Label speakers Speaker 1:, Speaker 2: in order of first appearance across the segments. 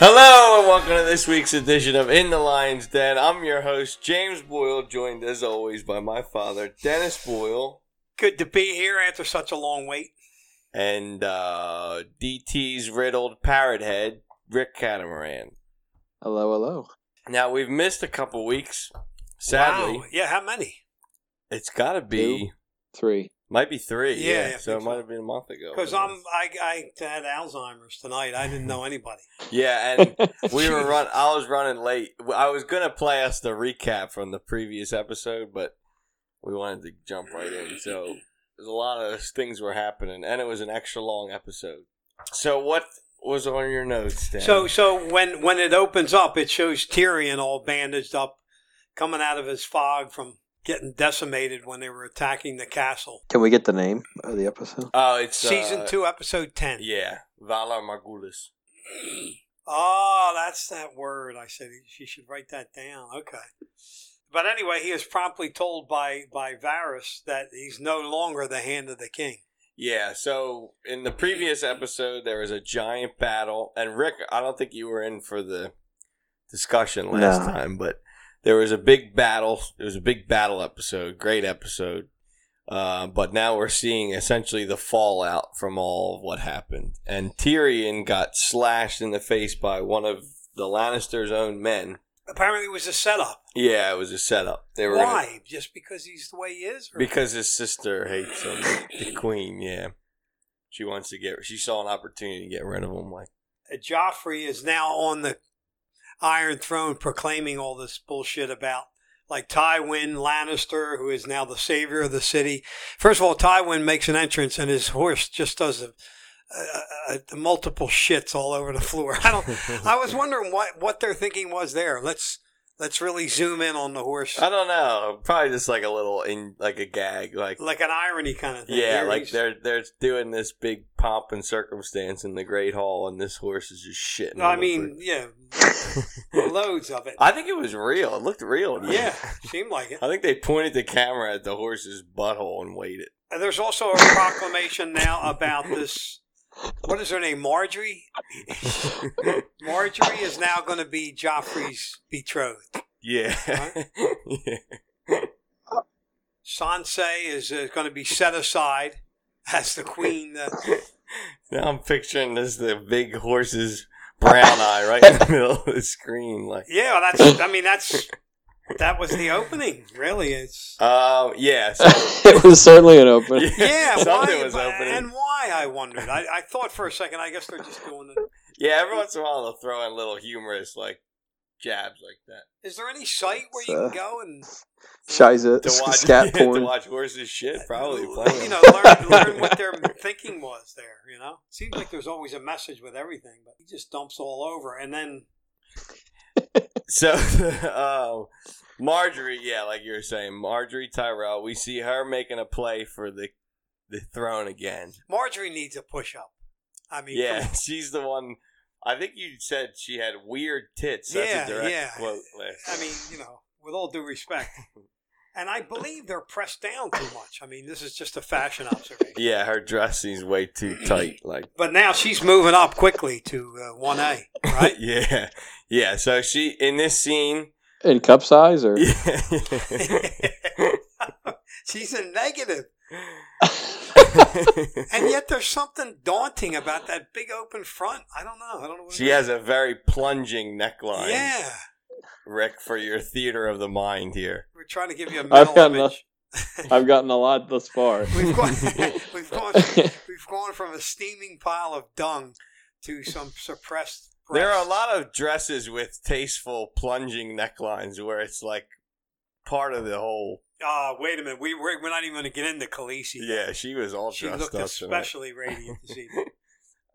Speaker 1: Hello and welcome to this week's edition of In the Lion's Den. I'm your host, James Boyle, joined as always by my father, Dennis Boyle,
Speaker 2: Good to be here after such a long wait.
Speaker 1: and uh, DT's riddled parrot head, Rick Catamaran.
Speaker 3: Hello, hello.
Speaker 1: Now, we've missed a couple weeks. Sadly,
Speaker 2: Wow. Yeah, how many?
Speaker 1: it's got to be,
Speaker 3: Two. Three.
Speaker 1: might be three.
Speaker 2: Yeah,
Speaker 1: Yeah,
Speaker 2: I
Speaker 1: so
Speaker 2: think so.
Speaker 1: it might have been a month ago.
Speaker 2: Because I'm I, I had Alzheimer's tonight. I didn't know anybody.
Speaker 1: Yeah, and we were run. I was running late. I was gonna play us the recap from the previous episode, but we wanted to jump right in. So there's a lot of things were happening, and it was an extra long episode. So what was on your notes, Dan?
Speaker 2: So so when when it opens up, it shows Tyrion all bandaged up, coming out of his fog from getting decimated when they were attacking the castle.
Speaker 3: Can we get the name of the episode?
Speaker 1: oh, it's uh,
Speaker 2: Season two, episode ten.
Speaker 1: Yeah, Valar Margulis.
Speaker 2: Oh, that's that word. I said she should write that down. Okay. But anyway, he is promptly told by by Varys that he's no longer the hand of the king.
Speaker 1: Yeah, so in the previous episode, there was a giant battle, and Rick, I don't think you were in for the discussion last
Speaker 3: No.
Speaker 1: time, but there was a big battle. It was a big battle episode, great episode. Uh, but now we're seeing essentially the fallout from all of what happened, and Tyrion got slashed in the face by one of the Lannisters' own men.
Speaker 2: Apparently, it was a setup.
Speaker 1: Yeah, it was a setup. They were gonna-
Speaker 2: Why? Just because he's the way he is? Or
Speaker 1: Because his sister hates him, the queen. Yeah, she wants to get. She saw an opportunity to get rid of him. Like,
Speaker 2: Joffrey is now on the Iron Throne proclaiming all this bullshit about like Tywin Lannister, who is now the savior of the city. First of all, Tywin makes an entrance and his horse just does a, a, a, a multiple shits all over the floor. I don't. I was wondering what what their thinking was there. Let's let's really zoom in on the horse,
Speaker 1: I don't know. Probably just like a little in, like a gag. Like,
Speaker 2: like an irony kind of thing.
Speaker 1: yeah,
Speaker 2: Here
Speaker 1: like
Speaker 2: he's-
Speaker 1: they're they're doing this big pomp and circumstance in the Great Hall, and this horse is just shitting.
Speaker 2: I
Speaker 1: all
Speaker 2: mean, yeah,
Speaker 1: over.
Speaker 2: loads of it.
Speaker 1: I think it was real. It looked real. to me.
Speaker 2: Yeah, seemed like it.
Speaker 1: I think they pointed the camera at the horse's butthole and waited.
Speaker 2: And there's also a proclamation now about this. What is her name? Marjorie. Marjorie is now going to be Joffrey's betrothed.
Speaker 1: Yeah.
Speaker 2: Uh-huh.
Speaker 1: yeah.
Speaker 2: Sansa is uh, going to be set aside as the queen. Uh,
Speaker 1: Now I'm picturing this the big horse's brown eye right in the middle of the screen, like.
Speaker 2: yeah, well, that's. I mean, that's that was the opening. Really, it's.
Speaker 1: Um. Yeah. So,
Speaker 3: it was certainly an open.
Speaker 1: yeah.
Speaker 2: Yeah,
Speaker 1: something
Speaker 2: why,
Speaker 1: was opening.
Speaker 2: and why I wondered. I, I thought for a second. I guess they're just doing it.
Speaker 1: yeah. Every once in a while, they'll throw in little humorous like jabs like that
Speaker 2: Is there any site where you can go and
Speaker 3: Shiza,
Speaker 1: to watch
Speaker 3: scat
Speaker 1: yeah, to
Speaker 3: porn.
Speaker 1: watch horses shit. Probably. plenty.
Speaker 2: Uh, you know learn, learn what their thinking was there you know seems like there's always a message with everything but he just dumps all over and then
Speaker 1: So, um, Marjorie, yeah, like you were saying, Marjorie Tyrell. We see her making a play for the the throne again.
Speaker 2: marjorie needs a push-up i mean
Speaker 1: Yeah,
Speaker 2: come
Speaker 1: she's the one. I think you said she had weird tits. That's
Speaker 2: Yeah,
Speaker 1: a direct
Speaker 2: yeah.
Speaker 1: quote. Last
Speaker 2: on. i mean you know with all due respect and i believe they're pressed down too much i mean this is just a fashion observation
Speaker 1: Yeah, her dressing's way too tight. Like,
Speaker 2: but now she's moving up quickly to uh, 1a right
Speaker 1: yeah, yeah. So she in this scene,
Speaker 3: In cup size or
Speaker 1: yeah,
Speaker 2: she's a negative and yet there's something daunting about that big open front i don't know i don't know what it
Speaker 1: she
Speaker 2: is.
Speaker 1: has a very plunging neckline.
Speaker 2: yeah
Speaker 1: Rick, for your theater of the mind here.
Speaker 2: We're trying to give you a
Speaker 3: I've
Speaker 2: mental
Speaker 3: got
Speaker 2: image.
Speaker 3: I've gotten a lot thus far.
Speaker 2: We've gone, we've gone, we've gone from a steaming pile of dung to some suppressed. breasts.
Speaker 1: There are a lot of dresses with tasteful plunging necklines where it's like part of the whole.
Speaker 2: Ah, wait a minute. We we're, we're not even going to get into Khaleesi.
Speaker 1: Yeah, she was all
Speaker 2: she
Speaker 1: dressed
Speaker 2: looked
Speaker 1: up. tonight.
Speaker 2: especially radiant this evening.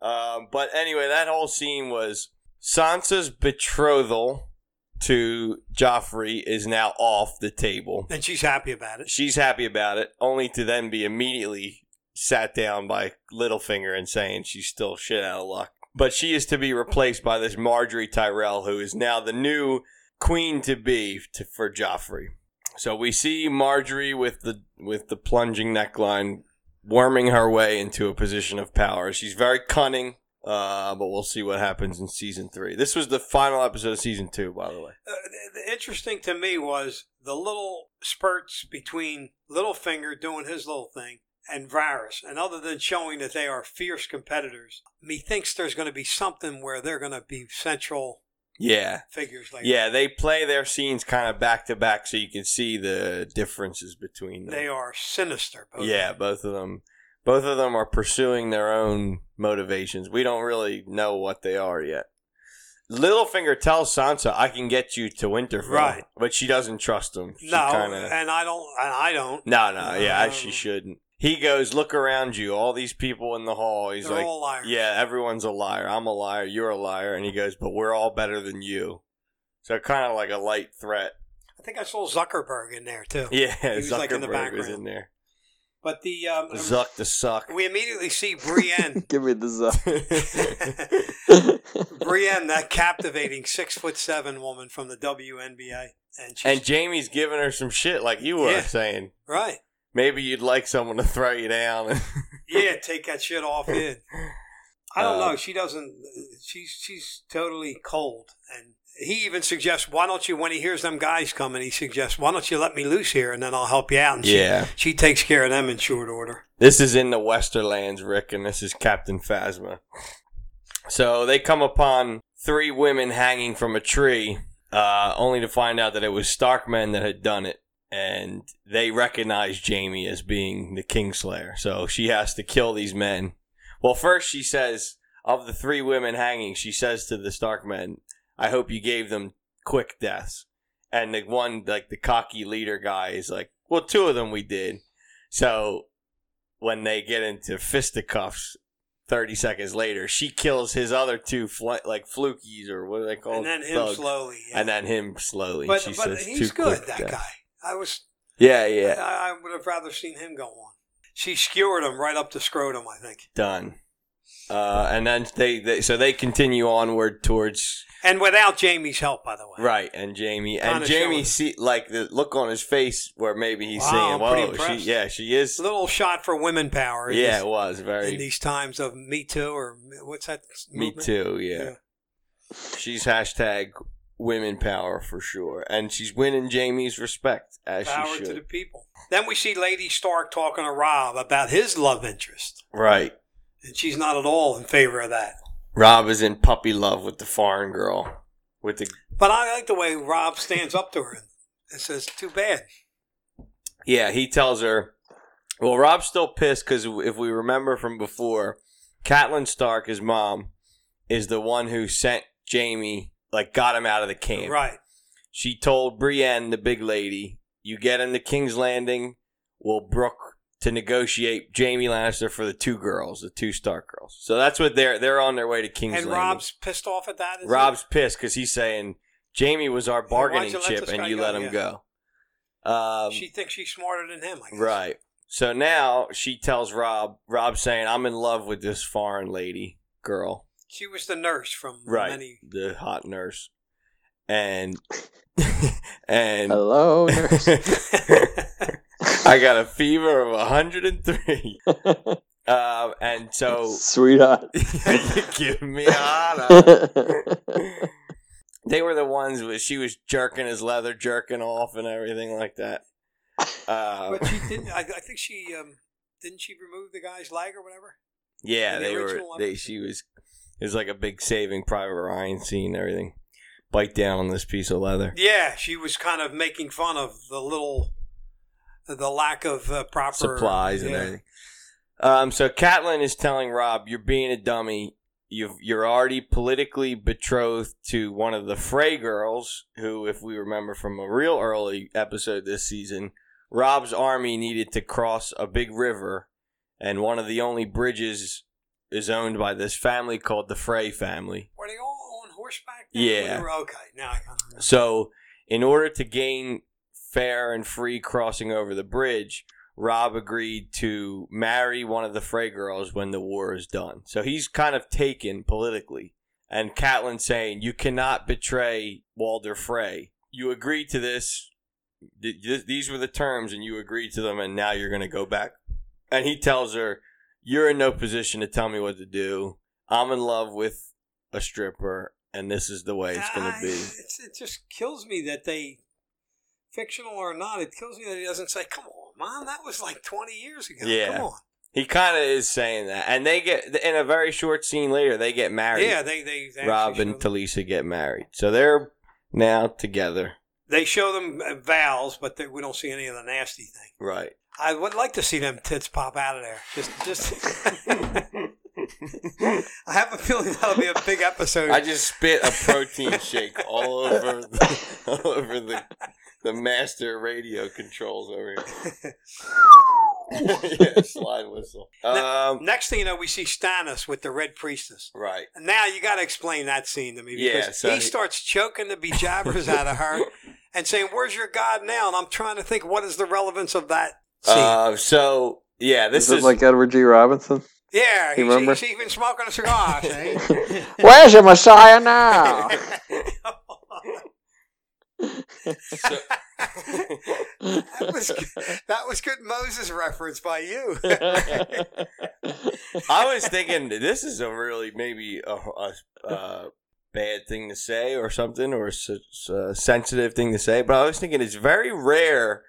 Speaker 1: Um, but anyway, that whole scene was Sansa's betrothal to Joffrey is now off the table.
Speaker 2: and she's happy about it.
Speaker 1: She's happy about it, only to then be immediately sat down by Littlefinger and saying she's still shit out of luck. But she is to be replaced by this Marjorie Tyrell, who is now the new queen to be to, for Joffrey. So we see Marjorie with the with the plunging neckline worming her way into a position of power. She's very cunning, Uh, but we'll see what happens in season three. This was the final episode of season two, by the way.
Speaker 2: Uh, the- the interesting to me was the little spurts between Littlefinger doing his little thing and Varys. And other than showing that they are fierce competitors, methinks there's going to be something where they're going to be central
Speaker 1: Yeah.
Speaker 2: figures later.
Speaker 1: Yeah, they play their scenes kind of back to back so you can see the differences between them.
Speaker 2: They are sinister. both of
Speaker 1: Yeah,
Speaker 2: them.
Speaker 1: both of them. Both of them are pursuing their own motivations. We don't really know what they are yet. Littlefinger tells Sansa, "I can get you to Winterfell,"
Speaker 2: Right.
Speaker 1: But she doesn't trust him. She
Speaker 2: No, eh,
Speaker 1: kinda- Mm,
Speaker 2: and I don't. And I don't.
Speaker 1: no, no, yeah, I- she
Speaker 2: Um,
Speaker 1: shouldn't. He goes, "Look around you, all these people in the hall." He's
Speaker 2: They're
Speaker 1: like,
Speaker 2: all liars.
Speaker 1: "Yeah, everyone's a liar. I'm a liar. You're a liar." And he goes, "But we're all better than you." So kind of like a light threat.
Speaker 2: I think I saw Zuckerberg in there too.
Speaker 1: Yeah,
Speaker 2: was,
Speaker 1: Zuckerberg
Speaker 2: like, in the
Speaker 1: was
Speaker 2: background.
Speaker 1: in there.
Speaker 2: But the um,
Speaker 1: Zuck the suck.
Speaker 2: we immediately see Brienne.
Speaker 3: Give me the zuck.
Speaker 2: Brienne, that captivating six foot seven woman from the WNBA, and she's
Speaker 1: And Jamie's giving her some shit, like you were
Speaker 2: Yeah.
Speaker 1: saying.
Speaker 2: right.
Speaker 1: Maybe you'd like someone to throw you down.
Speaker 2: Yeah, take that shit off in. I don't
Speaker 1: Uh,
Speaker 2: know. She doesn't. She's she's totally cold. And he even suggests, why don't you? When he hears them guys coming, he suggests, why don't you let me loose here, and then I'll help you out. And
Speaker 1: yeah.
Speaker 2: she, she takes care of them in short order.
Speaker 1: This is in the Westerlands, Rick, and this is Captain Phasma. So they come upon three women hanging from a tree, uh, only to find out that it was Stark men that had done it. And they recognize Jamie as being the Kingslayer. So she has to kill these men. Well, first she says, of the three women hanging, she says to the Stark men, I hope you gave them quick deaths. And the one, like the cocky leader guy, is like, well, two of them we did. So when they get into fisticuffs 30 seconds later, she kills his other two, fl- like flukies or what are they
Speaker 2: and
Speaker 1: called?
Speaker 2: then him
Speaker 1: Thugs.
Speaker 2: slowly. yeah.
Speaker 1: And then him slowly.
Speaker 2: but
Speaker 1: she
Speaker 2: but
Speaker 1: says,
Speaker 2: he's
Speaker 1: "Two
Speaker 2: good.
Speaker 1: quick
Speaker 2: That
Speaker 1: deaths."
Speaker 2: guy. I was.
Speaker 1: Yeah, yeah.
Speaker 2: I, I would have rather seen him go on. She skewered him right up to scrotum. I think.
Speaker 1: Done. Uh, and then they, they, so they continue onward towards
Speaker 2: And without Jamie's help, by the way.
Speaker 1: Right, and Jamie and
Speaker 2: Kinda
Speaker 1: Jamie
Speaker 2: showing-
Speaker 1: see like the look on his face where maybe he's
Speaker 2: Wow,
Speaker 1: saying,
Speaker 2: I'm pretty
Speaker 1: "Whoa,
Speaker 2: impressed."
Speaker 1: she, yeah, she is."
Speaker 2: Little shot for women power. in
Speaker 1: Yeah,
Speaker 2: this-
Speaker 1: it was
Speaker 2: in
Speaker 1: very
Speaker 2: these times of Me Too or me- what's that?
Speaker 1: me
Speaker 2: movement?
Speaker 1: too. Yeah. she's hashtag women power for sure, and she's winning Jamie's respect as
Speaker 2: Power
Speaker 1: she should.
Speaker 2: to the people. Then we see Lady Stark talking to Rob about his love interest,
Speaker 1: right,
Speaker 2: and she's not at all in favor of that.
Speaker 1: Rob is in puppy love with the foreign girl with the
Speaker 2: But I like the way Rob stands up to her and says, "Too bad."
Speaker 1: Yeah, he tells her. Well, Rob's still pissed because if we remember from before, Catelyn Stark, his mom, is the one who sent Jamie, like, got him out of the camp.
Speaker 2: Right.
Speaker 1: She told Brienne, the big lady, "You get him to King's Landing, we'll brook to negotiate Jamie Lannister for the two girls, the two Stark girls." So that's what they're they're on their way to King's
Speaker 2: and
Speaker 1: Landing.
Speaker 2: Rob's pissed off at that. is he?
Speaker 1: Rob's pissed because he's saying Jamie was our
Speaker 2: why'd you
Speaker 1: bargaining
Speaker 2: let
Speaker 1: chip,
Speaker 2: this
Speaker 1: and
Speaker 2: guy
Speaker 1: you
Speaker 2: go?
Speaker 1: let him
Speaker 2: Yeah.
Speaker 1: go. Um,
Speaker 2: she thinks she's smarter than him. I guess.
Speaker 1: Right. So now she tells Rob, Rob saying, I'm in love with this foreign lady girl.
Speaker 2: She was the nurse from
Speaker 1: Right.
Speaker 2: many.
Speaker 1: The hot nurse. And, and
Speaker 3: Hello. nurse.
Speaker 1: I got a fever of 103. um, and
Speaker 2: Oh.
Speaker 1: so
Speaker 3: Sweetheart.
Speaker 1: give me a
Speaker 2: Uh,
Speaker 1: hot.
Speaker 3: That's
Speaker 1: They were the ones where she was jerking his leather, jerking off, and everything like that. Uh,
Speaker 2: But she didn't. I, I think she um, didn't. She remove the guy's leg or whatever.
Speaker 1: Yeah,
Speaker 2: In the
Speaker 1: they were.
Speaker 2: original
Speaker 1: They,
Speaker 2: episode.
Speaker 1: she was. It was like a big Saving Private Ryan scene. and Everything. Bite down on this piece of leather.
Speaker 2: Yeah, she was kind of making fun of the little, the lack of uh, proper
Speaker 1: Supplies and
Speaker 2: yeah.
Speaker 1: everything. Um. So Catelyn is telling Rob, "You're being a dummy. You've you're already politically betrothed to one of the Frey girls, who, if we remember from a real early episode this season, Rob's army needed to cross a big river, and one of the only bridges." Is owned by this family called the Frey family.
Speaker 2: Were they all on horseback? then?
Speaker 1: Yeah.
Speaker 2: They were- okay, now I kind of remember.
Speaker 1: So, in order to gain fair and free crossing over the bridge, Rob agreed to marry one of the Frey girls when the war is done. So he's kind of taken politically. And Catelyn saying, "You cannot betray Walder Frey. You agreed to this. Th- th- these were the terms, and you agreed to them. And now you're going to go back." And he tells her, "You're in no position to tell me what to do. I'm in love with a stripper, and this is the way it's going
Speaker 2: I-
Speaker 1: to be.
Speaker 2: Ah, it's- it just kills me that they, fictional or not, it kills me that he doesn't say, "Come on, mom, that was like 20 years ago.
Speaker 1: Yeah.
Speaker 2: Come on."
Speaker 1: He kind of is saying that, and they get in a very short scene later. They get married.
Speaker 2: Yeah, they they, they actually
Speaker 1: Rob
Speaker 2: show
Speaker 1: and
Speaker 2: them-
Speaker 1: Talisa get married, so they're now together.
Speaker 2: they show them uh, vows, but they, we don't see any of the nasty thing.
Speaker 1: Right.
Speaker 2: I would like to see them tits pop out of there. Just just. I have a feeling that'll be a big episode.
Speaker 1: I just spit a protein shake all over the, all over the the master radio controls over here. yeah, slide whistle. Um,
Speaker 2: Next thing you know, we see Stannis with the Red Priestess.
Speaker 1: right.
Speaker 2: Now you got to explain that scene to me
Speaker 1: Yeah,
Speaker 2: because
Speaker 1: so
Speaker 2: he,
Speaker 1: he-
Speaker 2: starts choking the bejabbers out of her and saying, "Where's your God now?" And I'm trying to think what is the relevance of that scene.
Speaker 1: Uh, so yeah, this
Speaker 3: This
Speaker 1: is,
Speaker 3: is like Edward G. Robinson.
Speaker 2: yeah, he's,
Speaker 3: remember?
Speaker 2: he's even smoking a cigar. see?
Speaker 3: Where's your Messiah now?
Speaker 1: Ah. so-
Speaker 2: that was good. that was good Moses reference by you.
Speaker 1: I was thinking this is a really maybe a, a, a bad thing to say or something or a, s- s- a sensitive thing to say, but I was thinking it's very rare,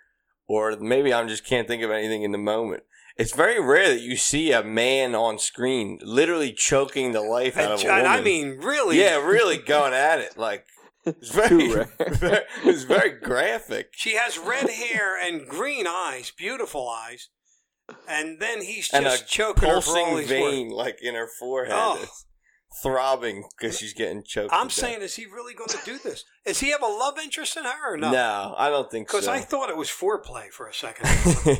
Speaker 1: or maybe I just can't think of anything in the moment. It's very rare that you see a man on screen literally choking the life out
Speaker 2: and,
Speaker 1: of a
Speaker 2: John,
Speaker 1: woman.
Speaker 2: I mean, really,
Speaker 1: yeah, really going at it like it's very,
Speaker 3: Too rare.
Speaker 1: very it's very graphic.
Speaker 2: She has red hair and green eyes, beautiful eyes. And then he's
Speaker 1: And
Speaker 2: just
Speaker 1: a
Speaker 2: choking her for all
Speaker 1: Pulsing
Speaker 2: he's
Speaker 1: vein
Speaker 2: worth.
Speaker 1: like in her forehead,
Speaker 2: Oh.
Speaker 1: It's throbbing because she's getting choked.
Speaker 2: I'm
Speaker 1: to death.
Speaker 2: saying, is he really going to do this? Does he have a love interest in her or
Speaker 1: No,
Speaker 2: not?
Speaker 1: I don't think so.
Speaker 2: Because I thought it was foreplay for a second.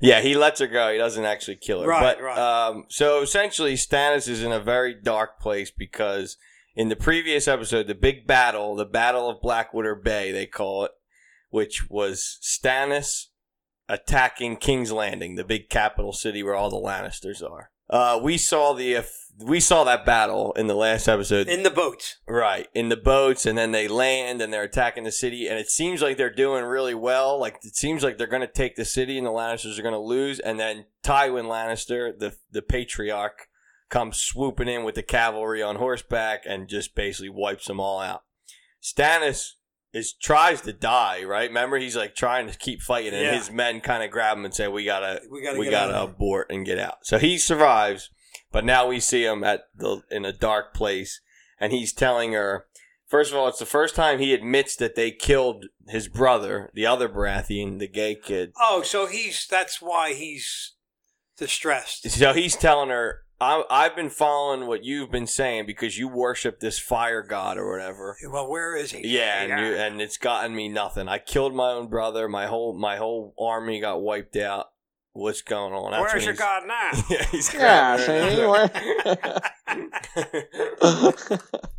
Speaker 1: yeah, he lets her go. He doesn't actually kill her.
Speaker 2: Right,
Speaker 1: but,
Speaker 2: right.
Speaker 1: Um, so essentially, Stannis is in a very dark place because in the previous episode, the big battle, the Battle of Blackwater Bay, they call it, which was Stannis attacking King's Landing, the big capital city where all the Lannisters are. Uh, we saw the we saw that battle in the last episode.
Speaker 2: in the boats.
Speaker 1: Right, in the boats, and then they land and they're attacking the city, and it seems like they're doing really well. Like it seems like they're going to take the city, and the Lannisters are going to lose. And then Tywin Lannister, the the patriarch, comes swooping in with the cavalry on horseback and just basically wipes them all out. Stannis is tries to die. Right, remember he's like trying to keep fighting, and
Speaker 2: Yeah.
Speaker 1: his men kind of grab him and say, "We gotta,
Speaker 2: We got to
Speaker 1: we
Speaker 2: get
Speaker 1: gotta
Speaker 2: out of
Speaker 1: abort and get out. So he survives, but now we see him at the in a dark place, and he's telling her. First of all, it's the first time he admits that they killed his brother, the other Baratheon, the gay kid.
Speaker 2: Oh, so he's that's why he's distressed.
Speaker 1: So he's telling her, I, "I've been following what you've been saying because you worship this fire god or whatever."
Speaker 2: Well, where is he?
Speaker 1: Yeah, and, you, and it's gotten me nothing. I killed my own brother. My whole my whole army got wiped out. What's going on? That's
Speaker 2: Where's
Speaker 1: when
Speaker 2: your
Speaker 1: he's-
Speaker 2: God now?
Speaker 1: Yeah, he's
Speaker 3: yeah,
Speaker 1: grabbing
Speaker 3: see?
Speaker 1: her.
Speaker 3: Where-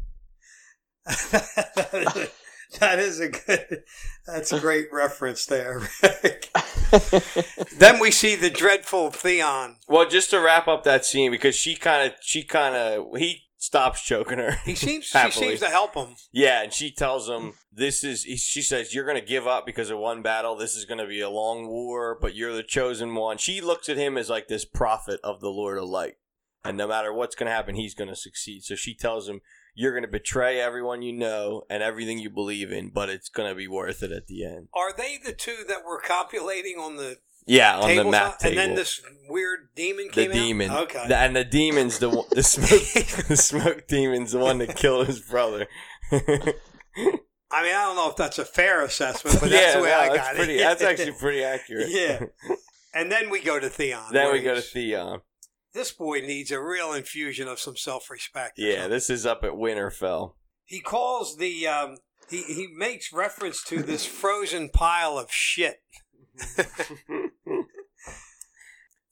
Speaker 2: that is a good. That's a great reference there. Rick. then we see the dreadful Theon.
Speaker 1: Well, just to wrap up that scene because she kind of, she kind of, he stops choking her.
Speaker 2: He seems. she
Speaker 1: Happily.
Speaker 2: seems to help him.
Speaker 1: Yeah, and she tells him, "This is." he- She says, "You're going to give up because of one battle. This is going to be a long war, but you're the chosen one." She looks at him as like this prophet of the Lord of Light, and no matter what's going to happen, he's going to succeed. So she tells him, "You're going to betray everyone you know and everything you believe in, but it's going to be worth it at the end."
Speaker 2: Are they the two that were copulating on the
Speaker 1: Yeah, on
Speaker 2: table?
Speaker 1: the map
Speaker 2: and
Speaker 1: table.
Speaker 2: then this weird demon
Speaker 1: the
Speaker 2: came out.
Speaker 1: demon.
Speaker 2: Okay.
Speaker 1: The- and the demon's the one- the smoke the smoke demon's the one that killed his brother.
Speaker 2: I mean, I don't know if that's a fair assessment, but that's the way
Speaker 1: no,
Speaker 2: I
Speaker 1: that's
Speaker 2: got
Speaker 1: pretty,
Speaker 2: it.
Speaker 1: That's actually pretty accurate.
Speaker 2: yeah. And then we go to Theon.
Speaker 1: Then
Speaker 2: where
Speaker 1: we go to
Speaker 2: he's-
Speaker 1: Theon.
Speaker 2: This boy needs a real infusion of some self-respect. or
Speaker 1: Yeah,
Speaker 2: something.
Speaker 1: this is up at Winterfell.
Speaker 2: he calls the um, he he makes reference to this frozen pile of shit.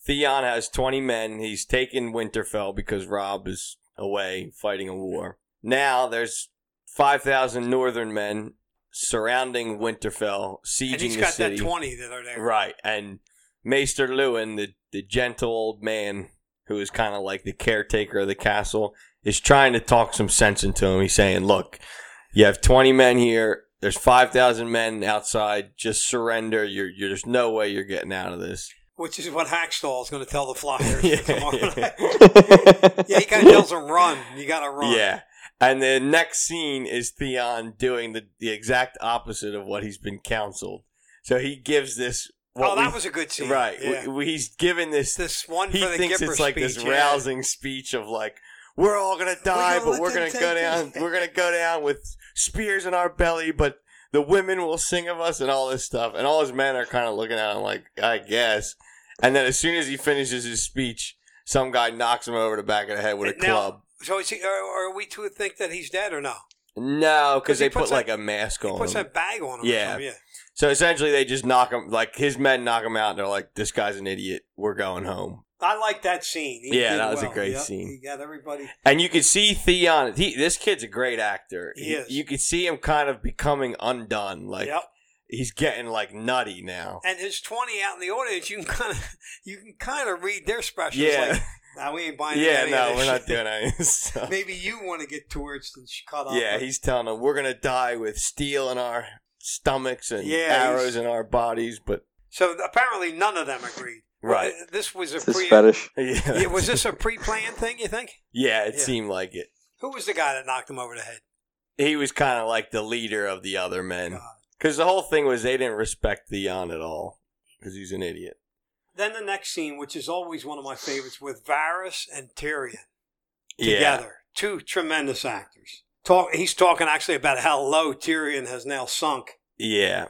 Speaker 1: Theon has 20 men. He's taken Winterfell because Rob is away fighting a war. Now there's 5,000 northern men surrounding Winterfell, sieging
Speaker 2: And he's
Speaker 1: the
Speaker 2: got
Speaker 1: city.
Speaker 2: that twenty that are there.
Speaker 1: Right. And Maester Lewin, the, the gentle old man who is kind of like the caretaker of the castle, is trying to talk some sense into him. He's saying, look, you have 20 men here. There's 5,000 men outside. Just surrender. You're, you're, there's no way you're getting out of this.
Speaker 2: which is what Hackstall is going to tell the Flyers
Speaker 1: Yeah.
Speaker 2: tomorrow night.
Speaker 3: yeah,
Speaker 2: Yeah, he kind of tells them run. You got to run.
Speaker 1: Yeah. And the next scene is Theon doing the, the exact opposite of what he's been counseled. So he gives this. what
Speaker 2: oh,
Speaker 1: we-
Speaker 2: that was a good scene.
Speaker 1: Right.
Speaker 2: Yeah.
Speaker 1: We- we- he's given this.
Speaker 2: this one
Speaker 1: he
Speaker 2: for the
Speaker 1: thinks
Speaker 2: Gipper
Speaker 1: it's like
Speaker 2: speech,
Speaker 1: this
Speaker 2: yeah.
Speaker 1: rousing speech of like, we're all going to die,
Speaker 2: gonna
Speaker 1: but
Speaker 2: let
Speaker 1: we're
Speaker 2: them
Speaker 1: going to
Speaker 2: take
Speaker 1: go
Speaker 2: it."
Speaker 1: down. We're going to go down with spears in our belly, but the women will sing of us and all this stuff. And all his men are kind of looking at him like, I guess. And then as soon as he finishes his speech, some guy knocks him over the back of the head with a
Speaker 2: Now-
Speaker 1: club.
Speaker 2: So is he, are, are we to think that he's dead or no?
Speaker 1: No,
Speaker 2: 'Cause
Speaker 1: because
Speaker 2: he
Speaker 1: they put
Speaker 2: puts
Speaker 1: like a mask on
Speaker 2: Puts
Speaker 1: him.
Speaker 2: that bag on him. or
Speaker 1: Um, Yeah.
Speaker 2: something, yeah.
Speaker 1: So essentially, they just knock him. Like his men knock him out. And they're like, "This guy's an idiot. We're going home."
Speaker 2: I like that scene. He
Speaker 1: Yeah,
Speaker 2: did
Speaker 1: that was a
Speaker 2: well.
Speaker 1: great
Speaker 2: Yep.
Speaker 1: scene.
Speaker 2: He got everybody.
Speaker 1: And you could see Theon. He, this kid's a great actor.
Speaker 2: He is.
Speaker 1: You could see him kind of becoming undone. Like
Speaker 2: yep.
Speaker 1: he's getting like nutty now.
Speaker 2: And there's 20 out in the audience. You can kind of you can kind of read their specials.
Speaker 1: Yeah.
Speaker 2: Like, nah, we ain't buying.
Speaker 1: yeah.
Speaker 2: any
Speaker 1: No,
Speaker 2: of this
Speaker 1: we're not
Speaker 2: shit."
Speaker 1: doing any of this stuff.
Speaker 2: Maybe you want to get towards and sh- cut off.
Speaker 1: Yeah, he's telling them we're gonna die with steel in our stomachs and
Speaker 2: Yeah,
Speaker 1: arrows
Speaker 2: he's-
Speaker 1: in our bodies. But
Speaker 2: So apparently, none of them agreed.
Speaker 1: right.
Speaker 2: Uh, This was a
Speaker 3: it's his
Speaker 2: pre.
Speaker 3: fetish.
Speaker 1: Yeah.
Speaker 2: Yeah, was this a pre-planned thing? You think?
Speaker 1: yeah. It
Speaker 2: Yeah.
Speaker 1: seemed like it.
Speaker 2: Who was the guy that knocked him over the head?
Speaker 1: he was kind of like the leader of the other men
Speaker 2: God.
Speaker 1: because the whole thing was they didn't respect Theon at all because he's an idiot.
Speaker 2: Then the next scene, which is always one of my favorites, with Varys and Tyrion.
Speaker 1: Yeah,
Speaker 2: together. Two tremendous actors. Talk, he's talking actually about how low Tyrion has now sunk.
Speaker 1: yeah,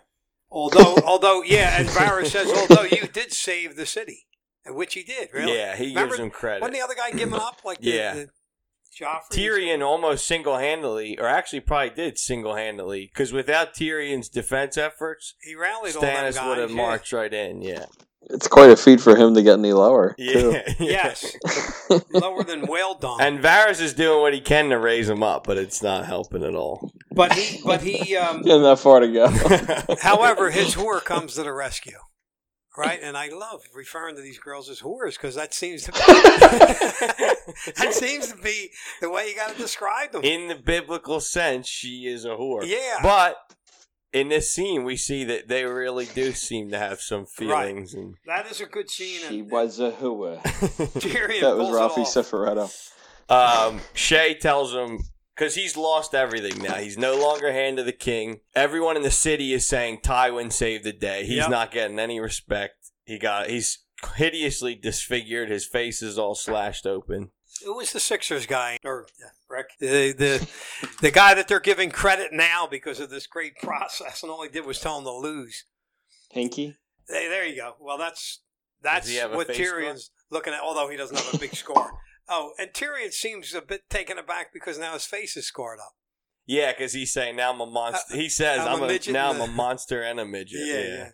Speaker 2: Although, although, yeah, and Varys says, although you did save the city, and which he did, really.
Speaker 1: yeah. He
Speaker 2: Remember
Speaker 1: gives him
Speaker 2: Wasn't
Speaker 1: credit.
Speaker 2: the other guy giving up? Like, the,
Speaker 1: Yeah.
Speaker 2: the Joffrey?
Speaker 1: Tyrion almost single handedly, or actually probably did single handedly, because without Tyrion's defense efforts,
Speaker 2: He rallied all them
Speaker 1: Stannis
Speaker 2: guys.
Speaker 1: would have
Speaker 2: yeah.
Speaker 1: marched right in. Yeah,
Speaker 3: It's quite a feat for him to get any lower.
Speaker 1: yeah,
Speaker 2: Yes. Lower than well done.
Speaker 1: And Varys is doing what he can to raise him up, but it's not helping at all.
Speaker 2: but he, but he, um,
Speaker 3: Getting that far to go.
Speaker 2: however, his whore comes to the rescue. Right, and I love referring to these girls as whores because that seems to be that seems to be the way you got to describe them.
Speaker 1: in the biblical sense, she is a whore.
Speaker 2: Yeah.
Speaker 1: But in this scene, we see that they really do seem to have some
Speaker 2: Right.
Speaker 1: feelings. And
Speaker 2: That is a good scene.
Speaker 3: She
Speaker 2: and-
Speaker 3: was a hooer.
Speaker 2: Tyrion
Speaker 3: That was
Speaker 2: pulls it
Speaker 3: Rafi
Speaker 2: off.
Speaker 3: Seferetto.
Speaker 1: um, Shay tells him because he's lost everything now. He's no longer hand of the king. Everyone in the city is saying Tywin saved the day. He's
Speaker 2: Yep.
Speaker 1: not getting any respect. He got he's hideously disfigured. His face is all slashed open.
Speaker 2: Who was the Sixers guy? Or yeah, Rick, the, the the guy that they're giving credit now because of this great process, and all he did was tell him to lose.
Speaker 3: Hinky?
Speaker 2: Hey, there you go. Well, that's that's
Speaker 1: he have a
Speaker 2: what
Speaker 1: face
Speaker 2: Tyrion's looking at. Although he doesn't have a big score. Oh, and Tyrion seems a bit taken aback because now his face is scarred up.
Speaker 1: Yeah, because he's saying now I'm a monster. He says
Speaker 2: Uh, I'm
Speaker 1: I'm,
Speaker 2: a
Speaker 1: a,
Speaker 2: midget
Speaker 1: now
Speaker 2: and
Speaker 1: I'm a
Speaker 2: a-
Speaker 1: monster and a midget.
Speaker 2: Yeah,
Speaker 1: Yeah,
Speaker 2: yeah.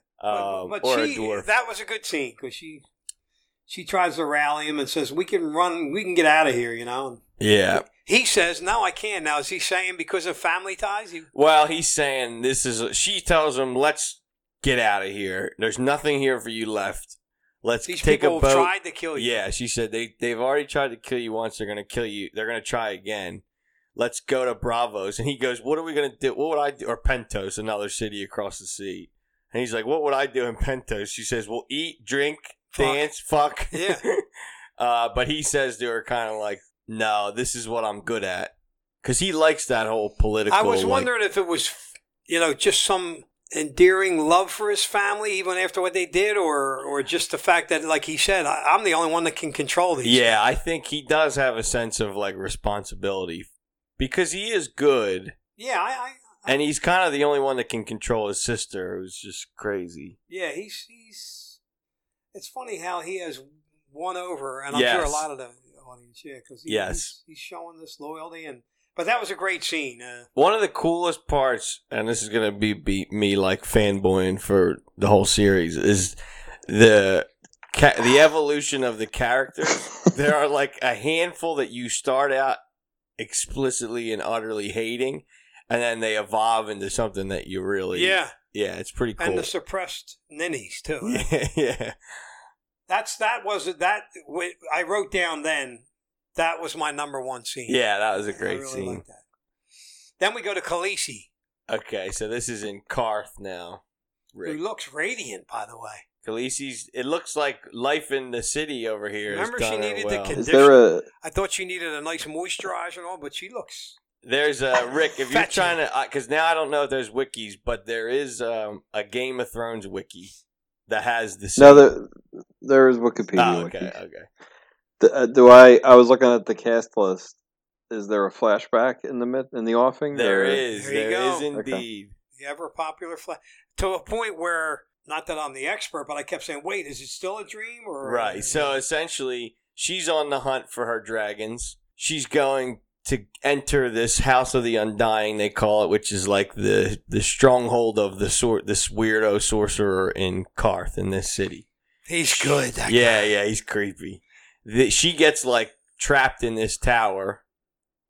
Speaker 1: Um,
Speaker 2: but
Speaker 1: or
Speaker 2: she,
Speaker 1: a dwarf.
Speaker 2: that was a good scene because she she tries to rally him and says, "We can run. We can get out of here." You know. And
Speaker 1: yeah.
Speaker 2: He says, "No, I can." Now, is he saying because of family ties? He,
Speaker 1: Well, he's saying this is. She tells him, "Let's get out of here. There's nothing here for you left. Let's
Speaker 2: these
Speaker 1: take a
Speaker 2: people
Speaker 1: boat."
Speaker 2: have tried to kill you.
Speaker 1: Oh, yeah, she said they they've already tried to kill you once. They're gonna kill you. They're gonna try again. Let's go to Bravos. And he goes, "What are we gonna do? What would I do?" Or Pentos, another city across the sea. And he's like, "What would I do in Pentos?" She says, "Well, eat, drink,
Speaker 2: Fuck.
Speaker 1: dance, fuck."
Speaker 2: Yeah.
Speaker 1: uh, but he says to her, kind of like, "No, this is what I'm good at." Because he likes that whole political.
Speaker 2: I was
Speaker 1: like,
Speaker 2: wondering if it was, you know, just some endearing love for his family, even after what they did, or or just the fact that, like he said, I, I'm the only one that can control these.
Speaker 1: Yeah, I think he does have a sense of like responsibility because he is good
Speaker 2: yeah, I, I
Speaker 1: and he's kind of the only one that can control his sister who's just crazy.
Speaker 2: yeah, he's he's. It's funny how he has won over, and I'm
Speaker 1: Yes.
Speaker 2: sure a lot of the audience, yeah, because
Speaker 1: Yes.
Speaker 2: he's, he's showing this loyalty, and but that was a great scene. Uh,
Speaker 1: One of the coolest parts and this is going to be beat me like fanboying for the whole series is the ca- the evolution of the characters. there are like a handful that you start out explicitly and utterly hating and then they evolve into something that you really
Speaker 2: yeah,
Speaker 1: yeah it's pretty cool
Speaker 2: and the suppressed ninnies too. uh,
Speaker 1: yeah, yeah.
Speaker 2: That's that was that wi- I wrote down then. That was my number one scene.
Speaker 1: Yeah, that was a
Speaker 2: I
Speaker 1: great
Speaker 2: really
Speaker 1: scene.
Speaker 2: liked that. Then we go to Khaleesi,
Speaker 1: Okay, so this is in Carth now.
Speaker 2: who
Speaker 1: Rick.
Speaker 2: looks radiant, by the way.
Speaker 1: Khaleesi's. It looks like life in the city over here. has
Speaker 2: Remember she
Speaker 1: done her
Speaker 2: needed
Speaker 1: well.
Speaker 2: to con-
Speaker 3: Is there a
Speaker 2: I thought she needed a nice moisturizer and all, but she looks.
Speaker 1: There's uh, Rick. If you're
Speaker 2: Fetch
Speaker 1: trying to, because now I don't know if there's wikis, but there is um, a Game of Thrones wiki that has the.
Speaker 3: no? There, there is Wikipedia.
Speaker 1: Oh,
Speaker 3: wiki.
Speaker 1: okay, okay.
Speaker 3: Th- uh, do I? I was looking at the cast list. Is there a flashback in the myth in the offing?
Speaker 1: There
Speaker 3: or-
Speaker 1: is.
Speaker 2: There you
Speaker 1: There
Speaker 2: go.
Speaker 1: is
Speaker 2: Okay.
Speaker 1: indeed.
Speaker 2: the ever popular flash to a point where not that I'm the expert, but I kept saying, "Wait, is it still a dream?" Or
Speaker 1: Right. So essentially, she's on the hunt for her dragons. She's going to enter this house of the undying. They call it, which is like the the stronghold of the sort this weirdo sorcerer in Karth in this city.
Speaker 2: he's good. That guy.
Speaker 1: Yeah, yeah, he's creepy. The, she gets like trapped in this tower,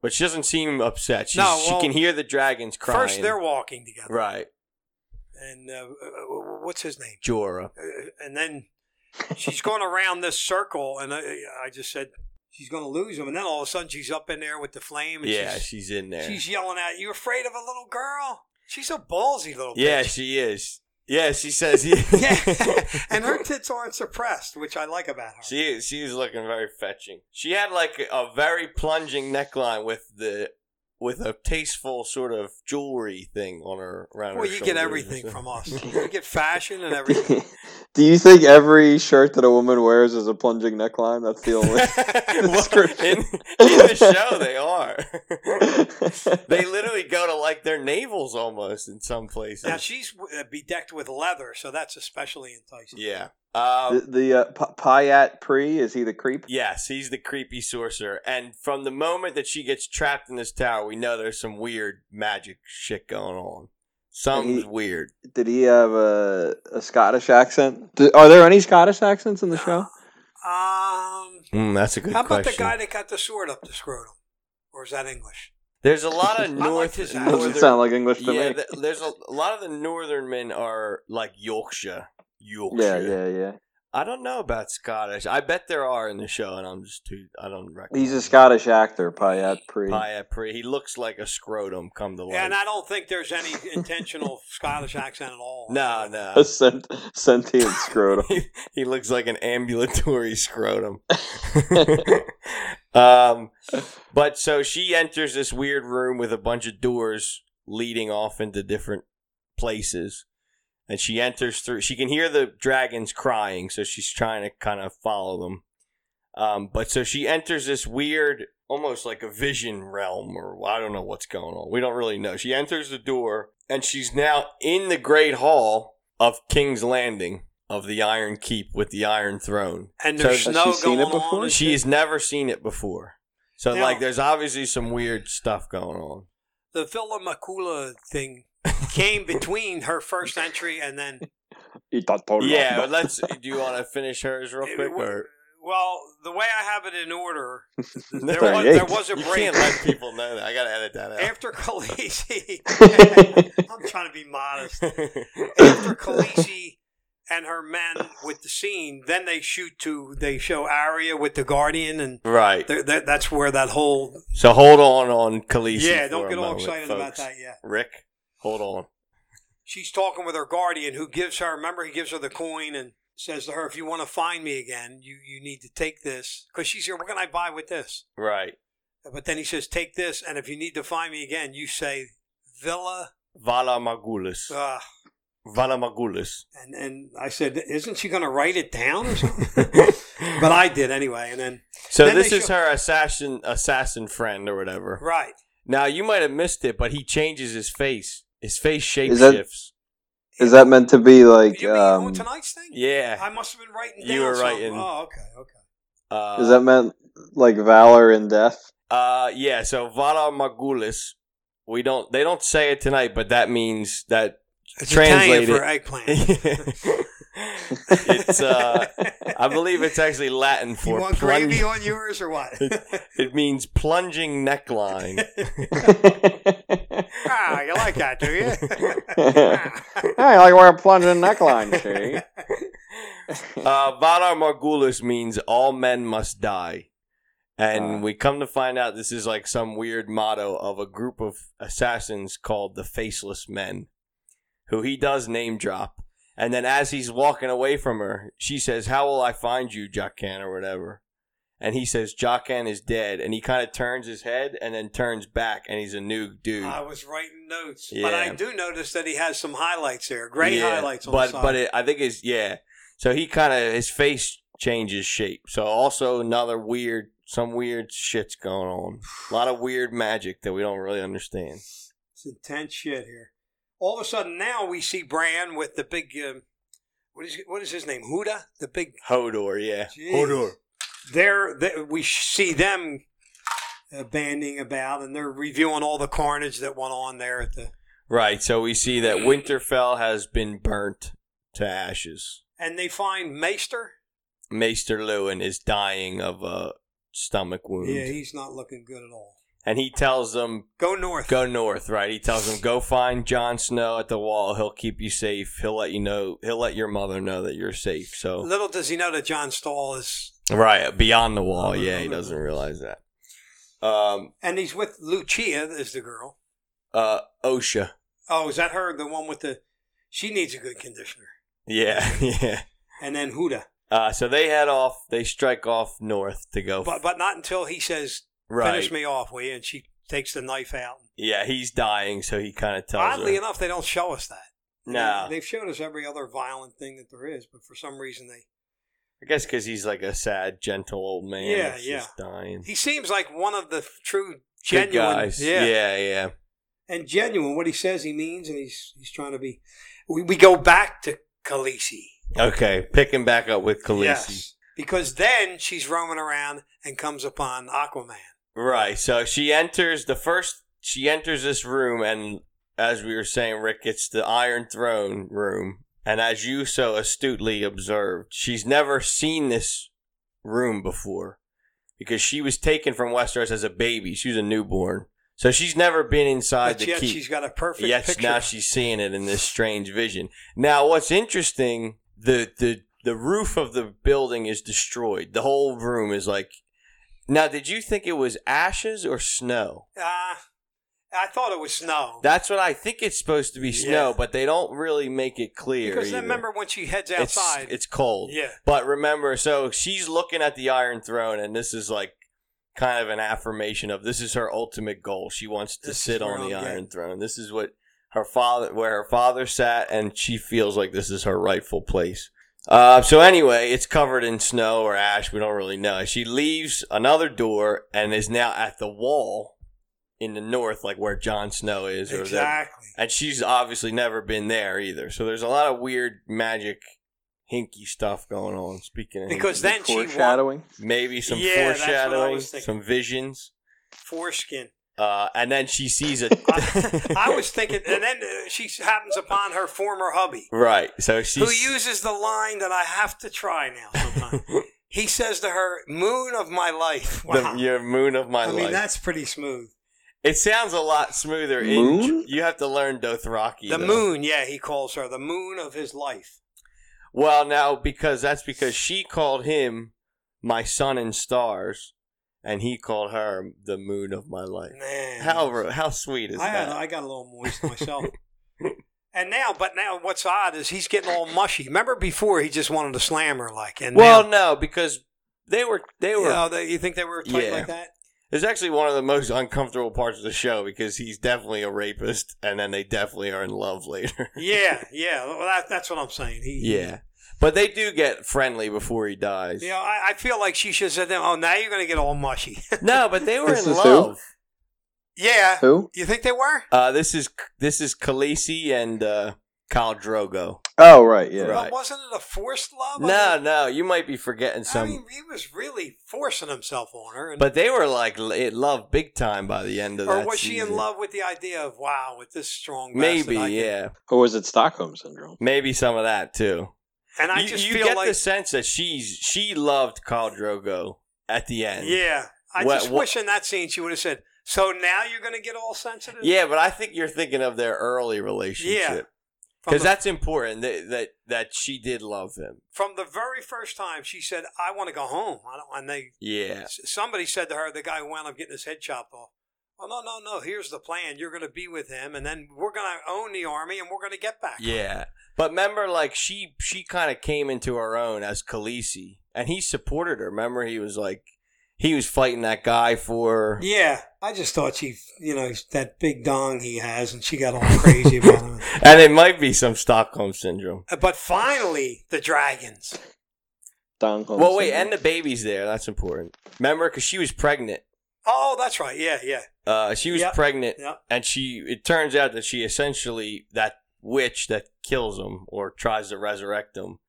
Speaker 1: but she doesn't seem upset. She's,
Speaker 2: No, well,
Speaker 1: she can hear the dragons crying.
Speaker 2: First, they're walking together,
Speaker 1: right,
Speaker 2: and uh, uh, what's his name?
Speaker 1: Jorah.
Speaker 2: Uh, and then she's going around this circle, and I, I just said she's going to lose him. And then all of a sudden, she's up in there with the flame. And
Speaker 1: Yeah,
Speaker 2: she's,
Speaker 1: she's in there.
Speaker 2: she's yelling out, "You afraid of a little girl?" She's a ballsy little
Speaker 1: yeah,
Speaker 2: bitch.
Speaker 1: she is. Yeah, she says.
Speaker 2: yeah, and her tits aren't suppressed, which I like about her.
Speaker 1: She is, she was looking very fetching. She had like a very plunging neckline with the with a tasteful sort of jewelry thing on her around.
Speaker 2: well,
Speaker 1: her
Speaker 2: you get
Speaker 1: shoulders.
Speaker 2: everything from us. You get fashion and everything.
Speaker 3: do you think every shirt that a woman wears is a plunging neckline? That's the only.
Speaker 1: well, in,
Speaker 3: description.
Speaker 1: in the show, they are. they literally go to like their navels almost in some places.
Speaker 2: Now she's uh, bedecked with leather, so that's especially enticing.
Speaker 1: yeah.
Speaker 3: the
Speaker 1: Um,
Speaker 3: the uh, P- Payat Pre is he the creep?
Speaker 1: yes, he's the creepy sorcerer, and from the moment that she gets trapped in this tower, we know there's some weird magic shit going on. Something's
Speaker 3: He-
Speaker 1: weird.
Speaker 3: Did he have a, a Scottish accent? Do, are there any Scottish accents in the show?
Speaker 2: Um,
Speaker 1: Mm, that's a good
Speaker 2: how about
Speaker 1: question.
Speaker 2: the guy that got the sword up the scrotum, or is that English?
Speaker 1: There's a lot of
Speaker 2: I like
Speaker 1: north.
Speaker 2: his accent.
Speaker 1: northern,
Speaker 3: Doesn't sound like English to
Speaker 1: yeah,
Speaker 3: me.
Speaker 1: th- there's a, a lot of the northern men are like Yorkshire. Yorkshire.
Speaker 3: yeah, yeah, yeah.
Speaker 1: I don't know about Scottish. I bet there are in the show, and I'm just too. I don't recognize.
Speaker 3: He's a Scottish actor, Payat Pre.
Speaker 1: Paya Pri. He looks like a scrotum come to life.
Speaker 2: Yeah, and I don't think there's any intentional Scottish accent at all.
Speaker 1: no, no.
Speaker 3: A sent- sentient scrotum.
Speaker 1: he, he looks like an ambulatory scrotum. um, but so she enters this weird room with a bunch of doors leading off into different places. And she enters through. She can hear the dragons crying, so she's trying to kind of follow them. Um, but so she enters this weird, almost like a vision realm, or I don't know what's going on. We don't really know. She enters the door, and she's now in the great hall of King's Landing of the Iron Keep with the Iron Throne.
Speaker 2: And
Speaker 1: So-
Speaker 2: there's
Speaker 1: Has
Speaker 2: snow
Speaker 3: she seen
Speaker 2: going
Speaker 3: it
Speaker 2: on.
Speaker 3: before?
Speaker 2: and
Speaker 1: She
Speaker 2: shit.
Speaker 1: has never seen it before. So,
Speaker 2: Now-
Speaker 1: like, there's obviously some weird stuff going on.
Speaker 2: the Villa Macula thing came between her first entry and then.
Speaker 1: yeah, but let's. Do you want to finish hers real quick? Or?
Speaker 2: Well, the way I have it in order, there was,
Speaker 3: Thirty-eight.
Speaker 2: there was a
Speaker 1: You
Speaker 2: break
Speaker 1: can't let people know that. I got to edit that out.
Speaker 2: after Khaleesi.
Speaker 3: That's
Speaker 2: I'm trying to be modest. after Khaleesi and her men with the scene, then they shoot to they show Arya with the Guardian, and
Speaker 1: right.
Speaker 2: they're, they're, that's where that whole
Speaker 1: So, hold on on Khaleesi.
Speaker 2: yeah.
Speaker 1: for
Speaker 2: Don't
Speaker 1: a
Speaker 2: get all
Speaker 1: moment,
Speaker 2: excited about
Speaker 1: folks.
Speaker 2: that yet.
Speaker 1: Rick, hold on.
Speaker 2: She's talking with her Guardian, who gives her. Remember, he gives her the coin and says to her, "If you want to find me again, you you need to take this." Because she's here. What can I buy with this?
Speaker 1: Right.
Speaker 2: But then he says, "Take this, and if you need to find me again, you say." Villa,
Speaker 1: Valamagulis.
Speaker 2: uh,
Speaker 1: Valamagulis.
Speaker 2: and and I said, isn't she going to write it down or something? but I did anyway, and then
Speaker 1: so,
Speaker 2: Then
Speaker 1: this
Speaker 2: they
Speaker 1: is
Speaker 2: show-
Speaker 1: her assassin assassin friend or whatever.
Speaker 2: right,
Speaker 1: Now you might have missed it, but he changes his face. His face shape
Speaker 3: Is that-
Speaker 1: shifts.
Speaker 3: Is that meant to be like?
Speaker 2: you mean on
Speaker 1: Oh,
Speaker 3: Um,
Speaker 2: tonight's thing?
Speaker 1: Yeah.
Speaker 2: I must have been writing.
Speaker 1: You
Speaker 2: Down
Speaker 1: were
Speaker 2: something.
Speaker 1: writing-
Speaker 2: Oh, okay, okay.
Speaker 1: Uh,
Speaker 3: is that meant like valor and death?
Speaker 1: Uh, yeah. So Vala Magulis. We don't. They don't say it tonight, but that means that.
Speaker 2: It's
Speaker 1: Translate
Speaker 2: Italian for
Speaker 1: it.
Speaker 2: eggplant.
Speaker 1: it's. Uh, I believe it's actually Latin
Speaker 2: you
Speaker 1: for
Speaker 2: want
Speaker 1: plung-
Speaker 2: gravy on yours or what?
Speaker 1: It means plunging neckline.
Speaker 2: ah, you like that, do you?
Speaker 3: Hey, like we're a plunging neckline, see?
Speaker 1: uh, Valar Margulis means all men must die. And
Speaker 3: Uh.
Speaker 1: we come to find out this is like some weird motto of a group of assassins called the Faceless Men, who he does name drop. And then as he's walking away from her, she says, How will I find you, Jockan, or whatever? And he says, Jockan is dead. And he kind of turns his head and then turns back, and he's a new dude.
Speaker 2: I was writing notes,
Speaker 1: Yeah.
Speaker 2: but I do notice that he has some highlights there, gray
Speaker 1: Yeah,
Speaker 2: highlights on
Speaker 1: but,
Speaker 2: the side.
Speaker 1: But it, I think it's, yeah. So he kind of, his face changes shape. So also another weird, some weird shit's going on. A lot of weird magic that we don't really understand.
Speaker 2: it's intense shit here. All of a sudden, now we see Bran with the big. Um, what is what is his name? Huda, the big.
Speaker 1: Hodor, yeah.
Speaker 2: Jeez. They're, they, we see them uh, banding about, and they're reviewing all the carnage that went on there at the.
Speaker 1: Right. So we see that Winterfell has been burnt to ashes.
Speaker 2: And they find Maester.
Speaker 1: Maester Lewin is dying of a stomach wound.
Speaker 2: Yeah, he's not looking good at all.
Speaker 1: and he tells them,
Speaker 2: Go north.
Speaker 1: go north, right? He tells them, go find Jon Snow at the wall. He'll keep you safe. He'll let you know, he'll let your mother know that you're safe. So,
Speaker 2: Little does he know that John Stahl is,
Speaker 1: right, beyond the wall. Yeah, he doesn't realize that. Um,
Speaker 2: and he's with Lucia, is the girl.
Speaker 1: uh, OSHA.
Speaker 2: Oh, is that her? The one with the? She needs a good conditioner.
Speaker 1: Yeah, yeah.
Speaker 2: And then Huda,
Speaker 1: Uh, so they head off, they strike off north to go.
Speaker 2: but but not until he says,
Speaker 1: right.
Speaker 2: "Finish me off, will you?" And she takes the knife out.
Speaker 1: Yeah, he's dying, so he kind of tells
Speaker 2: Oddly
Speaker 1: her.
Speaker 2: enough, they don't show us that.
Speaker 1: No,
Speaker 2: They- they've showed us every other violent thing that there is, but for some reason they.
Speaker 1: I guess because he's like a sad, gentle old man.
Speaker 2: Yeah,
Speaker 1: that's
Speaker 2: yeah.
Speaker 1: Just dying.
Speaker 2: He seems like one of the true
Speaker 1: Good
Speaker 2: genuine
Speaker 1: guys. Yeah. yeah,
Speaker 2: and genuine. What he says, he means, and he's he's trying to be. We, we go back to Khaleesi.
Speaker 1: Okay, picking back up with Khaleesi.
Speaker 2: because then she's roaming around and comes upon Aquaman.
Speaker 1: Right. So she enters the first. She enters this room, and as we were saying, Rick, it's the Iron Throne room. And as you so astutely observed, she's never seen this room before because she was taken from Westeros as a baby. She was a newborn, so she's never been inside
Speaker 2: But
Speaker 1: the
Speaker 2: yet
Speaker 1: keep.
Speaker 2: she's got a perfect
Speaker 1: Yes,
Speaker 2: picture.
Speaker 1: now she's seeing it in this strange vision. Now, what's interesting the the the roof of the building is destroyed. The whole room is like. Now, did you think it was ashes or snow?
Speaker 2: uh, I thought it was snow.
Speaker 1: That's what I think it's supposed to be snow,
Speaker 2: Yeah.
Speaker 1: but they don't really make it clear.
Speaker 2: because
Speaker 1: either.
Speaker 2: then remember when she heads
Speaker 1: it's,
Speaker 2: outside.
Speaker 1: it's cold.
Speaker 2: yeah.
Speaker 1: But remember, so she's looking at the Iron Throne, and this is like kind of an affirmation of this is her ultimate goal. She wants to
Speaker 2: This is
Speaker 1: sit
Speaker 2: where
Speaker 1: on the
Speaker 2: I'm
Speaker 1: Iron
Speaker 2: getting.
Speaker 1: Throne. This is what her father, where her father sat, and she feels like this is her rightful place. Uh, so anyway, it's covered in snow or ash. We don't really know. She leaves another door and is now at the wall in the north, like where Jon Snow is, or that
Speaker 2: Exactly.
Speaker 1: and she's obviously never been there either. So there's a lot of weird magic, hinky stuff going on. Speaking of
Speaker 2: Because
Speaker 1: hinky.
Speaker 2: then she wa-
Speaker 3: foreshadowing.
Speaker 1: maybe some
Speaker 2: Yeah, that's what I
Speaker 1: foreshadowing,
Speaker 2: was thinking.
Speaker 1: some visions,
Speaker 2: Foreskin.
Speaker 1: uh, and then she sees a.
Speaker 2: I, I was thinking, and then uh, she happens upon her former hubby,
Speaker 1: right. So she's
Speaker 2: who uses the line that I have to try now. Sometimes he says to her, "Moon of my life." Wow.
Speaker 1: the, your moon of my
Speaker 2: I
Speaker 1: life.
Speaker 2: mean, that's pretty smooth.
Speaker 1: it sounds a lot smoother. in-
Speaker 3: Moon?
Speaker 1: you have to learn Dothraki.
Speaker 2: The
Speaker 1: though.
Speaker 2: moon, yeah, he calls her the moon of his life.
Speaker 1: Well, now because that's because she called him my sun and stars, and he called her the moon of my life.
Speaker 2: Man,
Speaker 1: How ro- how sweet is
Speaker 2: I,
Speaker 1: that?
Speaker 2: had, I got a little moist myself. and now, but now, what's odd is he's getting all mushy. Remember before he just wanted to slam her, like, and
Speaker 1: well,
Speaker 2: now,
Speaker 1: no, because they were they
Speaker 2: you,
Speaker 1: were.
Speaker 2: know, they, you think they were tight
Speaker 1: Yeah.
Speaker 2: like that?
Speaker 1: It's actually one of the most uncomfortable parts of the show because he's definitely a rapist, and then they definitely are in love later.
Speaker 2: Yeah, yeah. Well, that, that's what I'm saying. He,
Speaker 1: yeah, but they do get friendly before he dies.
Speaker 2: You know, I, I feel like she should have said, to him, "Oh, now you're going to get all mushy."
Speaker 1: No, but they were
Speaker 3: This
Speaker 1: in
Speaker 3: is who?
Speaker 1: love.
Speaker 2: yeah,
Speaker 3: Who?
Speaker 2: you think they were?
Speaker 1: Uh, this is this is Khaleesi and uh, Khal Drogo.
Speaker 3: Oh right, yeah.
Speaker 1: Right.
Speaker 2: But wasn't it a forced love? I
Speaker 1: No,
Speaker 2: mean,
Speaker 1: no, you might be forgetting
Speaker 2: I mean,
Speaker 1: some.
Speaker 2: he was really forcing himself on her, and
Speaker 1: But they were like l- in love big time by the end of
Speaker 2: or
Speaker 1: that.
Speaker 2: was she in
Speaker 1: season.
Speaker 2: love with the idea of wow with this strong bastard,
Speaker 1: Maybe,
Speaker 2: I can-
Speaker 1: yeah,
Speaker 3: Or was it Stockholm syndrome?
Speaker 1: maybe some of that too.
Speaker 2: and i
Speaker 1: you,
Speaker 2: just
Speaker 1: you
Speaker 2: feel
Speaker 1: get
Speaker 2: like
Speaker 1: the sense that she's she loved Khal Drogo at the end.
Speaker 2: yeah i
Speaker 1: What-
Speaker 2: just
Speaker 1: what-
Speaker 2: wish in that scene she would have said so now you're going to get all sensitive
Speaker 1: Yeah, but I think you're thinking of their early relationship
Speaker 2: from
Speaker 1: because
Speaker 2: the,
Speaker 1: that's important that, that that she did love him.
Speaker 2: from the very first time she said i want to go home i don't and they
Speaker 1: Yeah,
Speaker 2: s- somebody said to her the guy who wound up getting his head chopped off Well, no, no, no. Here's the plan. You're going to be with him, and then we're going to own the army, and we're going to get back.
Speaker 1: Yeah, but remember, like she she kind of came into her own as Khaleesi, and he supported her. Remember, he was like he was fighting that guy for.
Speaker 2: Yeah, I just thought she, you know, that big dong he has, and she got all crazy about him.
Speaker 1: And it might be some Stockholm syndrome.
Speaker 2: Uh, But finally, the dragons.
Speaker 3: Don Holmes.
Speaker 1: Well, wait, and the baby's there. That's important. Remember, because she was pregnant.
Speaker 2: Oh, that's right. Yeah, yeah,
Speaker 1: Uh, she was
Speaker 2: Yep.
Speaker 1: pregnant,
Speaker 2: yeah.
Speaker 1: and she. It turns out that she essentially that witch that kills him or tries to resurrect him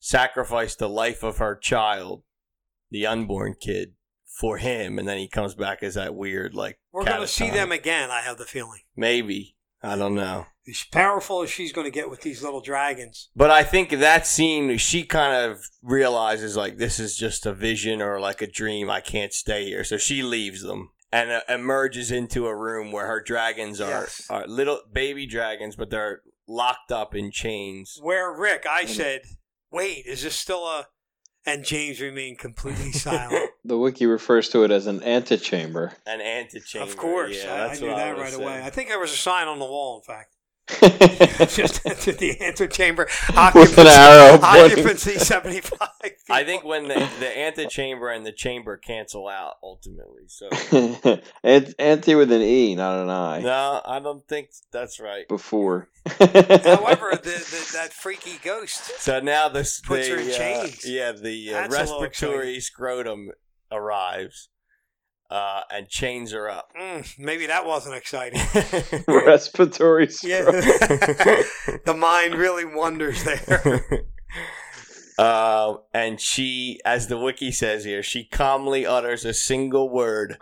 Speaker 1: sacrificed the life of her child, the unborn kid, for him, and then he comes back as that weird like.
Speaker 2: We're going to see
Speaker 1: catatonic-
Speaker 2: them again. I have the feeling.
Speaker 1: Maybe I don't know,
Speaker 2: As powerful as she's going to get with these little dragons.
Speaker 1: but I think that scene she kind of realizes like this is just a vision or like a dream. I can't stay here, so she leaves them. And uh, emerges into a room where her dragons are,
Speaker 2: Yes.
Speaker 1: are little baby dragons, but they're locked up in chains.
Speaker 2: Where Rick, I
Speaker 1: Mm.
Speaker 2: said, "Wait, is this still a?" And James remained completely silent.
Speaker 3: the wiki refers to it as an antechamber.
Speaker 1: An antechamber.
Speaker 2: of course,
Speaker 1: yeah,
Speaker 2: I, I
Speaker 1: that's
Speaker 2: knew
Speaker 1: what
Speaker 2: that
Speaker 1: would've
Speaker 2: right
Speaker 1: said.
Speaker 2: away. I think there was a sign on the wall. In fact,
Speaker 3: With
Speaker 2: just to the ante chamber
Speaker 3: an
Speaker 2: occupancy,
Speaker 3: arrow. pointing-
Speaker 2: occupancy seventy five.
Speaker 1: I think when the the antechamber and the chamber cancel out ultimately. So
Speaker 3: Ant- Anti with an E, not an I.
Speaker 1: no, I don't think that's right.
Speaker 3: Before.
Speaker 2: However, the, the, that freaky ghost.
Speaker 1: So now this
Speaker 2: Puts
Speaker 1: the,
Speaker 2: her in
Speaker 1: uh,
Speaker 2: chains.
Speaker 1: yeah, the uh,
Speaker 2: That's a little
Speaker 1: respiratory scrotum arrives uh, and chains her up.
Speaker 2: Mm, maybe that wasn't exciting.
Speaker 3: Respiratory stroke.
Speaker 2: Yeah, the mind really wanders there.
Speaker 1: uh, and she, as the wiki says here, she calmly utters a single word,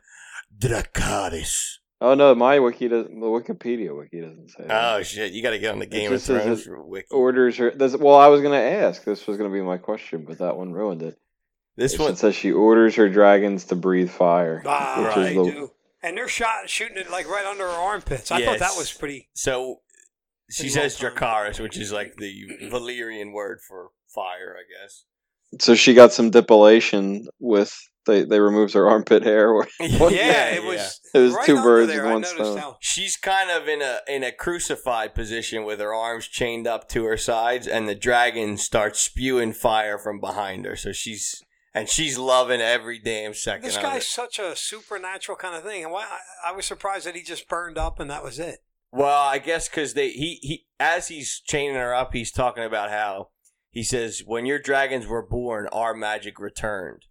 Speaker 1: Dracaris.
Speaker 3: Oh no, my wiki doesn't. The Wikipedia wiki doesn't say. that.
Speaker 1: Oh shit! You got to get on the Game of
Speaker 3: It just says
Speaker 1: Thrones
Speaker 3: it-
Speaker 1: wiki.
Speaker 2: oh,
Speaker 3: Orders her. This, well, I was gonna ask. This was gonna be my question, but that one ruined it.
Speaker 1: This
Speaker 3: It
Speaker 1: one,
Speaker 3: says she orders her dragons to breathe fire.
Speaker 2: Ah,
Speaker 1: Which is
Speaker 2: they
Speaker 3: the-
Speaker 2: do. And they're shot shooting it like right under her armpits. I thought that
Speaker 1: Yes.
Speaker 2: was pretty.
Speaker 1: so she
Speaker 2: Pretty well
Speaker 1: says
Speaker 2: timed.
Speaker 1: Dracaris, which is like the Valyrian word for fire, I guess.
Speaker 3: So she got some depilation with they they removed her armpit hair.
Speaker 2: Yeah,
Speaker 3: Yeah,
Speaker 2: it was.
Speaker 3: It was
Speaker 2: right
Speaker 3: two
Speaker 2: under
Speaker 3: birds
Speaker 2: there.
Speaker 3: with
Speaker 2: I
Speaker 3: one
Speaker 2: noticed
Speaker 3: stone.
Speaker 2: How,
Speaker 1: She's kind of in a in a crucified position with her arms chained up to her sides, and the dragon starts spewing fire from behind her. So she's and she's loving every damn second.
Speaker 2: this
Speaker 1: of
Speaker 2: guy's
Speaker 1: it.
Speaker 2: such a supernatural kind of thing, and why I, I was surprised that he just burned up and that was it.
Speaker 1: Well, I guess because they he he as he's chaining her up, he's talking about how he says when your dragons were born, our magic returned,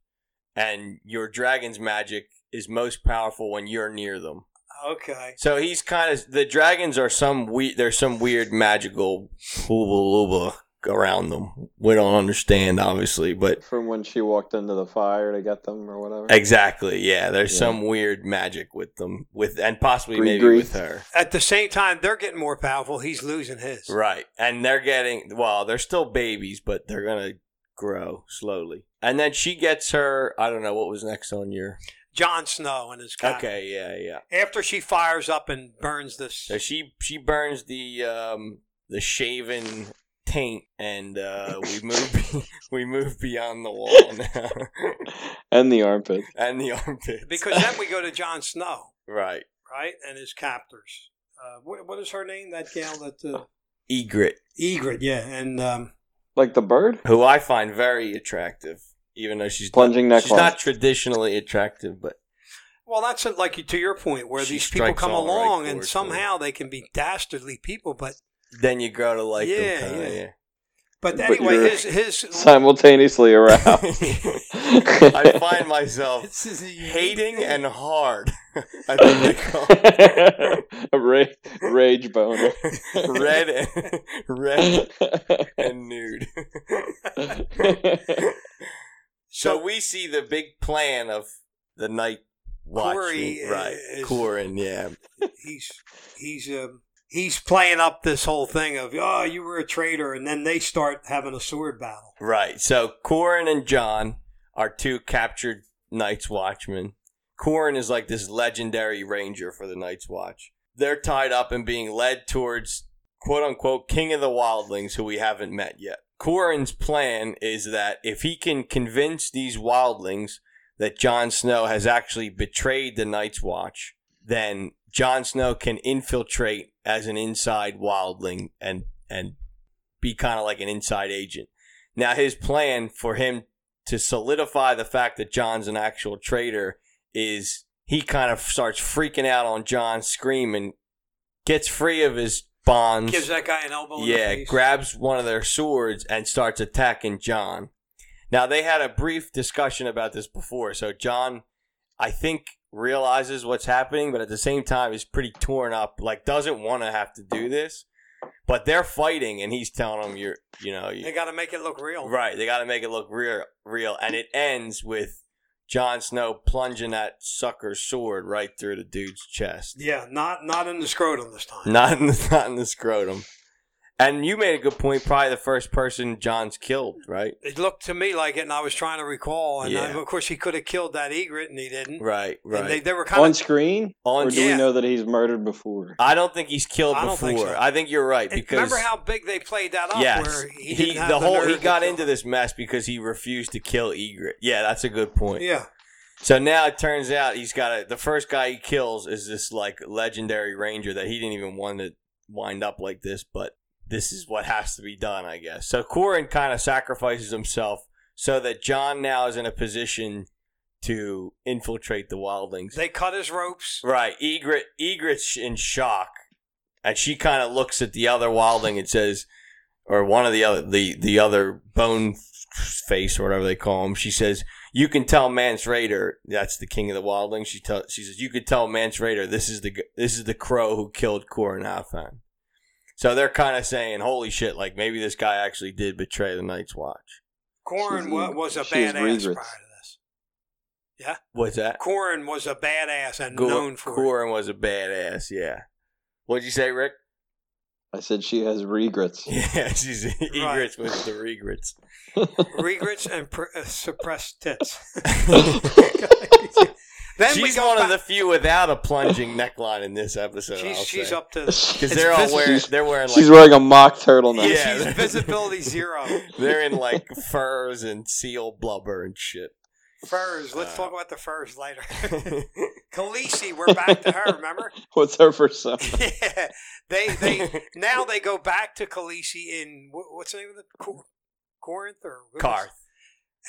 Speaker 1: and your dragon's magic is most powerful when you're near them.
Speaker 2: Okay.
Speaker 1: So he's kind of the dragons are some we there's some weird magical hooba looba around them. We don't understand obviously, but
Speaker 3: From when she walked into the fire to get them or whatever.
Speaker 1: exactly, yeah. There's
Speaker 3: Yeah.
Speaker 1: some weird magic with them with and possibly
Speaker 3: Green
Speaker 1: maybe
Speaker 3: grief.
Speaker 1: with her.
Speaker 2: At the same time, they're getting more powerful. He's losing his.
Speaker 1: Right. And they're getting well, they're still babies, but they're gonna grow slowly. And then she gets her I don't know what was next on your
Speaker 2: Jon Snow and his guy.
Speaker 1: Okay, yeah, yeah.
Speaker 2: After she fires up and burns this,
Speaker 1: So she she burns the um the shaven taint, and uh, we move be- we move beyond the wall now,
Speaker 3: And the armpit.
Speaker 1: and the armpit.
Speaker 2: because then we go to Jon Snow,
Speaker 1: right,
Speaker 2: right, and his captors. Uh, what, what is her name? That gal that uh,
Speaker 1: Egret,
Speaker 2: Egret, yeah, and um,
Speaker 3: Like the bird?
Speaker 1: who I find very attractive, even though she's
Speaker 3: Plunging
Speaker 1: not,
Speaker 3: necklace.
Speaker 1: she's not traditionally attractive, but
Speaker 2: Well, that's it, like to your point, where
Speaker 1: She
Speaker 2: these people
Speaker 1: strikes
Speaker 2: come
Speaker 1: all the right
Speaker 2: along and
Speaker 1: chords,
Speaker 2: somehow they can be dastardly people, but
Speaker 1: then you grow to like
Speaker 2: Yeah,
Speaker 1: them. Kinda,
Speaker 2: yeah.
Speaker 1: yeah,
Speaker 2: but
Speaker 3: But
Speaker 2: anyway,
Speaker 3: you're-
Speaker 2: his his
Speaker 3: Simultaneously around.
Speaker 1: I find myself
Speaker 2: Oh. this is a unique
Speaker 1: hating
Speaker 2: thing.
Speaker 1: and hard. I think they call it
Speaker 3: a ra- rage boner.
Speaker 1: red and red and nude. So we see the big plan of the night watching,
Speaker 2: Corey
Speaker 1: right?
Speaker 2: is-
Speaker 1: Corin, yeah,
Speaker 2: he's he's um he's playing up this whole thing of oh you were a traitor, and then they start having a sword battle.
Speaker 1: right. So Corin and John are two captured Night's Watchmen. Corin is like this legendary ranger for the Night's Watch. They're tied up and being led towards quote unquote King of the Wildlings, who we haven't met yet. Corin's plan is that if he can convince these wildlings that Jon Snow has actually betrayed the Night's Watch, then Jon Snow can infiltrate as an inside wildling and and be kind of like an inside agent. Now his plan for him to solidify the fact that John's an actual traitor is he kind of starts freaking out on John, screaming, gets free of his bonds.
Speaker 2: Gives that guy an elbow. in the
Speaker 1: Mm. Yeah,
Speaker 2: face.
Speaker 1: grabs one of their swords and starts attacking John. Now they had a brief discussion about this before, so John, I think, realizes what's happening, but at the same time is pretty torn up, like doesn't want to have to do this. But they're fighting, and he's telling them, "You're, you know, you,
Speaker 2: They got to make it look real.
Speaker 1: Right, they got to make it look real, real, and it ends with Jon Snow plunging that sucker sword right through the dude's chest,
Speaker 2: Yeah, not not in the scrotum this time.
Speaker 1: not in the, not in the scrotum. And you made a good point. Probably the first person John's killed, right?
Speaker 2: It looked to me like it, and I was trying to recall. And I-
Speaker 1: Yeah.
Speaker 2: of course, he could have killed that egret, and he didn't.
Speaker 1: Right, right.
Speaker 2: And they, they were kind
Speaker 3: On
Speaker 2: of
Speaker 3: screen,
Speaker 1: On
Speaker 3: or do
Speaker 2: yeah.
Speaker 3: we know that he's murdered before?
Speaker 1: I don't think he's killed
Speaker 2: I don't
Speaker 1: before.
Speaker 2: think so.
Speaker 1: I think you're right because
Speaker 2: remember how big they played that up.
Speaker 1: yes,
Speaker 2: where he,
Speaker 1: he,
Speaker 2: didn't have
Speaker 1: the whole
Speaker 2: nerve
Speaker 1: he
Speaker 2: to
Speaker 1: got
Speaker 2: kill
Speaker 1: into
Speaker 2: him.
Speaker 1: this mess because he refused to kill Egret. Yeah, that's a good point.
Speaker 2: Yeah,
Speaker 1: So now it turns out he's got a, the first guy he kills is this like legendary ranger that he didn't even want to wind up like this, but this is what has to be done, I guess. So Corin kind of sacrifices himself so that John now is in a position to infiltrate the wildlings.
Speaker 2: they cut his ropes.
Speaker 1: Right. Egret Egret's in shock. And she kind of looks at the other wildling and says or one of the other the the other bone f- face or whatever they call him. She says, "You can tell Mance Raider, that's the king of the wildlings." She tell, she says, "You could tell Mance Raider this is the g- this is the crow who killed Coronathan." So they're kind of saying, "Holy shit, like maybe this guy actually did betray the Night's Watch."
Speaker 2: Corin
Speaker 3: She's-
Speaker 2: wa- was a
Speaker 3: she
Speaker 2: badass
Speaker 3: is
Speaker 2: prior to
Speaker 3: regrets.
Speaker 2: this.
Speaker 1: What's that?
Speaker 2: Corin was a badass and
Speaker 1: Cor-
Speaker 2: known for it.
Speaker 1: Corin was a badass, yeah. What'd you say, Rick?
Speaker 3: I said she has regrets.
Speaker 1: Yeah, she's egrets with the regrets.
Speaker 2: regrets and pr- uh, suppressed tits. then we
Speaker 1: she's
Speaker 2: go
Speaker 1: one
Speaker 2: back.
Speaker 1: of the few without a plunging neckline in this episode.
Speaker 2: she's, she's up to.
Speaker 1: because
Speaker 3: she's
Speaker 1: they're all
Speaker 2: it's
Speaker 1: wearing
Speaker 3: visible.
Speaker 1: they're wearing like
Speaker 3: wearing a mock turtleneck.
Speaker 1: Yeah.
Speaker 2: She's visibility zero.
Speaker 1: they're in like furs and seal blubber and shit.
Speaker 2: Furs. Let's
Speaker 1: Uh.
Speaker 2: talk about the furs later.
Speaker 1: they
Speaker 2: Khaleesi, we're back to her. Remember?
Speaker 3: What's her persona?
Speaker 2: yeah. They they now they go back to Khaleesi in wh- what's the name of the Cor- Corinth or what was-
Speaker 1: Carth.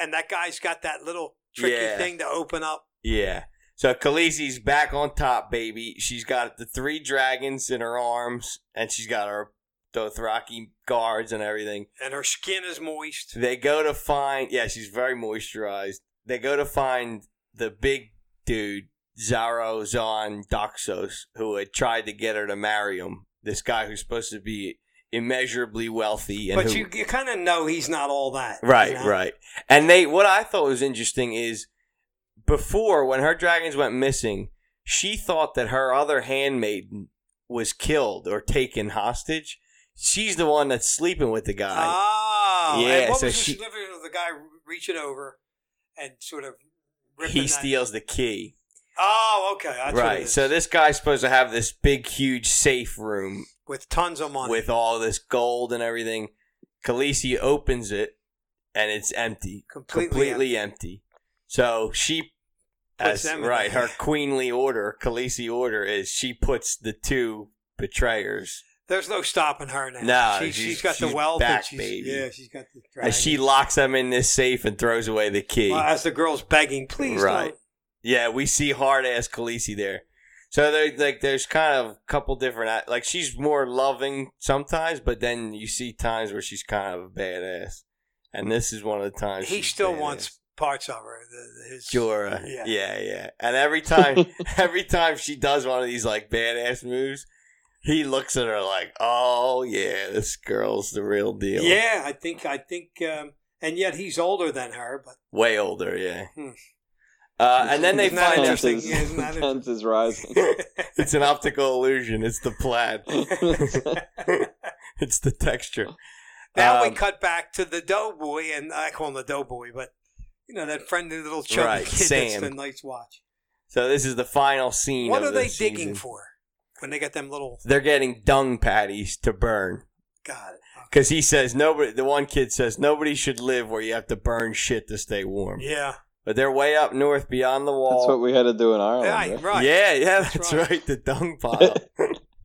Speaker 2: And that guy's got that little tricky
Speaker 1: Yeah.
Speaker 2: thing to open up.
Speaker 1: Yeah. So Khaleesi's back on top, baby. She's got the three dragons in her arms, and she's got her Dothraki guards and everything.
Speaker 2: And her skin is moist.
Speaker 1: They go to find. Yeah, she's very moisturized. They go to find the big dude, Zaro Zon Doxos, who had tried to get her to marry him. This guy who's supposed to be immeasurably wealthy. And
Speaker 2: But
Speaker 1: who,
Speaker 2: you, you kind of know he's not all that. you
Speaker 1: Right,
Speaker 2: know?
Speaker 1: right. And they, what I thought was interesting is before when her dragons went missing, she thought that her other handmaiden was killed or taken hostage. She's the one that's sleeping with the guy.
Speaker 2: Oh.
Speaker 1: Uh, Yeah,
Speaker 2: and what
Speaker 1: so
Speaker 2: was the
Speaker 1: she-
Speaker 2: significance of the guy reaching over and sort of ripping
Speaker 1: he
Speaker 2: that-
Speaker 1: steals the key.
Speaker 2: Oh, okay. That's what it
Speaker 1: right.
Speaker 2: is.
Speaker 1: So this guy's supposed to have this big, huge safe room
Speaker 2: with tons of money.
Speaker 1: with all this gold and everything. Khaleesi opens it and it's empty.
Speaker 2: completely,
Speaker 1: Completely, empty. So she
Speaker 2: Puts
Speaker 1: as,
Speaker 2: them in
Speaker 1: right,
Speaker 2: there.
Speaker 1: her queenly order, Khaleesi order is she puts the two betrayers
Speaker 2: There's no stopping her now.
Speaker 1: No,
Speaker 2: she,
Speaker 1: she's-
Speaker 2: she's got the
Speaker 1: she's
Speaker 2: wealth.
Speaker 1: back,
Speaker 2: and she's,
Speaker 1: baby.
Speaker 2: Yeah, she's got the. Dragon.
Speaker 1: and she locks them in this safe and throws away the key.
Speaker 2: Well, as the girl's begging, please
Speaker 1: Right.
Speaker 2: don't.
Speaker 1: Yeah, we see hard ass Khaleesi there. So there, like, there's kind of a couple different, like, she's more loving sometimes, but then you see times where she's kind of a badass, and this is one of the times
Speaker 2: He
Speaker 1: she's
Speaker 2: still
Speaker 1: badass.
Speaker 2: wants parts of her. the- his-
Speaker 1: Jorah.
Speaker 2: Yeah.
Speaker 1: Yeah. yeah, And every time, every time she does one of these like badass moves, he looks at her like, "Oh yeah, this girl's the real deal."
Speaker 2: Yeah, I think. I think. Um, and yet he's older than her, but
Speaker 1: way older. Yeah.
Speaker 2: Hmm.
Speaker 1: Uh, and then they
Speaker 2: Isn't that
Speaker 1: find out
Speaker 2: interesting?
Speaker 3: Tenses-
Speaker 2: Yeah, isn't that
Speaker 3: tenses rising.
Speaker 1: it's an optical illusion. It's the plaid. it's the texture.
Speaker 2: now
Speaker 1: Um,
Speaker 2: we cut back to the doughboy, and I call him the doughboy, but you know that friendly little chubby
Speaker 1: Right,
Speaker 2: kid that's
Speaker 1: Sam.
Speaker 2: the Night's Watch.
Speaker 1: So this is the final scene.
Speaker 2: What
Speaker 1: of
Speaker 2: are they
Speaker 1: the
Speaker 2: digging
Speaker 1: season.
Speaker 2: for when they got them little?
Speaker 1: They're getting dung patties to burn
Speaker 2: God,
Speaker 1: because he says nobody. The one kid says nobody should live where you have to burn shit to stay warm.
Speaker 2: yeah.
Speaker 1: But they're way up north beyond the wall.
Speaker 3: That's what we had to do in
Speaker 2: Right,
Speaker 3: Ireland.
Speaker 2: right.
Speaker 1: Yeah, yeah,
Speaker 2: That's
Speaker 1: that's,
Speaker 2: right.
Speaker 1: right. The dung pile.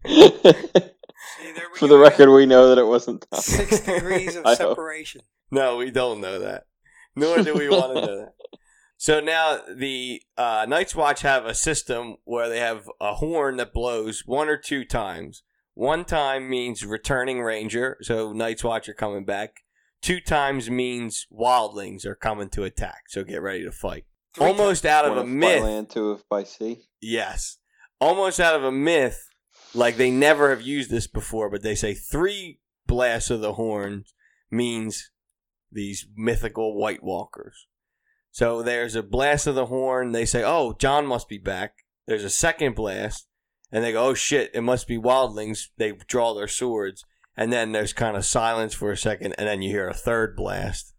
Speaker 3: right?
Speaker 2: See, there we go.
Speaker 3: For the record, we know that it wasn't. Tom.
Speaker 2: six degrees of
Speaker 3: I hope.
Speaker 2: separation.
Speaker 1: no, we don't know that. Nor do we want to know that. So now the uh, Night's Watch have a system where they have a horn that blows one or two times. One time means returning ranger, so Night's Watch are coming back. Two times means wildlings are coming to attack, so get ready to fight.
Speaker 2: Three
Speaker 1: Almost out of
Speaker 3: One
Speaker 1: a
Speaker 3: if
Speaker 1: myth.
Speaker 3: By land, two if by sea.
Speaker 1: Yes. Almost out of a myth, like they never have used this before, but they say three blasts of the horn means these mythical White Walkers. So there's a blast of the horn. They say, oh, John must be back. There's a second blast. And they go, oh, shit, it must be wildlings. They draw their swords. And then there's kind of silence for a second. And then you hear a third blast.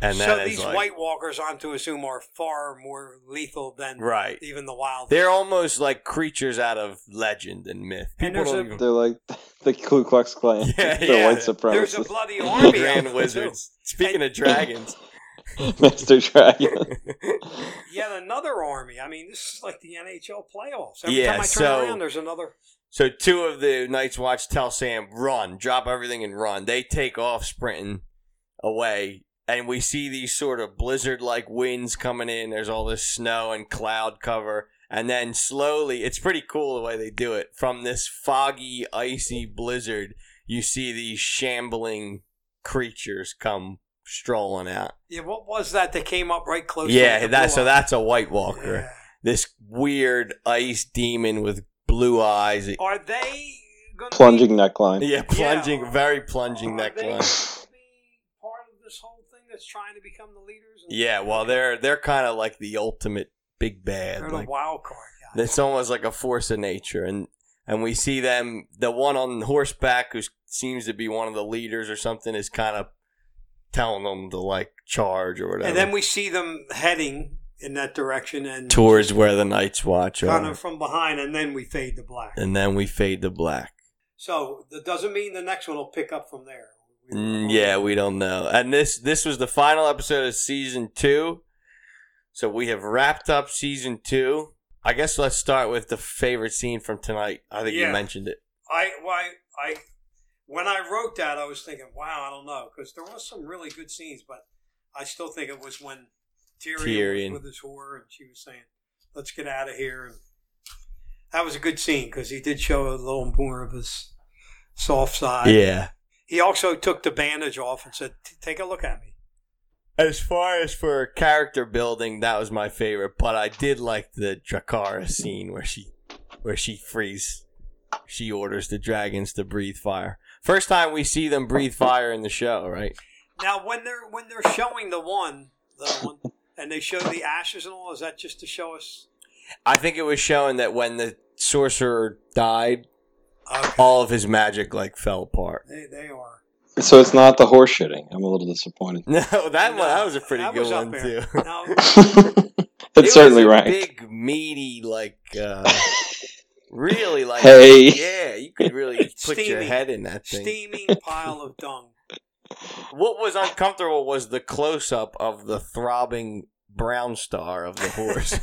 Speaker 1: And
Speaker 2: so
Speaker 1: that is
Speaker 2: these
Speaker 1: like-
Speaker 2: White Walkers, I'm to assume, are far more lethal than
Speaker 1: Right.
Speaker 2: even the wild.
Speaker 1: They're almost like creatures out of legend and myth.
Speaker 2: And
Speaker 1: People
Speaker 2: there's
Speaker 1: don't
Speaker 2: a-
Speaker 1: even-
Speaker 3: They're like the Ku Klux Klan.
Speaker 1: Yeah,
Speaker 3: the
Speaker 1: yeah.
Speaker 3: white
Speaker 2: There's a
Speaker 3: supremacists.
Speaker 2: bloody
Speaker 1: Grand
Speaker 2: army. out there,
Speaker 1: wizards. Speaking of dragons,
Speaker 3: Master Dragon.
Speaker 2: too. Yet another army. I mean, this is like the NHL playoffs. Every
Speaker 1: Yeah,
Speaker 2: time I turn
Speaker 1: so-
Speaker 2: around, there's another.
Speaker 1: so two of the Night's Watch tell Sam, "Run, drop everything and run." They take off sprinting away, and we see these sort of blizzard-like winds coming in. There's all this snow and cloud cover, and then slowly, it's pretty cool the way they do it. From this foggy, icy blizzard, you see these shambling creatures come strolling out.
Speaker 2: Yeah, what was that that came up right close? to
Speaker 1: Yeah,
Speaker 2: the
Speaker 1: that so
Speaker 2: blue
Speaker 1: that's a White
Speaker 2: eye?
Speaker 1: Walker.
Speaker 2: Yeah.
Speaker 1: this weird ice demon with blue eyes.
Speaker 2: Are they going
Speaker 3: Plunging neckline.
Speaker 1: Yeah, plunging,
Speaker 2: Yeah.
Speaker 1: very plunging
Speaker 2: Are they
Speaker 1: neckline.
Speaker 2: gonna be part of this whole thing that's trying to become the leaders? And-
Speaker 1: Yeah, well, they're they're kind of like the ultimate big
Speaker 2: They're
Speaker 1: bad.
Speaker 2: the
Speaker 1: Like,
Speaker 2: wild card. guys.
Speaker 1: it's almost like a force of nature, and and we see them. The one on horseback who seems to be one of the leaders or something is kind of telling them to like charge or whatever.
Speaker 2: And then we see them heading in that direction and
Speaker 1: towards where the Night's Watch
Speaker 2: kind
Speaker 1: are,
Speaker 2: of from behind, and then we fade to black.
Speaker 1: and then we fade to black.
Speaker 2: So that doesn't mean the next one will pick up from there.
Speaker 1: Mm, yeah, we don't know. And this this was the final episode of season two, so we have wrapped up season two. I guess let's start with the favorite scene from tonight. I think
Speaker 2: Yeah.
Speaker 1: you mentioned it.
Speaker 2: I why I when I wrote that, I was thinking, wow, I don't know, because there was some really good scenes, but I still think it was when Tyrion,
Speaker 1: Tyrion.
Speaker 2: was with his whore and she was saying, "Let's get out of here." And that was a good scene because he did show a little more of his soft side.
Speaker 1: yeah.
Speaker 2: He also took the bandage off and said, "T- "Take a look at me."
Speaker 1: As far as for character building, that was my favorite, but I did like the Dracara scene where she where she frees she orders the dragons to breathe fire. First time we see them breathe fire in the show, right?
Speaker 2: Now, when they're when they're showing the one, the one, and they show the ashes and all, is that just to show us?
Speaker 1: I think it was shown that when the sorcerer died,
Speaker 2: Okay.
Speaker 1: all of his magic like fell apart.
Speaker 2: They, they are.
Speaker 3: So it's not the horse shitting. I'm a little disappointed.
Speaker 1: No, that one
Speaker 2: No,
Speaker 1: that was a pretty
Speaker 2: that
Speaker 1: good
Speaker 2: was up
Speaker 1: one
Speaker 2: there.
Speaker 1: too.
Speaker 2: Now,
Speaker 1: It
Speaker 3: it
Speaker 1: was
Speaker 3: certainly
Speaker 1: a
Speaker 3: ranked.
Speaker 1: Big meaty, like uh, really like
Speaker 3: Hey.
Speaker 1: yeah, you could really put your
Speaker 2: Steamy.
Speaker 1: head in that thing.
Speaker 2: steaming pile of dung.
Speaker 1: What was uncomfortable was the close up of the throbbing brown star of the horse,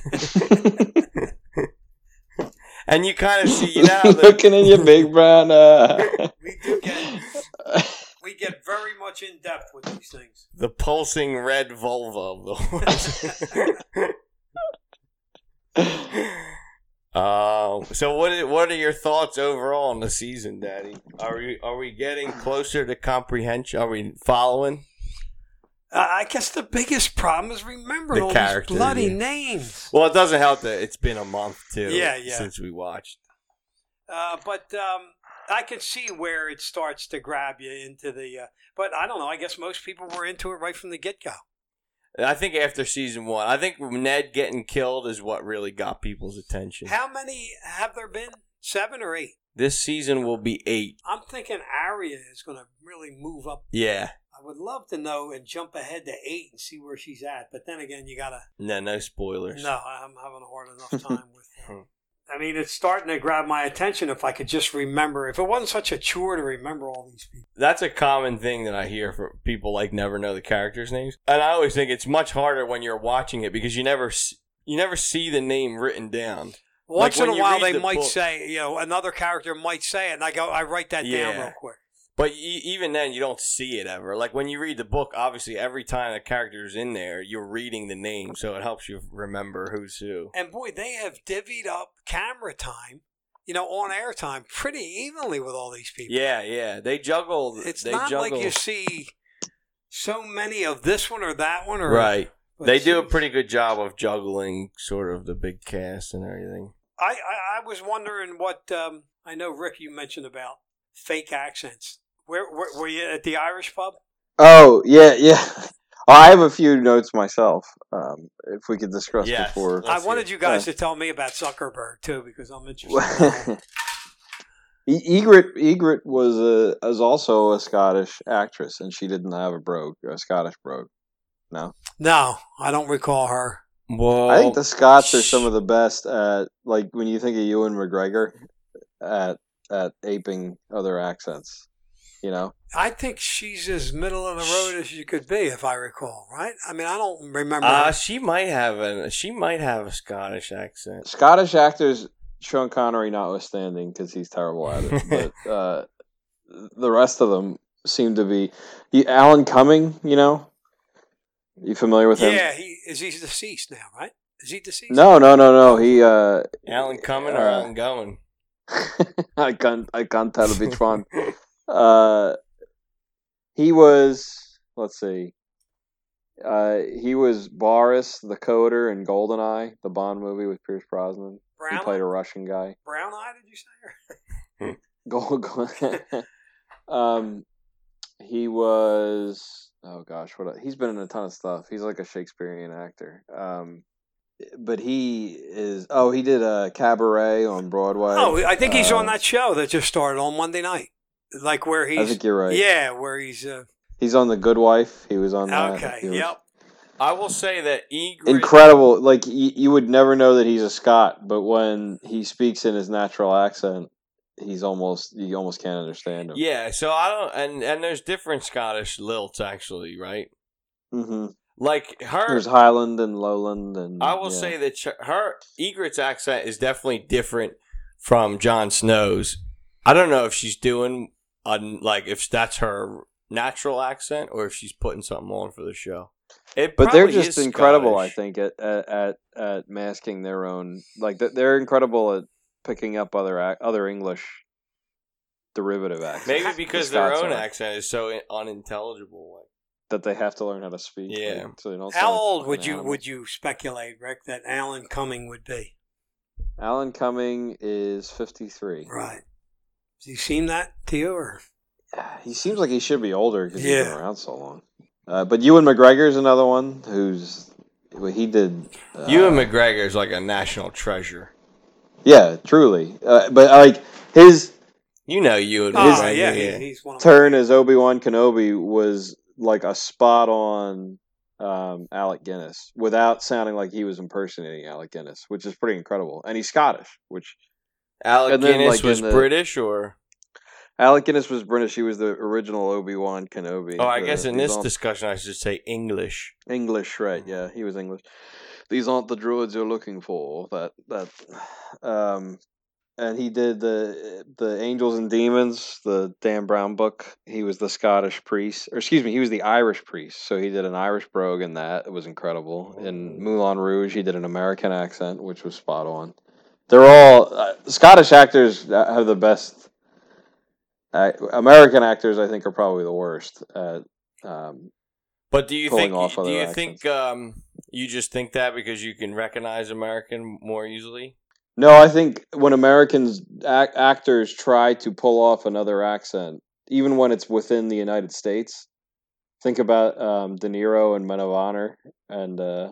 Speaker 1: and you kind of see now the
Speaker 3: Looking in your big brown eye.
Speaker 2: We do get we get very much in depth with these things.
Speaker 1: the pulsing red vulva of the horse. Uh, so what? Is, what are your thoughts overall on the season, Daddy? Are we are we getting closer to comprehension? Are we following?
Speaker 2: Uh, I guess the biggest problem is remembering
Speaker 1: The
Speaker 2: all
Speaker 1: characters,
Speaker 2: these bloody
Speaker 1: yeah.
Speaker 2: names.
Speaker 1: Well, it doesn't help that it's been a month too.
Speaker 2: Yeah, yeah.
Speaker 1: Since we watched.
Speaker 2: Uh, but um, I can see where it starts to grab you into the. Uh, but I don't know. I guess most people were into it right from the get go.
Speaker 1: I think after season one, I think Ned getting killed is what really got people's attention.
Speaker 2: How many have there been? Seven or eight?
Speaker 1: this season will be eight.
Speaker 2: I'm thinking Arya is going to really move up.
Speaker 1: Yeah.
Speaker 2: I would love to know and jump ahead to eight and see where she's at. But then again, you gotta.
Speaker 1: No, no spoilers.
Speaker 2: No, I'm having a hard enough time with uh, I mean, it's starting to grab my attention if I could just remember. If it wasn't such a chore to remember all these people.
Speaker 1: That's a common thing that I hear from people like never know the characters' names, and I always think it's much harder when you're watching it because you never s- you never see the name written down.
Speaker 2: Once
Speaker 1: when
Speaker 2: in a
Speaker 1: you
Speaker 2: while,
Speaker 1: read
Speaker 2: they
Speaker 1: the
Speaker 2: might
Speaker 1: book-
Speaker 2: say, you know, another character might say it, and I go, I write that down
Speaker 1: Yeah.
Speaker 2: real quick.
Speaker 1: But e- even then, you don't see it ever. Like when you read the book, obviously every time a character's in there, you're reading the name, so it helps you remember who's who.
Speaker 2: And boy, they have divvied up camera time, you know, on air time pretty evenly with all these people.
Speaker 1: Yeah, yeah. They juggle.
Speaker 2: it's
Speaker 1: they
Speaker 2: not
Speaker 1: juggle.
Speaker 2: like you see so many of this one or that one or
Speaker 1: right.
Speaker 2: but
Speaker 1: they do a
Speaker 2: geez.
Speaker 1: pretty good job of juggling sort of the big cast and everything.
Speaker 2: I, I I was wondering what um, I know, Rick. You mentioned about fake accents. Where, where were you at the Irish pub?
Speaker 3: Oh yeah, yeah. I have a few notes myself. Um, if we could discuss
Speaker 1: Yes.
Speaker 3: before.
Speaker 1: Let's
Speaker 2: I wanted
Speaker 1: see.
Speaker 2: you guys to tell me about Zuckerberg too, because I'm interested.
Speaker 3: E- Egret Egret was a is also a Scottish actress, and she didn't have a brogue, a Scottish brogue.
Speaker 2: no, I don't recall her.
Speaker 1: Well,
Speaker 3: I think the Scots are some of the best at like when you think of Ewan McGregor at at aping other accents. You know,
Speaker 2: I think she's as middle of the road as you could be, if I recall. Right? I mean, I don't remember.
Speaker 1: Uh,
Speaker 2: her.
Speaker 1: she might have a she might have a Scottish accent.
Speaker 3: Scottish actors, Sean Connery notwithstanding, because he's terrible at it. but uh, the rest of them seem to be he- Alan Cumming. You know, you familiar with him?
Speaker 2: yeah, he is he deceased now, right? Is he deceased?
Speaker 3: No, no, no, no. He uh,
Speaker 1: Alan coming or
Speaker 3: Uh,
Speaker 1: Alan going?
Speaker 3: I can't, I can't tell if it's wrong. Uh, he was. Let's see. Uh, he was Boris the Coder in Goldeneye, the Bond movie with Pierce Brosnan. He played
Speaker 2: Brown,
Speaker 3: a Russian guy.
Speaker 2: brown eye? Did you say? Or-
Speaker 3: Goal. goal- um, he was. Oh gosh, what? A, he's been in a ton of stuff. He's like a Shakespearean actor. Um, but he is. Oh, he did a cabaret on Broadway.
Speaker 2: Oh, I think he's
Speaker 3: Uh,
Speaker 2: on that show that just started on Monday night, like where he's
Speaker 3: I think you're right.
Speaker 2: yeah, where he's uh,
Speaker 3: He's on The Good Wife. He was on that.
Speaker 2: okay,
Speaker 3: He was
Speaker 2: yep.
Speaker 1: I will say that Egret.
Speaker 3: Incredible. Like you, you would never know that he's a Scot, but when he speaks in his natural accent, he's almost you almost can't understand him.
Speaker 1: Yeah, so I don't, and and there's different Scottish lilts actually, right?
Speaker 3: hmm
Speaker 1: Like her,
Speaker 3: There's Highland and Lowland, and
Speaker 1: I will
Speaker 3: yeah.
Speaker 1: say that sh- her Egret's accent is definitely different from Jon Snow's. I don't know if she's doing un, like if that's her natural accent or if she's putting something on for the show. It
Speaker 3: but they're
Speaker 1: probably
Speaker 3: just
Speaker 1: is
Speaker 3: incredible. I
Speaker 1: Scottish.
Speaker 3: think at, at at at masking their own like th- they're incredible at picking up other ac- other English derivative accents.
Speaker 1: maybe because their
Speaker 3: Scots
Speaker 1: own
Speaker 3: are.
Speaker 1: accent is so in- unintelligible.
Speaker 3: that they have to learn how to speak.
Speaker 1: Yeah.
Speaker 3: like, so they don't
Speaker 2: How
Speaker 3: sound
Speaker 2: old
Speaker 3: like
Speaker 2: would
Speaker 3: an
Speaker 2: you
Speaker 3: animal.
Speaker 2: would you speculate, Rick, that Alan Cumming would be?
Speaker 3: Alan Cumming is fifty three.
Speaker 2: Right? Does he seem that to you? Or
Speaker 3: He seems like he should be older because he's
Speaker 2: Yeah.
Speaker 3: been around so long. Uh, but Ewan McGregor is another one who's well, he did. Uh,
Speaker 1: Ewan McGregor is like a national treasure.
Speaker 3: yeah, truly. Uh, but like his
Speaker 1: You know Ewan
Speaker 2: oh
Speaker 1: McGregor.
Speaker 2: yeah, he- he's one of my-
Speaker 3: turn as Obi Wan Kenobi was like a spot on um, Alec Guinness without sounding like he was impersonating Alec Guinness, which is pretty incredible. And he's Scottish, which
Speaker 1: Alec
Speaker 3: And then,
Speaker 1: Guinness
Speaker 3: like,
Speaker 1: was
Speaker 3: in the-
Speaker 1: British, or
Speaker 3: Alec Guinness was British. He was the original Obi Wan Kenobi.
Speaker 1: oh, I
Speaker 3: The-
Speaker 1: guess in
Speaker 3: these
Speaker 1: this
Speaker 3: aren't
Speaker 1: discussion I should say English.
Speaker 3: English, right? Yeah, he was English. These aren't the druids you're looking for. That that, um, and he did the the Angels and Demons, the Dan Brown book. He was the Scottish priest, or excuse me, he was the Irish priest. So he did an Irish brogue in that. It was incredible. In Moulin Rouge, he did an American accent, which was spot on. They're all uh, Scottish actors uh, have the best. Uh, American actors, I think, are probably the worst. at um,
Speaker 1: But do you
Speaker 3: pulling
Speaker 1: think
Speaker 3: off
Speaker 1: do
Speaker 3: other
Speaker 1: you
Speaker 3: accents.
Speaker 1: think um, you just think that because you can recognize American more easily?
Speaker 3: No, I think when Americans ac- actors try to pull off another accent, even when it's within the United States, think about um, De Niro and Men of Honor, and uh,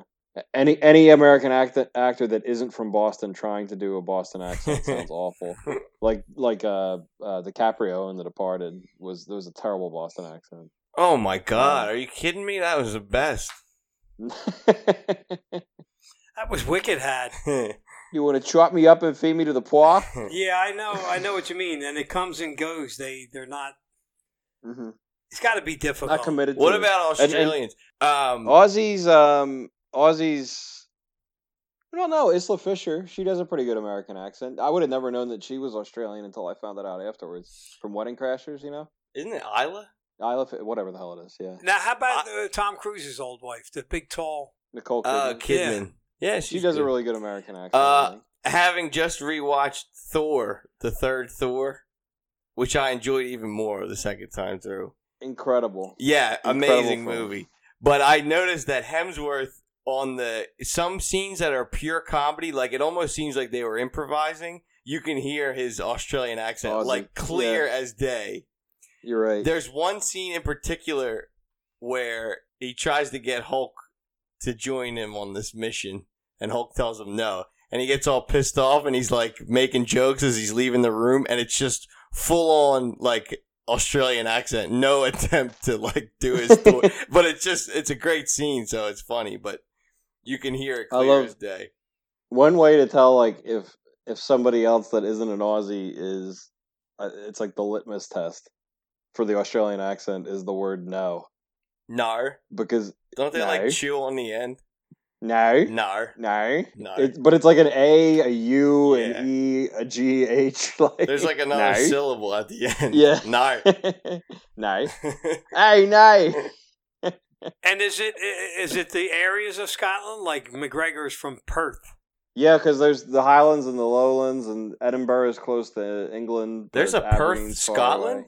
Speaker 3: any any American act- actor that isn't from Boston trying to do a Boston accent sounds awful. Like like uh, uh, DiCaprio in The Departed was there was a terrible Boston accent.
Speaker 1: Oh my god, are you kidding me? That was the best.
Speaker 2: That was Wicked had
Speaker 3: You want to chop me up and feed me to the poor?
Speaker 2: Yeah, I know. I know what you mean. And it comes and goes. They they're not.
Speaker 3: hmm
Speaker 2: It's got to be difficult.
Speaker 3: Not committed.
Speaker 1: What
Speaker 3: to it.
Speaker 1: about
Speaker 3: and-
Speaker 1: Australians? um,
Speaker 3: Aussies? Um, Aussies. I don't know. Isla Fisher. She does a pretty good American accent. I would have never known that she was Australian until I found that out afterwards from Wedding Crashers. You know,
Speaker 1: isn't it Isla?
Speaker 3: Isla, Fi- whatever the hell it is. Yeah,
Speaker 2: now, how about uh, Tom Cruise's old wife, the big tall?
Speaker 3: Nicole.
Speaker 1: Uh,
Speaker 3: Kidman.
Speaker 1: Kidman. Yeah,
Speaker 3: she
Speaker 1: she's
Speaker 3: does a
Speaker 1: good.
Speaker 3: really good American accent.
Speaker 1: Uh,
Speaker 3: I think.
Speaker 1: having just rewatched Thor, the third Thor, which I enjoyed even more the second time through.
Speaker 3: Incredible.
Speaker 1: Yeah,
Speaker 3: Incredible
Speaker 1: amazing
Speaker 3: film.
Speaker 1: movie. But I noticed that Hemsworth on the some scenes that are pure comedy, like it almost seems like they were improvising. You can hear his Australian accent,
Speaker 3: Aussie.
Speaker 1: like clear as day.
Speaker 3: You're right.
Speaker 1: There's one scene in particular where he tries to get Hulk to join him on this mission, and Hulk tells him no. And he gets all pissed off and he's like making jokes as he's leaving the room, and it's just full on like Australian accent, no attempt to like do his Thor. but it's just it's a great scene, so it's funny, but you can hear it
Speaker 3: I
Speaker 1: clear
Speaker 3: love-
Speaker 1: as day.
Speaker 3: One way to tell like if if somebody else that isn't an Aussie is, uh, it's like the litmus test for the Australian accent is the word no
Speaker 1: Nar.
Speaker 3: because
Speaker 1: Don't they like
Speaker 3: No.
Speaker 1: chew on the end?
Speaker 3: no
Speaker 1: Nar.
Speaker 3: no.
Speaker 1: Nar.
Speaker 3: It's but it's like an A, a U,
Speaker 1: Yeah.
Speaker 3: an E, a G, H. Like
Speaker 1: There's like another
Speaker 3: no.
Speaker 1: syllable at the end.
Speaker 3: Yeah.
Speaker 1: Nar.
Speaker 3: no. Hey, no.
Speaker 2: And is it i- is it the areas of Scotland like McGregor's from Perth?
Speaker 3: Yeah, because there's the Highlands and the Lowlands, and Edinburgh is close to England. but
Speaker 1: There's a Perth,
Speaker 3: Aberdeen's far away.
Speaker 1: Scotland.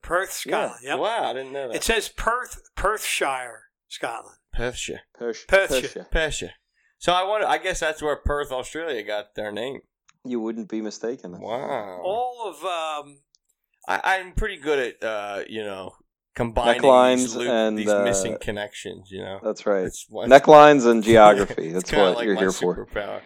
Speaker 2: Perth, Scotland. Yep.
Speaker 1: Wow, I didn't know that.
Speaker 2: It says Perth, Perthshire, Scotland.
Speaker 1: Perthshire.
Speaker 3: Perth-
Speaker 2: Perthshire.
Speaker 3: Perthshire.
Speaker 1: Perthshire. So I wonder. I guess that's where Perth, Australia, got their name.
Speaker 3: You wouldn't be mistaken.
Speaker 1: Wow.
Speaker 2: All of um,
Speaker 1: I, I'm pretty good at uh, you know combining these,
Speaker 3: Necklines
Speaker 1: loop,
Speaker 3: and,
Speaker 1: these
Speaker 3: uh,
Speaker 1: missing connections. You know,
Speaker 3: That's right.
Speaker 1: it's one-
Speaker 3: Necklines and geography.
Speaker 1: it's
Speaker 3: That's
Speaker 1: kinda
Speaker 3: what
Speaker 1: like
Speaker 3: you're
Speaker 1: my
Speaker 3: here
Speaker 1: superpower.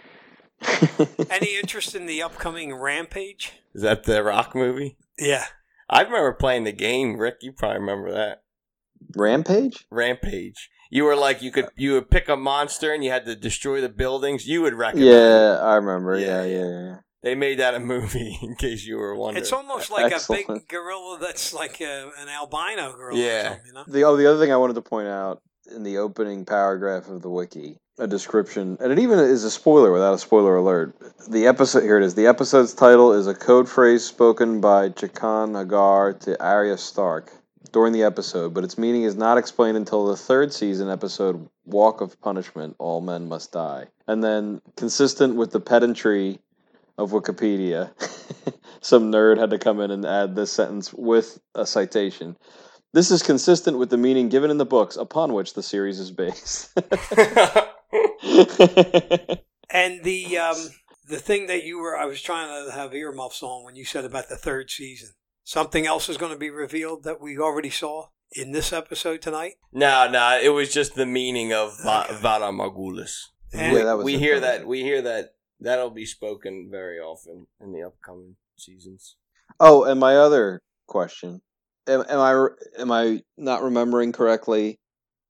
Speaker 3: for.
Speaker 2: any interest in the upcoming Rampage?
Speaker 1: Is that the Rock movie?
Speaker 2: Yeah,
Speaker 1: I remember playing the game, Rick. You probably remember that
Speaker 3: Rampage?
Speaker 1: Rampage. You were like you could you would pick a monster and you had to destroy the buildings. You would recommend. it.
Speaker 3: Yeah, I remember.
Speaker 1: Yeah,
Speaker 3: Yeah, yeah, yeah.
Speaker 1: they made that a movie in case you were wondering.
Speaker 2: it's almost like a
Speaker 3: Excellent.
Speaker 2: big gorilla that's like a, an albino gorilla. Or
Speaker 1: Yeah.
Speaker 2: something, you know.
Speaker 3: The oh, the other thing I wanted to point out in the opening paragraph of the wiki, a description, and it even is a spoiler without a spoiler alert. The episode here it is. The episode's title is a code phrase spoken by Chakan Hagar to Arya Stark during the episode, but its meaning is not explained until the third season episode Walk of Punishment: All Men Must Die. And then, consistent with the pedantry of Wikipedia, some nerd had to come in and add this sentence with a citation. This is consistent with the meaning given in the books upon which the series is based.
Speaker 2: And the um, the thing that you were, I was trying to have earmuffs on when you said about the third season. Something else is going to be revealed that we already saw in this episode tonight.
Speaker 1: No, no, it was just the meaning of Va-
Speaker 2: Okay.
Speaker 1: Vada Morghulis.
Speaker 2: And
Speaker 1: we
Speaker 3: Yeah, that was
Speaker 1: we
Speaker 3: it,
Speaker 1: hear
Speaker 3: that was
Speaker 1: that.
Speaker 3: it.
Speaker 1: We hear that. That'll be spoken very often in the upcoming seasons.
Speaker 3: oh, and my other question: am, am I am I not remembering correctly?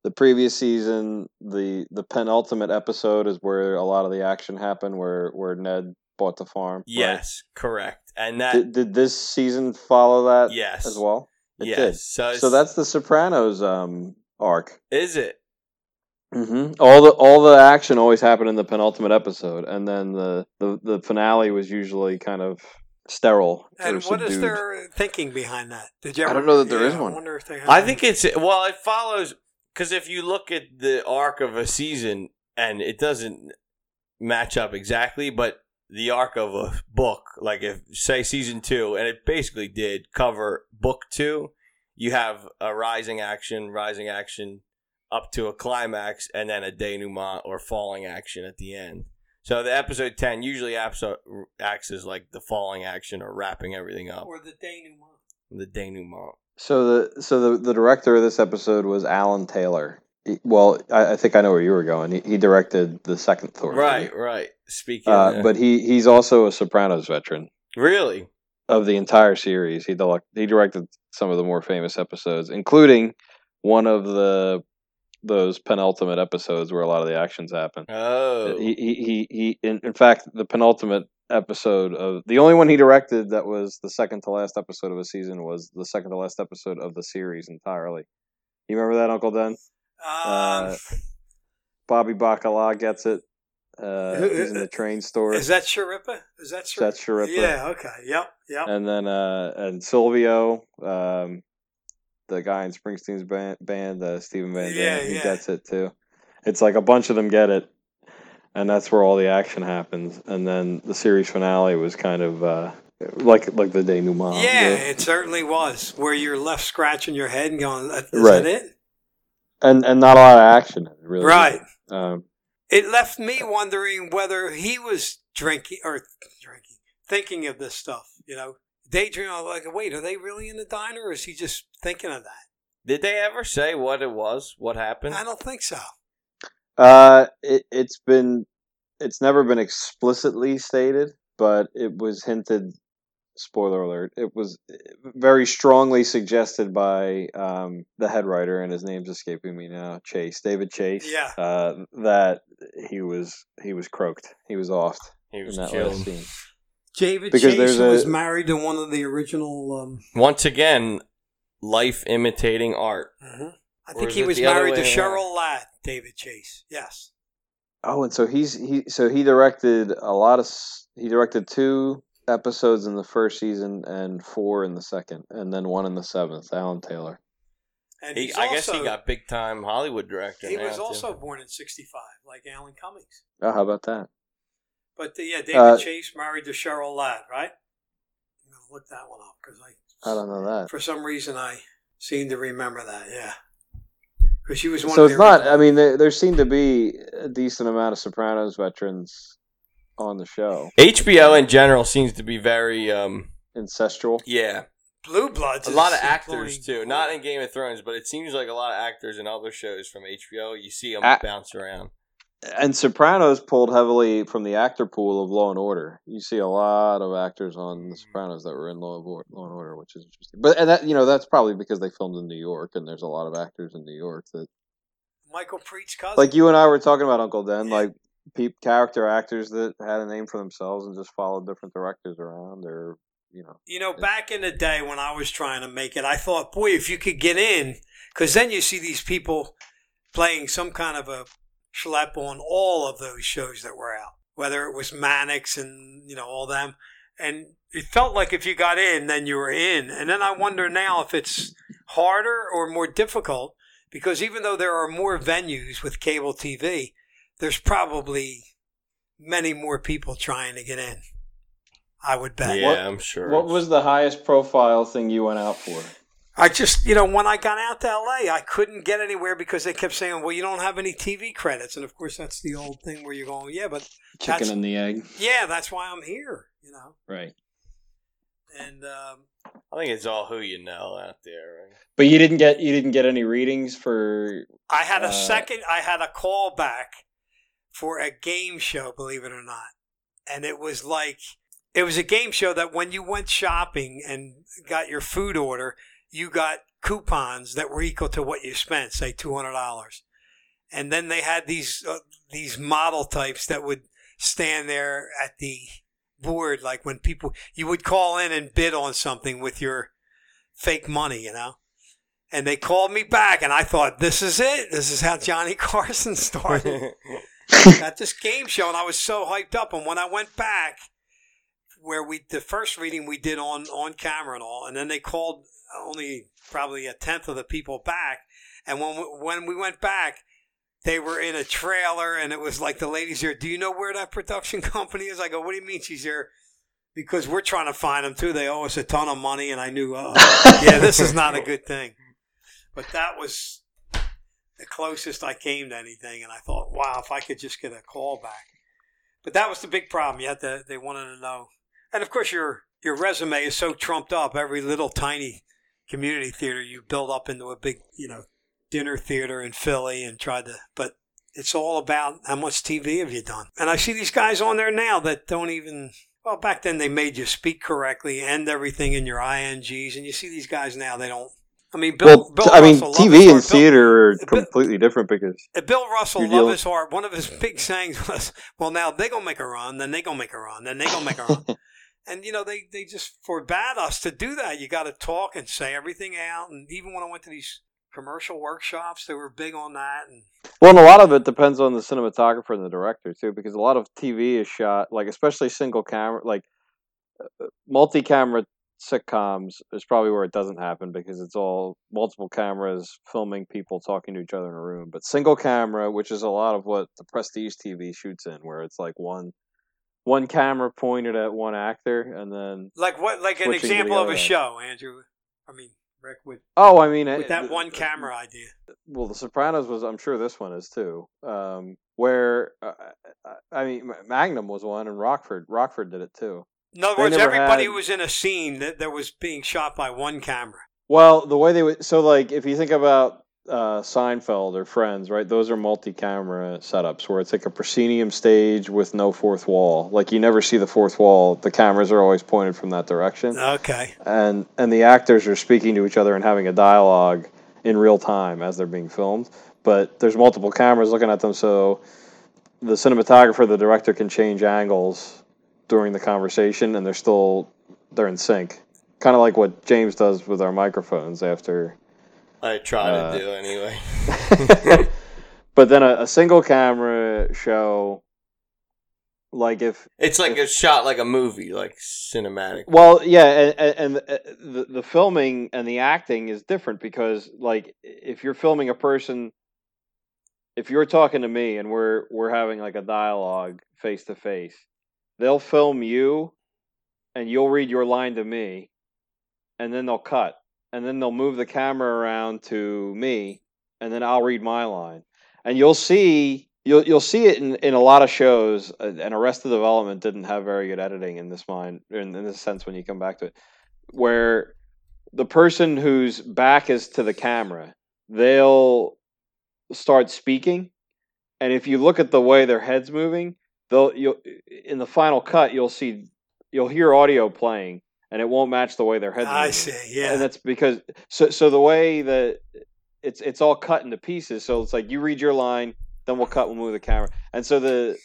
Speaker 3: The previous season, the the penultimate episode is where a lot of the action happened, where where Ned bought the farm. right?
Speaker 1: Yes, correct. And that.
Speaker 3: Did, did this season follow that
Speaker 1: yes.
Speaker 3: as well? It
Speaker 1: yes.
Speaker 3: did.
Speaker 1: So,
Speaker 3: So that's the Sopranos um, arc.
Speaker 1: is it.
Speaker 3: hmm All the all the action always happened in the penultimate episode, and then the the, the finale was usually kind of sterile.
Speaker 2: And
Speaker 3: or
Speaker 2: what is
Speaker 3: subdued.
Speaker 2: their thinking behind that? Did you
Speaker 3: I
Speaker 2: ever,
Speaker 3: don't know that there
Speaker 2: there is
Speaker 3: is one.
Speaker 2: I wonder if they have
Speaker 1: I think it's well. It follows because if you look at the arc of a season, and it doesn't match up exactly, but the arc of a book, like if say season two, and it basically did cover book two. You have a rising action, rising action, up to a climax, and then a denouement or falling action at the end. So the episode ten usually apso- acts as like the falling action or wrapping everything up,
Speaker 2: or the denouement.
Speaker 1: the denouement.
Speaker 3: So the so the, the director of this episode was Alan Taylor. He- well, I, I think I know where you were going. He, he directed the second Thor, movie.
Speaker 1: Right, right. Speaking,
Speaker 3: Uh,
Speaker 1: of-
Speaker 3: But he he's also a Sopranos veteran
Speaker 1: really,
Speaker 3: of the entire series. He direct, he directed some of the more famous episodes, including one of the those penultimate episodes where a lot of the actions happen.
Speaker 1: Oh,
Speaker 3: He, he, he, he in, in fact, the penultimate episode of the only one he directed that was the second to last episode of a season was the second to last episode of the series entirely. You remember that, Uncle Den? Uh,
Speaker 2: Um,
Speaker 3: Bobby Bacala gets it. Uh,
Speaker 2: Who-
Speaker 3: he's in the train store.
Speaker 2: is that Sharippa? Is that Sharippa?
Speaker 3: That's Sharippa.
Speaker 2: Yeah. Okay. Yep. Yep.
Speaker 3: And then uh, and Silvio, um, the guy in Springsteen's band, band uh, Stephen Van Zandt,
Speaker 2: Yeah,
Speaker 3: he
Speaker 2: yeah.
Speaker 3: gets it too. It's like a bunch of them get it, and that's where all the action happens. And then the series finale was kind of uh, like like the denouement.
Speaker 2: yeah, it certainly was where you're left scratching your head and going, "Is
Speaker 3: Right.
Speaker 2: that it?"
Speaker 3: and and not a lot of action. Really,
Speaker 2: Right.
Speaker 3: Um,
Speaker 2: It left me wondering whether he was drinking or drinking, thinking of this stuff. You know, daydreaming like, "Wait, are they really in the diner, or is he just thinking of that?"
Speaker 1: did they ever say what it was? What happened?
Speaker 2: I don't think so.
Speaker 3: Uh, it, it's been, it's never been explicitly stated, but it was hinted. Spoiler alert! It was eh, very strongly suggested by um, the head writer, and his name's escaping me now. Chase, David Chase.
Speaker 2: Yeah.
Speaker 3: Uh, that he was he was croaked. He was offed
Speaker 1: He was
Speaker 3: in that
Speaker 1: killed.
Speaker 3: last scene.
Speaker 2: David
Speaker 3: Because
Speaker 2: Chase
Speaker 3: there's
Speaker 2: who
Speaker 3: a-
Speaker 2: was married to one of the original. Um,
Speaker 1: Once again, life imitating art.
Speaker 2: I
Speaker 1: Or
Speaker 2: think
Speaker 1: is
Speaker 2: he
Speaker 1: it
Speaker 2: was
Speaker 1: the other
Speaker 2: married to
Speaker 1: way
Speaker 2: Cheryl Ladd. David Chase. Yes.
Speaker 3: Oh, and so he's he so he directed a lot of s- he directed two episodes in the first season and four in the second, and then one in the seventh. Alan Taylor.
Speaker 2: And
Speaker 1: He,
Speaker 2: he's
Speaker 1: I guess he
Speaker 2: also-
Speaker 1: got big time Hollywood director.
Speaker 2: He
Speaker 1: now,
Speaker 2: was
Speaker 1: too.
Speaker 2: also born in '65, like Alan Cummings.
Speaker 3: Oh, how about that?
Speaker 2: But the, yeah, David
Speaker 3: Uh,
Speaker 2: Chase married to Cheryl Ladd, right? I'm gonna look that one up because I,
Speaker 3: I don't know that.
Speaker 2: for some reason, I seem to remember that. Yeah, because she was one.
Speaker 3: So
Speaker 2: of
Speaker 3: it's
Speaker 2: the
Speaker 3: not. uh,
Speaker 2: original-
Speaker 3: I mean, there, there seem to be a decent amount of Sopranos veterans on the show.
Speaker 1: HBO in general seems to be very, um,
Speaker 3: Incestual.
Speaker 1: yeah,
Speaker 2: Blue Bloods.
Speaker 1: a
Speaker 2: is
Speaker 1: lot of
Speaker 2: employing-
Speaker 1: actors too. Not in Game of Thrones, but it seems like a lot of actors in other shows from HBO. You see them
Speaker 3: Ah.
Speaker 1: bounce around.
Speaker 3: And Sopranos pulled heavily from the actor pool of Law and Order. You see a lot of actors on
Speaker 2: Mm.
Speaker 3: the Sopranos that were in Law, of Or- Law and Order, which is interesting. But and that you know that's probably because they filmed in New York, and there's a lot of actors in New York that
Speaker 2: Michael Preet's cousin.
Speaker 3: like you and I were talking about Uncle Den,
Speaker 2: Yeah.
Speaker 3: like peop character actors that had a name for themselves and just followed different directors around, or you know.
Speaker 2: You know, back in the day when I was trying to make it, I thought, boy, if you could get in, because then you see these people playing some kind of a schlep on all of those shows that were out, whether it was Mannix and, you know, all them. And it felt like if you got in, then you were in. And then I wonder now if it's harder or more difficult, because even though there are more venues with cable TV, there's probably many more people trying to get in. I would bet.
Speaker 1: Yeah,
Speaker 3: What-
Speaker 1: I'm sure.
Speaker 3: What was the highest profile thing you went out for?
Speaker 2: I just, you know, when I got out to LA, I couldn't get anywhere because they kept saying, well, you don't have any TV credits. And of course, that's the old thing where you're going, yeah, but
Speaker 3: Chicken
Speaker 2: That's-
Speaker 3: and the egg.
Speaker 2: yeah, that's why I'm here, you know.
Speaker 3: Right.
Speaker 2: And um,
Speaker 1: I think it's all who you know out there. Right?
Speaker 3: But you didn't get you didn't get any readings for
Speaker 2: I had a
Speaker 3: Uh,
Speaker 2: second, I had a call back for a game show, believe it or not. And it was like, it was a game show that when you went shopping and got your food order, you got coupons that were equal to what you spent, say $200. And then they had these, uh, these model types that would stand there at the board. Like when people, you would call in and bid on something with your fake money, you know? And they called me back, and I thought, this is it. This is how Johnny Carson started at this game show, and I was so hyped up. And when I went back, where we the first reading we did on on camera and all, and then they called only probably a tenth of the people back. And when we, when we went back, they were in a trailer, and it was like the ladies here. Do you know where that production company is? I go, what do you mean she's here? Because we're trying to find them too. They owe us a ton of money, and I knew, uh, yeah, this is not a good thing. But that was the closest I came to anything, and I thought, wow, if I could just get a call back. But that was the big problem. You had to, they wanted to know, and of course your your resume is so trumped up. Every little tiny community theater you build up into a big, you know, dinner theater in Philly, and tried to, but. It's all about how much TV have you done. And I see these guys on there now that don't even, well, back then they made you speak correctly, end everything in your INGs. And you see these guys now, they don't, I mean, Bill.
Speaker 3: Well,
Speaker 2: Bill
Speaker 3: t- I mean,
Speaker 2: Russell loved his
Speaker 3: TV
Speaker 2: art.
Speaker 3: and
Speaker 2: Bill-
Speaker 3: theater are
Speaker 2: Bill-
Speaker 3: completely different because
Speaker 2: Uh, Bill Russell,
Speaker 3: You're
Speaker 2: love
Speaker 3: dealing-
Speaker 2: his heart. One of his big sayings was, "Well, now they gonna make a run, then they gonna make a run, then they gonna make a run." and you know, they they just forbade us to do that. You got to talk and say everything out. And even when I went to these commercial workshops, they were big on that. And
Speaker 3: Well, and a lot of it depends on the cinematographer and the director too, because a lot of TV is shot like, especially single camera, like uh, multi-camera sitcoms is probably where it doesn't happen because it's all multiple cameras filming people talking to each other in a room. But single camera, which is a lot of what the prestige TV shoots in, where it's like one one camera pointed at one actor, and then
Speaker 2: like what, like an
Speaker 3: Switching to the
Speaker 2: example of
Speaker 3: other
Speaker 2: a
Speaker 3: end.
Speaker 2: show, Andrew. I mean, Rick with
Speaker 3: oh, I mean,
Speaker 2: with
Speaker 3: I-
Speaker 2: that
Speaker 3: th-
Speaker 2: one camera idea.
Speaker 3: well the sopranos was i'm sure this one is too um where uh, I- i mean Ma- magnum was one and rockford rockford did it too
Speaker 2: In other
Speaker 3: They
Speaker 2: words,
Speaker 3: never
Speaker 2: everybody
Speaker 3: had-
Speaker 2: who was in a scene that, that was being shot by one camera.
Speaker 3: well the way they would so like if you think about uh seinfeld or friends right those are multi-camera setups where it's like a proscenium stage with no fourth wall like you never see the fourth wall the cameras are always pointed from that direction
Speaker 2: Okay.
Speaker 3: and and the actors are speaking to each other and having a dialogue in real time as they're being filmed but there's multiple cameras looking at them so the cinematographer the director can change angles during the conversation and they're still they're in sync kind of like what james does with our microphones after
Speaker 1: I try
Speaker 3: Uh,
Speaker 1: to do anyway.
Speaker 3: but then a, a single camera show like if
Speaker 1: It's like a shot like a movie, like cinematic.
Speaker 3: Well, yeah, and, and, and uh, the the filming and the acting is different because, like, if you're filming a person, if you're talking to me and we're we're having like a dialogue face to face, they'll film you, and you'll read your line to me, and then they'll cut, and then they'll move the camera around to me, and then I'll read my line, and you'll see. You'll, you'll see it in, in a lot of shows, uh, and Arrested Development didn't have very good editing in this mind, in, in this sense, when you come back to it, where the person whose back is to the camera, they'll start speaking, and if you look at the way their heads moving, they'll you'll in the final cut you'll see you'll hear audio playing, and it won't match the way their heads.
Speaker 2: I
Speaker 3: moving
Speaker 2: see. Yeah.
Speaker 3: and that's because so so the way that it's it's all cut into pieces so it's like you read your line then we'll cut we'll move the camera and so the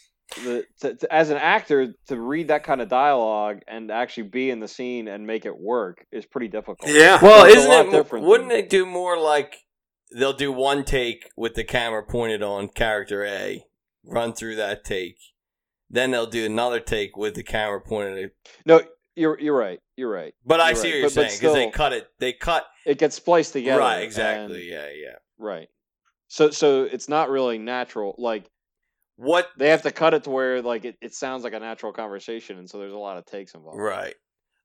Speaker 3: the to, to- as an actor to read that kind of dialogue and actually be in the scene and make it work is pretty difficult
Speaker 2: yeah.
Speaker 1: Well,
Speaker 3: It's a
Speaker 1: isn't
Speaker 3: lot
Speaker 1: it? mo-
Speaker 3: different
Speaker 1: Wouldn't
Speaker 3: than-
Speaker 1: they do more like they'll do one take with the camera pointed on character A, run through that take, then they'll do another take with the camera pointed. at
Speaker 3: no you're you're right you're right
Speaker 1: But I
Speaker 3: You're
Speaker 1: see
Speaker 3: right,
Speaker 1: what you're
Speaker 3: but- but
Speaker 1: saying because they
Speaker 3: still-
Speaker 1: cut it. They cut
Speaker 3: it gets spliced together
Speaker 1: right
Speaker 3: and-
Speaker 1: exactly. Yeah, yeah.
Speaker 3: right so so it's not really natural like
Speaker 1: What?
Speaker 3: they have to cut it to where like it, it sounds like a natural conversation and so there's a lot of takes involved
Speaker 1: Right.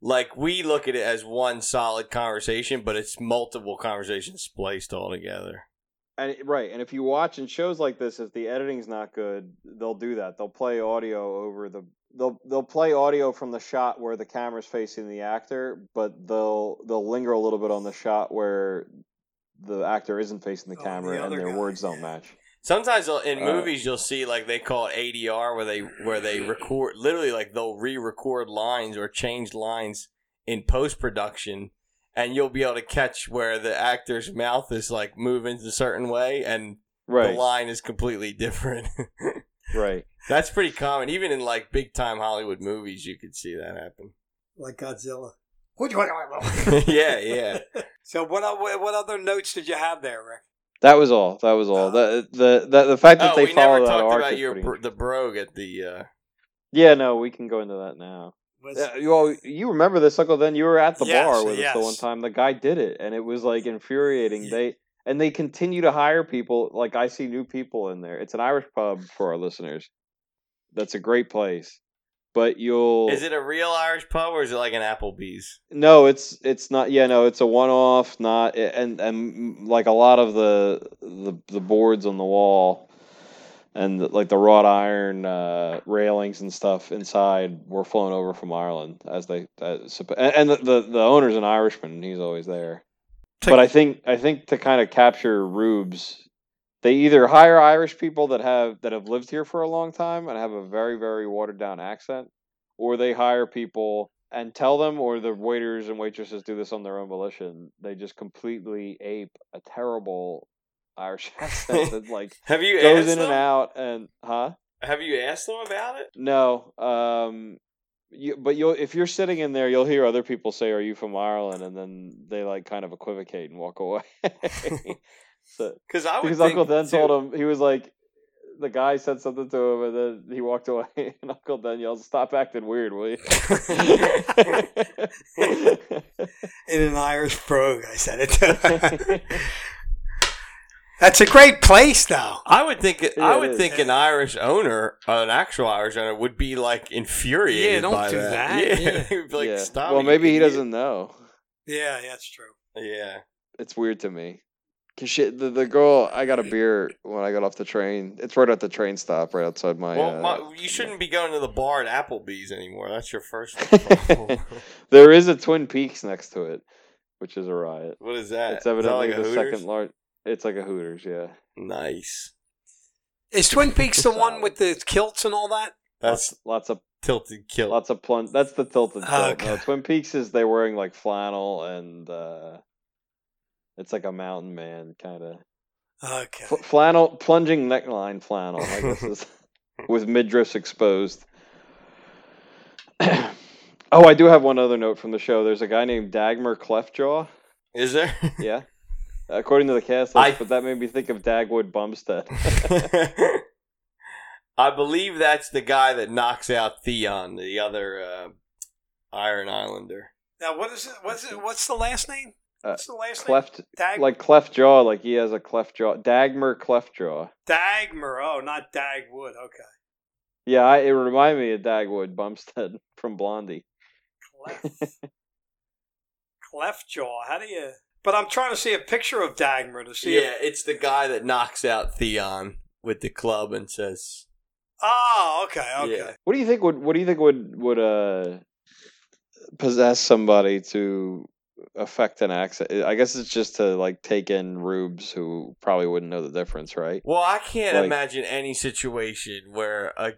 Speaker 1: Like we look at it as one solid conversation, but it's multiple conversations spliced all together.
Speaker 3: And it- right, and if you watch in shows like this, if the editing's not good, they'll do that. They'll play audio over the they'll they'll play audio from the shot where the camera's facing the actor, but they'll they'll linger a little bit on the shot where the actor isn't facing the
Speaker 2: Oh, the
Speaker 3: camera and
Speaker 2: other
Speaker 3: their
Speaker 2: guy,
Speaker 3: words don't
Speaker 2: yeah.
Speaker 3: match.
Speaker 1: Sometimes they'll- in
Speaker 3: Uh,
Speaker 1: movies you'll see like they call it ADR where they where they record literally like they'll re-record lines or change lines in post-production and you'll be able to catch where the actor's mouth is like moving a certain way and the
Speaker 3: Right,
Speaker 1: line is completely different.
Speaker 3: right.
Speaker 1: That's pretty common even in like big time Hollywood movies you could see that happen.
Speaker 2: Like Godzilla.
Speaker 1: yeah, yeah.
Speaker 2: So what o- what what other notes did you have there, Rick?
Speaker 3: That was all. That was all.
Speaker 2: Uh,
Speaker 3: the, the the the fact that
Speaker 1: Oh,
Speaker 3: they
Speaker 1: we
Speaker 3: follow
Speaker 1: never
Speaker 3: that
Speaker 1: talked
Speaker 3: arc
Speaker 1: about
Speaker 3: is
Speaker 1: your
Speaker 3: pretty-
Speaker 1: bro- the brogue at the uh
Speaker 3: Yeah, no, we can go into that now.
Speaker 2: Was-
Speaker 3: Yeah, you all, you remember this, Uncle? Then you were at the
Speaker 2: Yes,
Speaker 3: bar with us the
Speaker 2: yes.
Speaker 3: one time. The guy did it, and it was like infuriating.
Speaker 2: Ye-
Speaker 3: They and they continue to hire people. Like I see new people in there. It's an Irish pub for our listeners. That's a great place, but you'll
Speaker 1: Is it a real Irish pub or is it like an Applebee's?
Speaker 3: no, it's it's not. Yeah, no, it's a one-off. Not and and like a lot of the the the boards on the wall, and like the wrought iron uh, railings and stuff inside were flown over from Ireland as they uh, supp- and, and the, the the owner's an Irishman. and He's always there. But I think I think to kind of capture rubes, they either hire Irish people that have that have lived here for a long time and have a very very watered down accent, or they hire people and tell them, or the waiters and waitresses do this on their own volition. They just completely ape a terrible Irish accent that like
Speaker 1: Have you
Speaker 3: goes
Speaker 1: asked
Speaker 3: in
Speaker 1: them?
Speaker 3: and out and huh?
Speaker 1: Have you asked them about it?
Speaker 3: No, um, you, but you'll if you're sitting in there, you'll hear other people say, "Are you from Ireland?" And then they like kind of equivocate and walk away. so
Speaker 1: Because I would
Speaker 3: because
Speaker 1: think
Speaker 3: Uncle Den
Speaker 1: too-
Speaker 3: told him he was like, the guy said something to him, and then he walked away. And Uncle Den yelled, "Stop acting weird, will you?"
Speaker 2: in an Irish brogue. I said it. That's a great place, though.
Speaker 1: I would think
Speaker 3: Yeah,
Speaker 1: I
Speaker 3: it
Speaker 1: would
Speaker 3: is.
Speaker 1: think an Irish owner, an actual Irish owner, would be like infuriated.
Speaker 2: Yeah, don't
Speaker 1: by
Speaker 2: do
Speaker 1: that.
Speaker 2: that.
Speaker 1: Yeah,
Speaker 2: Yeah.
Speaker 1: he would be like,
Speaker 3: Yeah.
Speaker 1: stop.
Speaker 3: well,
Speaker 1: you
Speaker 3: maybe he
Speaker 1: idiot."
Speaker 3: doesn't know.
Speaker 2: Yeah, yeah, that's true.
Speaker 1: Yeah,
Speaker 3: It's weird to me. Cause she, the, the girl, I got a beer when I got off the train. It's right at the train stop, right outside my.
Speaker 1: well,
Speaker 3: uh,
Speaker 1: my, you shouldn't be going to the bar at Applebee's anymore. That's your first. problem.
Speaker 3: there is a Twin Peaks next to it, which is a riot.
Speaker 1: what is that? Is
Speaker 3: It's
Speaker 1: that
Speaker 3: evidently
Speaker 1: like a
Speaker 3: the
Speaker 1: Hooters?
Speaker 3: second large. It's like a Hooters, yeah.
Speaker 1: Nice.
Speaker 2: Is Twin Peaks the one with the kilts and all that?
Speaker 1: That's
Speaker 3: Lots of
Speaker 1: tilted kilt.
Speaker 3: lots of plun. That's the tilted. tilt.
Speaker 2: Okay.
Speaker 3: No, Twin Peaks is they're wearing like flannel and uh it's like a mountain man kind of
Speaker 2: Okay.
Speaker 3: Fl- flannel plunging neckline flannel. I guess is with midriffs exposed. oh, I do have one other note from the show. There's a guy named Dagmar Cleftjaw.
Speaker 1: Is there?
Speaker 3: Yeah. According to the cast list,
Speaker 1: I-
Speaker 3: but that made me think of Dagwood Bumstead.
Speaker 1: I believe that's the guy that knocks out Theon, the other uh, Iron Islander.
Speaker 2: Now, what is it? What's it? What's the last name?
Speaker 3: Uh,
Speaker 2: What's the last
Speaker 3: cleft,
Speaker 2: name? Dag-
Speaker 3: like cleft jaw, like he has a cleft jaw. Dagmar Cleftjaw.
Speaker 2: Dagmar. Oh, not Dagwood. Okay.
Speaker 3: Yeah, I, it reminded me of Dagwood Bumstead from Blondie.
Speaker 2: Clef. Cleftjaw. How do you? But I'm trying to see a picture of Dagmar to see.
Speaker 1: Yeah,
Speaker 2: If,
Speaker 1: it's the guy that knocks out Theon with the club and says,
Speaker 2: oh, okay, okay.
Speaker 1: Yeah.
Speaker 3: What do you think would What do you think would would uh possess somebody to affect an accent? I guess it's just to like take in rubes who probably wouldn't know the difference, right?
Speaker 1: "Well, I can't
Speaker 3: Like-
Speaker 1: imagine any situation where a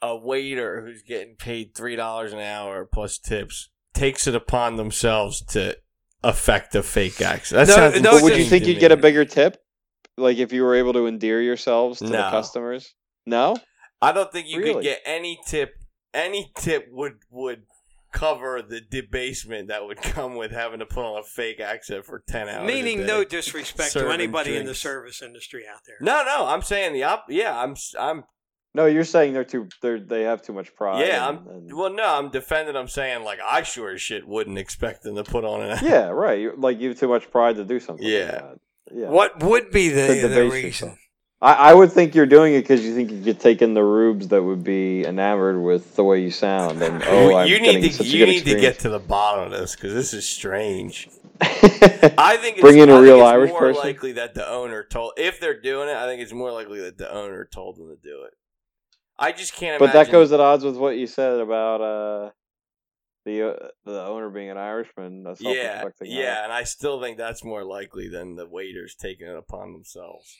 Speaker 1: a waiter who's getting paid three dollars an hour plus tips takes it upon themselves to affect a fake accent." That
Speaker 2: No,
Speaker 1: sounds
Speaker 2: no,
Speaker 3: but would you
Speaker 1: insane
Speaker 3: think
Speaker 1: to
Speaker 3: you'd
Speaker 1: me.
Speaker 3: get a bigger tip, like if you were able to endear yourselves to the
Speaker 1: No.
Speaker 3: customers? No.
Speaker 1: I don't think you could
Speaker 3: Really?
Speaker 1: get any tip. Any tip would would cover the debasement that would come with having to put on a fake accent for ten hours. a
Speaker 2: Meaning
Speaker 1: day.
Speaker 2: no disrespect to
Speaker 1: Serving
Speaker 2: anybody in the
Speaker 1: drinks.
Speaker 2: service industry out there.
Speaker 1: No, no, I'm saying the op. Yeah, I'm, s- I'm.
Speaker 3: No, you're saying they're too. They're they have too much pride.
Speaker 1: Yeah,
Speaker 3: and- and-
Speaker 1: Well, no, I'm defending. I'm saying like I sure as shit wouldn't expect them to put on an.
Speaker 3: yeah, right. you like you have too much pride to do something. like
Speaker 1: Yeah.
Speaker 3: that. yeah.
Speaker 2: What would be
Speaker 3: To
Speaker 2: the, the
Speaker 3: debase
Speaker 2: reason?
Speaker 3: yourself. I, I would think you're doing it because you think you could take in the rubes that would be enamored with the way you sound. And oh, I'm
Speaker 1: you
Speaker 3: getting
Speaker 1: need to
Speaker 3: such a
Speaker 1: you
Speaker 3: good
Speaker 1: need to get to the bottom of this because this is strange.
Speaker 3: experience.
Speaker 1: I think it's,
Speaker 3: Bring in a
Speaker 1: I think
Speaker 3: real
Speaker 1: it's
Speaker 3: Irish
Speaker 1: more
Speaker 3: person.
Speaker 1: likely that the owner told if they're doing it. I think it's more likely that the owner told them to do it. I just can't.
Speaker 3: but that
Speaker 1: imagine-
Speaker 3: goes at odds with what you said about uh, the uh, the owner being an Irishman. A
Speaker 1: Yeah,
Speaker 3: self-respecting
Speaker 1: yeah, and I still think that's more likely than the waiters taking it upon themselves.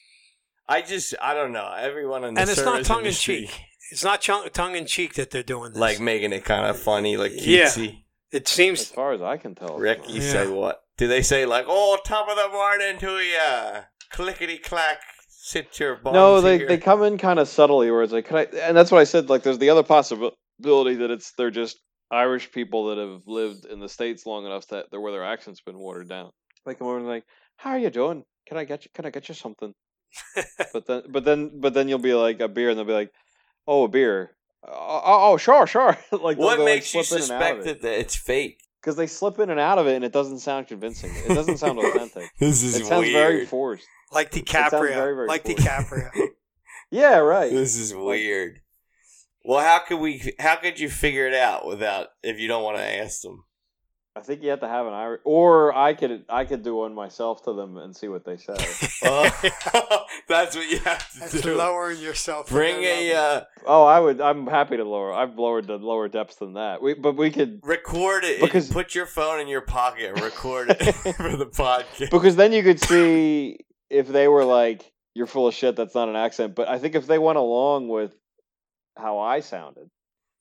Speaker 1: I just, I don't know. Everyone in the
Speaker 2: And it's not
Speaker 1: service
Speaker 2: tongue in
Speaker 1: industry,
Speaker 2: cheek. It's not chung- tongue in cheek that they're doing this.
Speaker 1: like making it kind of funny, like
Speaker 2: Yeah.
Speaker 1: cutesy.
Speaker 2: it
Speaker 3: Irish. As
Speaker 2: seems.
Speaker 3: far as I can tell,
Speaker 1: Rick, you say
Speaker 2: Yeah.
Speaker 1: what? Do they say like, "Oh, top of the morning to ya, clickety clack, sit your bones
Speaker 3: no, they
Speaker 1: here."
Speaker 3: they come in kind of subtly, where it's like, can I? And that's what I said. Like, there's the other possibility that it's they're just Irish people that have lived in the states long enough that they're, where their accent's been watered down. They come over and like, how are you doing? Can I get you? Can I get you something? but then, but then, but then you'll be like a beer, and they'll be like, oh, a beer. Oh, oh, oh, sure, sure. like,
Speaker 1: what makes you suspect that it's fake?
Speaker 3: Because they slip in and out of it, and it doesn't sound convincing. It doesn't sound authentic.
Speaker 1: This is
Speaker 3: it sounds
Speaker 1: weird.
Speaker 3: very forced.
Speaker 2: Like
Speaker 3: sounds
Speaker 2: DiCaprio.
Speaker 3: very, very
Speaker 2: like
Speaker 3: forced.
Speaker 2: DiCaprio.
Speaker 3: Yeah, right.
Speaker 1: This is weird. Well, how could we? How could you figure it out without if you don't want to ask them?
Speaker 3: I think you have to have an Irish, or I could I could do one myself to them and see what they say.
Speaker 1: Oh, that's what you have to
Speaker 2: That's
Speaker 1: do.
Speaker 2: lowering yourself.
Speaker 1: Bring a uh,
Speaker 3: oh, I would. I'm happy to lower. I've lowered to lower depths than that. We, but we could
Speaker 1: record it.
Speaker 3: Because-
Speaker 1: put your phone in your pocket and record it for the podcast.
Speaker 3: because then you could see if they were like, "You're full of shit." That's not an accent. But I think if they went along with how I sounded,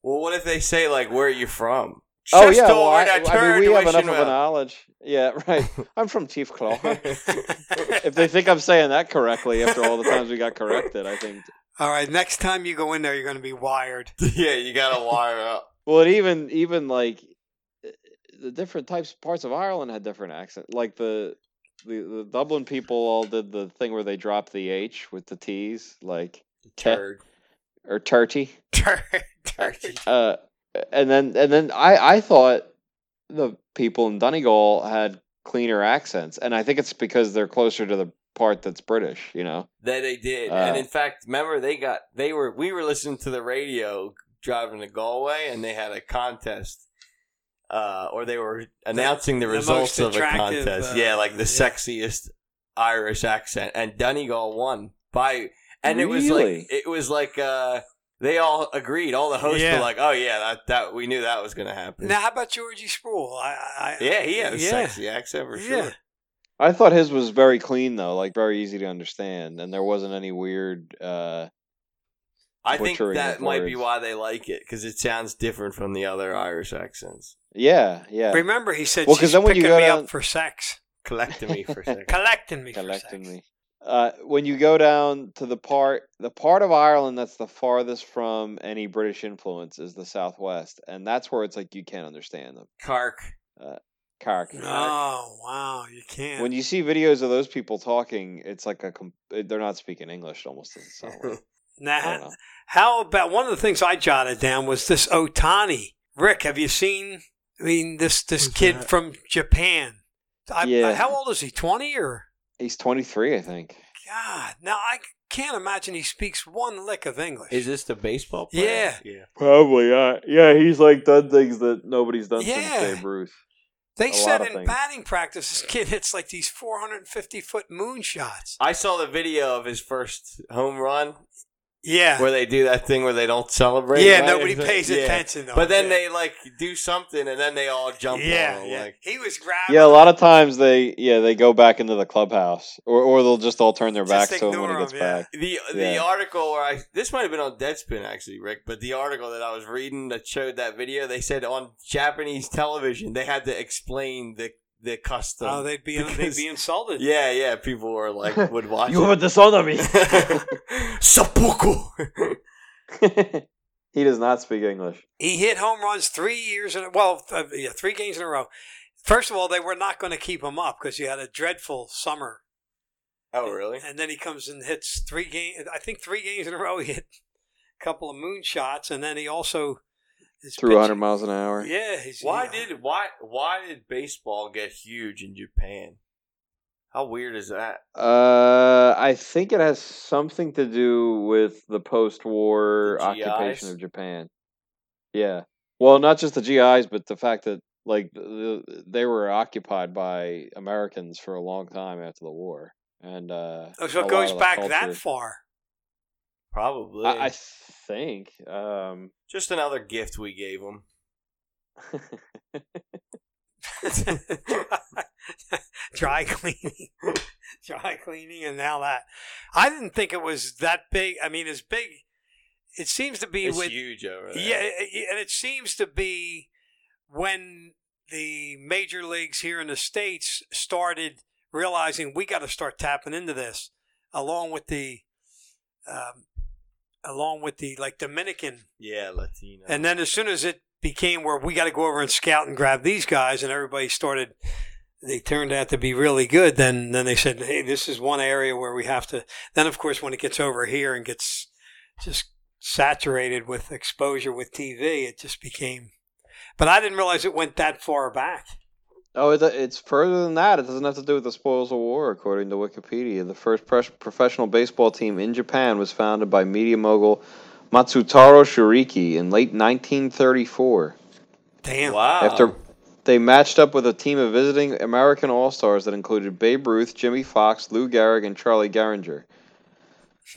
Speaker 1: Well, what if they say like, "Where are you from?"
Speaker 3: Oh
Speaker 1: Just
Speaker 3: yeah,
Speaker 1: to
Speaker 3: well, I,
Speaker 1: learn that
Speaker 3: I mean,
Speaker 1: turn
Speaker 3: we have
Speaker 1: tuition
Speaker 3: enough of a
Speaker 1: well.
Speaker 3: knowledge. Yeah, right. I'm from Chief Claw. if they think I'm saying that correctly after all the times we got corrected, I think.
Speaker 1: uh,
Speaker 2: All right, next time you go in there, you're going to be wired.
Speaker 1: yeah, you got to wire up.
Speaker 3: Well, and even even like uh, the different types parts of Ireland had different accents. Like the the, the Dublin people all did the thing where they dropped the H with the T's, like te-
Speaker 1: Turd.
Speaker 3: or turty.
Speaker 2: Turn- turn-
Speaker 1: Turd.
Speaker 3: Uh, and then and then I I thought the people in Donegal had cleaner accents, and I think it's because they're closer to the part that's British, you know.
Speaker 1: That they did,
Speaker 3: Uh.
Speaker 1: and in fact, remember they got they were we were listening to the radio driving to Galway, and they had a contest, uh, or they were announcing the,
Speaker 2: the
Speaker 1: results
Speaker 2: most
Speaker 1: of a
Speaker 2: attractive,
Speaker 1: contest.
Speaker 2: uh,
Speaker 1: yeah, like the
Speaker 2: yeah.
Speaker 1: sexiest Irish accent, and Donegal won by, and it was like
Speaker 3: Really?
Speaker 1: it was like uh, they all agreed. All the hosts
Speaker 2: Yeah.
Speaker 1: were like, "Oh yeah, that that we knew that was going to happen."
Speaker 2: now, how about Georgie Sproul? I, I,
Speaker 1: yeah, he had a
Speaker 2: Yeah.
Speaker 1: sexy accent for sure.
Speaker 2: Yeah.
Speaker 3: I thought his was very clean though, like very easy to understand, and there wasn't any weird. uh
Speaker 1: I think
Speaker 3: Butchering
Speaker 1: that
Speaker 3: of
Speaker 1: might be
Speaker 3: words.
Speaker 1: why they like it because it sounds different from the other Irish accents.
Speaker 3: Yeah, yeah.
Speaker 2: Remember, he said
Speaker 3: Well,
Speaker 2: she's
Speaker 3: 'cause then when you
Speaker 2: picking
Speaker 3: go
Speaker 2: me
Speaker 3: down-
Speaker 2: up for sex,
Speaker 1: Collectomy for sex.
Speaker 2: collecting me
Speaker 3: collecting
Speaker 2: for sex.
Speaker 3: me. Uh, when you go down to the part, the part of Ireland that's the farthest from any British influence is the Southwest, and that's where it's like you can't understand them.
Speaker 1: Kark.
Speaker 3: Carrick.
Speaker 2: Oh wow, you can't.
Speaker 3: When you see videos of those people talking, it's like a com- eh, they're not speaking English. Almost doesn't sound right.
Speaker 2: Now,
Speaker 3: I don't know.
Speaker 2: How about one of the things I jotted down was this Otani. Rick, have you seen? I mean, this this
Speaker 1: Who's
Speaker 2: kid
Speaker 1: that?
Speaker 2: from Japan. I,
Speaker 3: Yeah.
Speaker 2: I- how old is he? Twenty or
Speaker 3: He's twenty three, I think.
Speaker 2: God? Now I can't imagine he speaks one lick of English.
Speaker 1: Is this the baseball
Speaker 2: player?
Speaker 1: Yeah.
Speaker 3: Probably not. Yeah, he's like done things that nobody's done
Speaker 2: Yeah.
Speaker 3: since Babe Ruth.
Speaker 2: they
Speaker 3: a
Speaker 2: said
Speaker 3: lot of
Speaker 2: in
Speaker 3: things.
Speaker 2: batting practice, this kid hits like these 450 foot moonshots.
Speaker 1: I saw the video of his first home run
Speaker 2: Yeah,
Speaker 1: where they do that thing where they don't celebrate.
Speaker 2: Ah. yeah.
Speaker 1: right?
Speaker 2: Nobody
Speaker 1: It's like-
Speaker 2: pays
Speaker 1: yeah.
Speaker 2: attention. Though.
Speaker 1: But then
Speaker 2: Yeah.
Speaker 1: they like do something and then they all jump
Speaker 2: yeah,
Speaker 1: on him.
Speaker 2: yeah.
Speaker 1: Like,
Speaker 2: he was grabbing.
Speaker 3: Yeah, a lot of times they yeah they go back into the clubhouse, or or they'll just all turn their
Speaker 2: Just
Speaker 3: backs to him when
Speaker 2: ignore
Speaker 3: he gets
Speaker 2: him, yeah.
Speaker 3: back.
Speaker 1: the the
Speaker 3: Yeah.
Speaker 1: article where I this might have been on Deadspin actually, Rick, but the article that I was reading that showed that video, they said on Japanese television they had to explain the the custom.
Speaker 2: Oh, they'd be they'd
Speaker 1: Because-
Speaker 2: be insulted.
Speaker 1: yeah, yeah. People were like would watch.
Speaker 3: You
Speaker 1: it.
Speaker 3: would dishonor me.
Speaker 1: Seppuku.
Speaker 3: he does not speak English.
Speaker 2: He hit home runs three years in a, well, th- yeah, three games in a row. First of all, they were not going to keep him up because he had a dreadful summer,
Speaker 1: Oh really?
Speaker 2: and then he comes and hits three games. I think three games in a row. He hit a couple of moonshots, and then he also is
Speaker 3: Through 100
Speaker 2: pitching-
Speaker 3: miles an hour.
Speaker 2: Yeah, he's,
Speaker 1: Why
Speaker 2: yeah.
Speaker 1: did why why did baseball get huge in Japan? How weird is that?
Speaker 3: Uh, I think it has something to do with the post-war
Speaker 1: The GIs?
Speaker 3: occupation of Japan. Yeah. Well, not just the GIs, but the fact that like the, they were occupied by Americans for a long time after the war, and uh,
Speaker 2: Oh,
Speaker 3: a
Speaker 2: so
Speaker 3: lot
Speaker 2: it goes
Speaker 3: of the
Speaker 2: back
Speaker 3: culture-
Speaker 2: that far.
Speaker 1: Probably
Speaker 3: I, I think. Um,
Speaker 1: just another gift we gave them.
Speaker 2: dry cleaning, dry cleaning, and now that I didn't think it was that big. I mean, it's big. It seems to be
Speaker 1: It's
Speaker 2: with
Speaker 1: huge over there.
Speaker 2: Yeah, it- it- and it seems to be when the major leagues here in the states started realizing we got to start tapping into this, along with the, um, along with the like Dominican,
Speaker 1: yeah, Latino.
Speaker 2: and then as soon as it became where we got to go over and scout and grab these guys, and everybody started. They turned out to be really good. Then, then they said, "Hey, this is one area where we have to." Then, of course, when it gets over here and gets just saturated with exposure with TV, it just became. But I didn't realize it went that far back.
Speaker 3: Oh, it, it's further than that. It doesn't have to do with the spoils of war, according to Wikipedia. The first pres- professional baseball team in Japan was founded by media mogul Matsutaro Shiriki in late 1934.
Speaker 2: Damn.
Speaker 1: wow.
Speaker 3: After they matched up with a team of visiting American All Stars that included Babe Ruth, Jimmy Fox, Lou Gehrig, and Charlie Gehringer.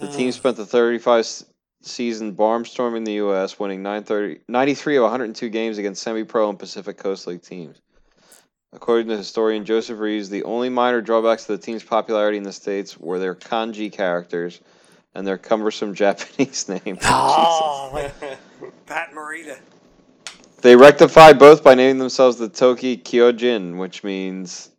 Speaker 3: The team spent the 35 s- season barnstorming the U.S., winning 930 93 of 102 games against semi pro and Pacific Coast League teams. According to historian Joseph Reeves, the only minor drawbacks to the team's popularity in the States were their kanji characters and their
Speaker 1: Oh.
Speaker 3: cumbersome Japanese names.
Speaker 2: Oh, like Pat Morita.
Speaker 3: They rectify both by naming themselves the Toki Kyojin, which means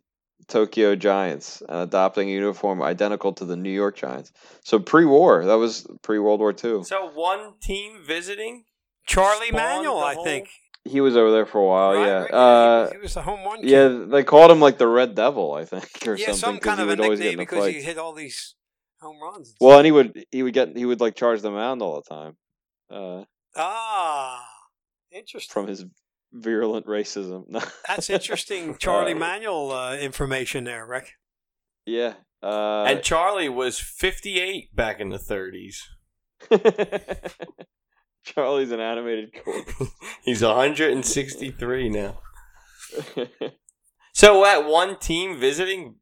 Speaker 3: Tokyo Giants, and adopting a uniform identical to the New York Giants. So pre-war, that was pre-World War II.
Speaker 1: So one team visiting.
Speaker 2: Charlie
Speaker 1: Spawned
Speaker 2: Manuel,
Speaker 1: the
Speaker 2: I
Speaker 1: whole-
Speaker 2: think.
Speaker 3: He was over there for a while,
Speaker 2: Right,
Speaker 3: yeah.
Speaker 2: right,
Speaker 3: Uh,
Speaker 2: he, was, he was the home run.
Speaker 3: yeah,
Speaker 2: kid.
Speaker 3: they called him like the Red Devil, I think, or
Speaker 2: yeah,
Speaker 3: something.
Speaker 2: some
Speaker 3: 'cause
Speaker 2: kind
Speaker 3: he
Speaker 2: of a
Speaker 3: would always get
Speaker 2: nickname
Speaker 3: in a
Speaker 2: because he
Speaker 3: fight.
Speaker 2: hit all these home runs. and
Speaker 3: Well,
Speaker 2: stuff.
Speaker 3: and he would he would get he would like charge them around all the time uh,
Speaker 2: ah, interesting.
Speaker 3: from his virulent racism.
Speaker 2: That's interesting, Charlie
Speaker 3: Uh,
Speaker 2: Manuel uh, information there, Rick.
Speaker 3: yeah. Uh,
Speaker 1: and Charlie was 58 back in the 30s.
Speaker 3: Charlie's an animated corpse.
Speaker 1: He's 163 now. So that one team visiting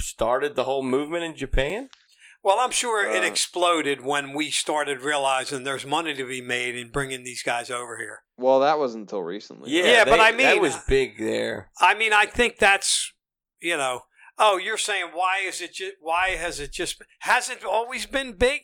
Speaker 1: started the whole movement in Japan?
Speaker 2: Well, I'm sure it
Speaker 3: Uh,
Speaker 2: exploded when we started realizing there's money to be made in bringing these guys over here.
Speaker 3: well, that was until recently.
Speaker 1: Yeah,
Speaker 2: Yeah, but
Speaker 1: they-
Speaker 2: I mean,
Speaker 1: that was
Speaker 2: uh,
Speaker 1: big there.
Speaker 2: I mean, I think that's you know. Oh, you're saying why is it? Ju- why has it just hasn't it always been big?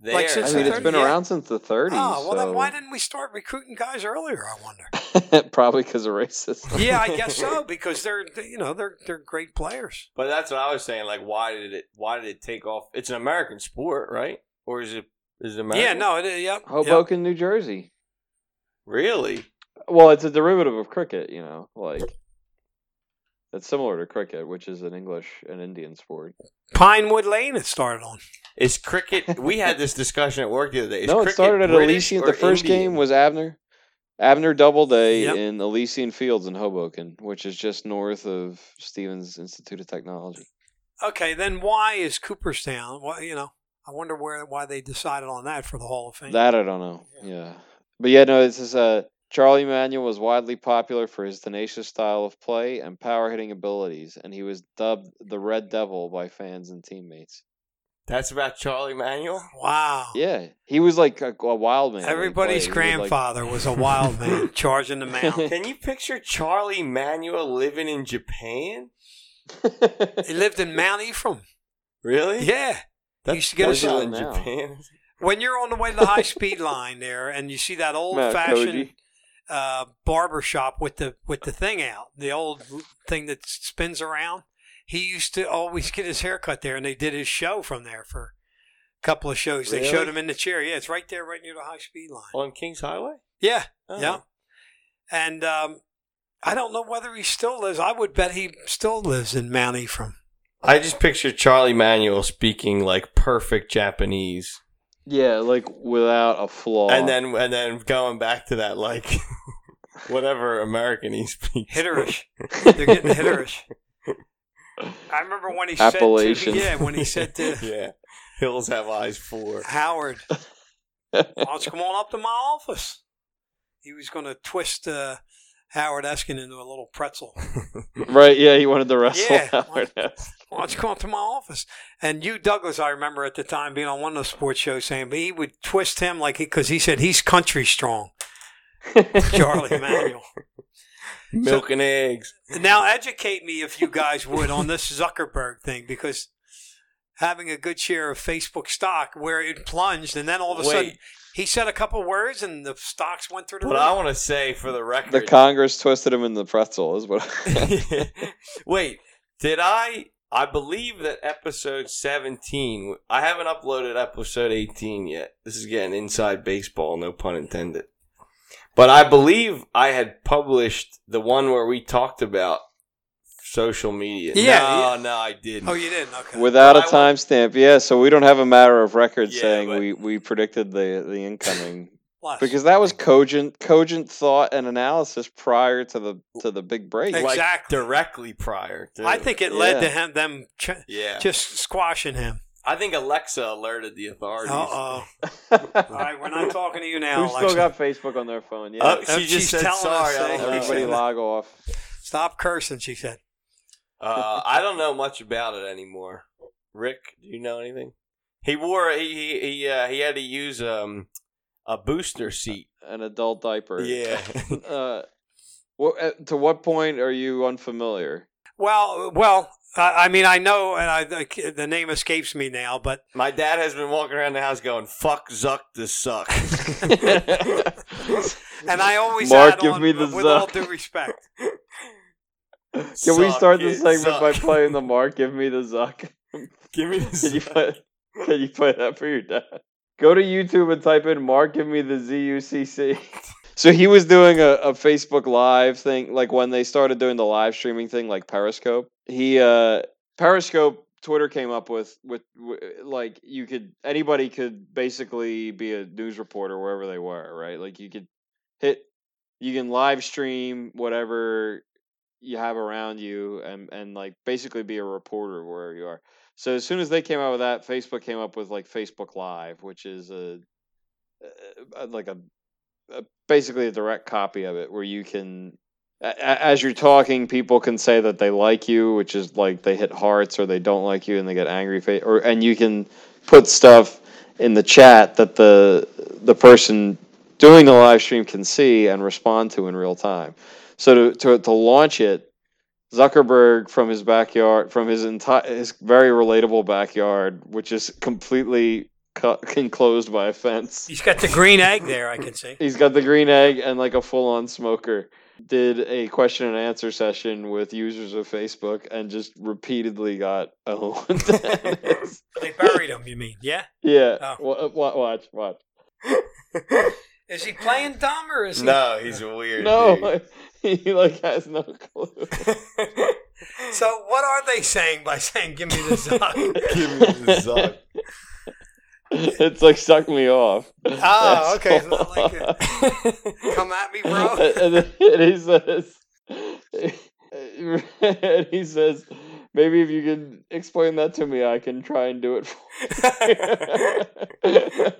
Speaker 1: There.
Speaker 2: like, since
Speaker 3: I
Speaker 2: It's
Speaker 3: mean,
Speaker 2: the
Speaker 3: it's been
Speaker 2: 30s, yeah.
Speaker 3: around since the 30s.
Speaker 2: oh, well, then
Speaker 3: so-
Speaker 2: why didn't we start recruiting guys earlier? I wonder.
Speaker 3: Probably because of racism.
Speaker 2: yeah, I guess so because they're you know they're they're great players.
Speaker 1: But that's what I was saying. Like, why did it? Why did it take off? It's an American sport, right? Or is it? Is it American?
Speaker 2: Yeah, no, it, yep, yep.
Speaker 3: Hoboken, New Jersey.
Speaker 1: Really?
Speaker 3: Well, it's a derivative of cricket, you know, like it's similar to cricket, which is an English and Indian sport.
Speaker 2: Pinewood Lane it started on.
Speaker 1: Is cricket? We had this discussion at work the other day. Is
Speaker 3: no, it
Speaker 1: cricket
Speaker 3: started at
Speaker 1: British
Speaker 3: Elysian.
Speaker 1: or
Speaker 3: The first
Speaker 1: Indian?
Speaker 3: game was Abner. Abner Doubleday
Speaker 2: Yep.
Speaker 3: in Elysian Fields in Hoboken, which is just north of Stevens Institute of Technology.
Speaker 2: Okay, then why is Cooperstown? Well, you know, I wonder where why they decided on that for the Hall of Fame.
Speaker 3: That I don't know. Yeah. But yeah, no, this is uh Charlie Manuel was widely popular for his tenacious style of play and power hitting abilities, and he was dubbed the Red Devil by fans and teammates.
Speaker 1: That's about Charlie Manuel.
Speaker 2: wow.
Speaker 3: Yeah. He was like a, a wild man. when he
Speaker 2: Oh. Everybody's
Speaker 3: played. He would, like-
Speaker 2: grandfather was a wild man charging the mound.
Speaker 1: Can you picture Charlie Manuel living in Japan?
Speaker 2: He lived in Mount Ephraum.
Speaker 1: Really?
Speaker 2: Yeah.
Speaker 1: That's,
Speaker 2: used to get
Speaker 1: that's
Speaker 3: a
Speaker 1: not
Speaker 3: shot
Speaker 1: in
Speaker 3: now.
Speaker 1: Japan.
Speaker 2: When you're on the way to the high speed line there and you see that old
Speaker 3: Matt
Speaker 2: fashioned
Speaker 3: Koji.
Speaker 2: uh, barber shop with the with the thing out, the old thing that spins around, he used to always get his hair cut there and they did his show from there for a couple of shows. They
Speaker 1: Really?
Speaker 2: showed him in the chair. Yeah, it's right there, right near the high speed line.
Speaker 1: on Kings Highway.
Speaker 2: Yeah.
Speaker 1: Oh.
Speaker 2: Yeah. And um, I don't know whether he still lives. I would bet he still lives in Mount Ephraim.
Speaker 1: I just picture Charlie Manuel speaking like perfect Japanese,
Speaker 3: Yeah, like without a flaw.
Speaker 1: and then and then going back to that like whatever American he speaks.
Speaker 2: Hitterish. They're getting hitterish. I remember when he said to
Speaker 3: Appalachian.
Speaker 2: me, yeah, when he said to
Speaker 1: yeah, hills have eyes for.
Speaker 2: Howard, why don't you come on up to my office? He was going to twist uh, Howard Eskin into a little pretzel.
Speaker 3: Right, yeah, he wanted to wrestle
Speaker 2: Yeah.
Speaker 3: Howard.
Speaker 2: Why don't you come up to my office? And you, Douglas, I remember at the time being on one of the sports shows saying, but he would twist him like he, because he said he's country strong, Charlie Manuel.
Speaker 1: Milk and eggs.
Speaker 2: Now educate me if you guys would on this Zuckerberg thing because having a good share of Facebook stock where it plunged and then all of a
Speaker 1: Wait.
Speaker 2: sudden he said a couple words and the stocks went through the
Speaker 1: But I
Speaker 2: roof.
Speaker 1: want to say for the record.
Speaker 3: the Congress twisted him in the pretzel, is what.
Speaker 1: Wait, did I? I believe that episode 17. I haven't uploaded episode 18 yet. This is getting inside baseball, no pun intended. But I believe I had published the one where we talked about social media.
Speaker 2: Yeah,
Speaker 1: No, no, I didn't.
Speaker 2: Oh, you didn't? Okay.
Speaker 3: Without a
Speaker 1: Well, I want-
Speaker 3: timestamp, yeah. So we don't have a matter of record
Speaker 1: Yeah,
Speaker 3: saying
Speaker 1: but-
Speaker 3: we, we predicted the the incoming
Speaker 2: Plus.
Speaker 3: because that was cogent cogent thought and analysis prior to the to the big break.
Speaker 1: Like,
Speaker 2: Exactly.
Speaker 1: directly prior. To,
Speaker 2: I think it led to
Speaker 3: Yeah.
Speaker 2: him them ch-
Speaker 1: Yeah.
Speaker 2: just squashing him.
Speaker 1: I think Alexa alerted the
Speaker 2: Uh
Speaker 1: authorities.
Speaker 3: Uh-uh.
Speaker 2: oh. All right, we're not talking to you now.
Speaker 3: Who's
Speaker 2: Alexa.
Speaker 3: still got Facebook on their phone? Yeah,
Speaker 1: Oh,
Speaker 2: Uh,
Speaker 1: she
Speaker 2: she's
Speaker 1: just said
Speaker 2: telling us
Speaker 1: sorry. I
Speaker 2: that-
Speaker 1: don't think
Speaker 3: everybody
Speaker 1: so."
Speaker 3: log off.
Speaker 2: Stop cursing, she said.
Speaker 1: Uh, I don't know much about it anymore. Rick, do you know anything? He wore he he he, uh, he had to use um a booster seat.
Speaker 3: An adult diaper.
Speaker 1: Yeah,
Speaker 3: Uh, wha- uh, to what point are you unfamiliar?
Speaker 2: Well, well, I, I mean, I know, and I, I the name escapes me now, but
Speaker 1: My dad has been walking around the house going, "Fuck Zuck, this sucks."
Speaker 2: and I always
Speaker 3: Mark,
Speaker 2: add
Speaker 3: give
Speaker 2: on,
Speaker 3: me the
Speaker 2: with, with all
Speaker 3: Zuck.
Speaker 2: due respect.
Speaker 3: Can we
Speaker 1: Suck
Speaker 3: start the
Speaker 1: it,
Speaker 3: segment by
Speaker 1: suck.
Speaker 3: playing the Mark? Give me the Zuck.
Speaker 1: Give me the
Speaker 3: Can you
Speaker 1: Zuck.
Speaker 3: play? Can you play that for your dad? Go to YouTube and type in "Mark, give me the ZUCC." So he was doing a, a Facebook Live thing, like when they started doing the live streaming thing, like Periscope. He uh, Periscope Twitter came up with with w- like you could anybody could basically be a news reporter wherever they were, right? Like you could hit you can live stream whatever you have around you and and like basically be a reporter wherever you are. So as soon as they came out with that, Facebook came up with like Facebook Live, which is a, a like a, a basically a direct copy of it where you can a- a- as you're talking, people can say that they like you, which is like they hit hearts or they don't like you and they get angry face or and you can put stuff in the chat that the the person doing the live stream can see and respond to in real time. So to to, to launch it, Zuckerberg from his backyard, from his entire, his very relatable backyard, which is completely cu- enclosed by a fence.
Speaker 2: He's got the green egg there. I can see.
Speaker 3: He's got the green egg and like a full on smoker. Did a question and answer session with users of Facebook and just repeatedly got owned.
Speaker 2: They buried him. You mean? Yeah.
Speaker 3: yeah,
Speaker 2: Oh.
Speaker 3: wa- wa- watch, watch.
Speaker 2: Is he playing dumb or is he?
Speaker 1: No, he's a weird. dude.
Speaker 3: No, he like has no clue.
Speaker 2: So what are they saying by saying "Give me the Zuck"?
Speaker 1: Give me the Zuck.
Speaker 3: it's like suck me off.
Speaker 2: Oh, okay. So
Speaker 3: That's all.
Speaker 2: like, uh, come at me, bro.
Speaker 3: and, and- and he says, and he says, maybe if you can explain that to me, I can try and do it for you.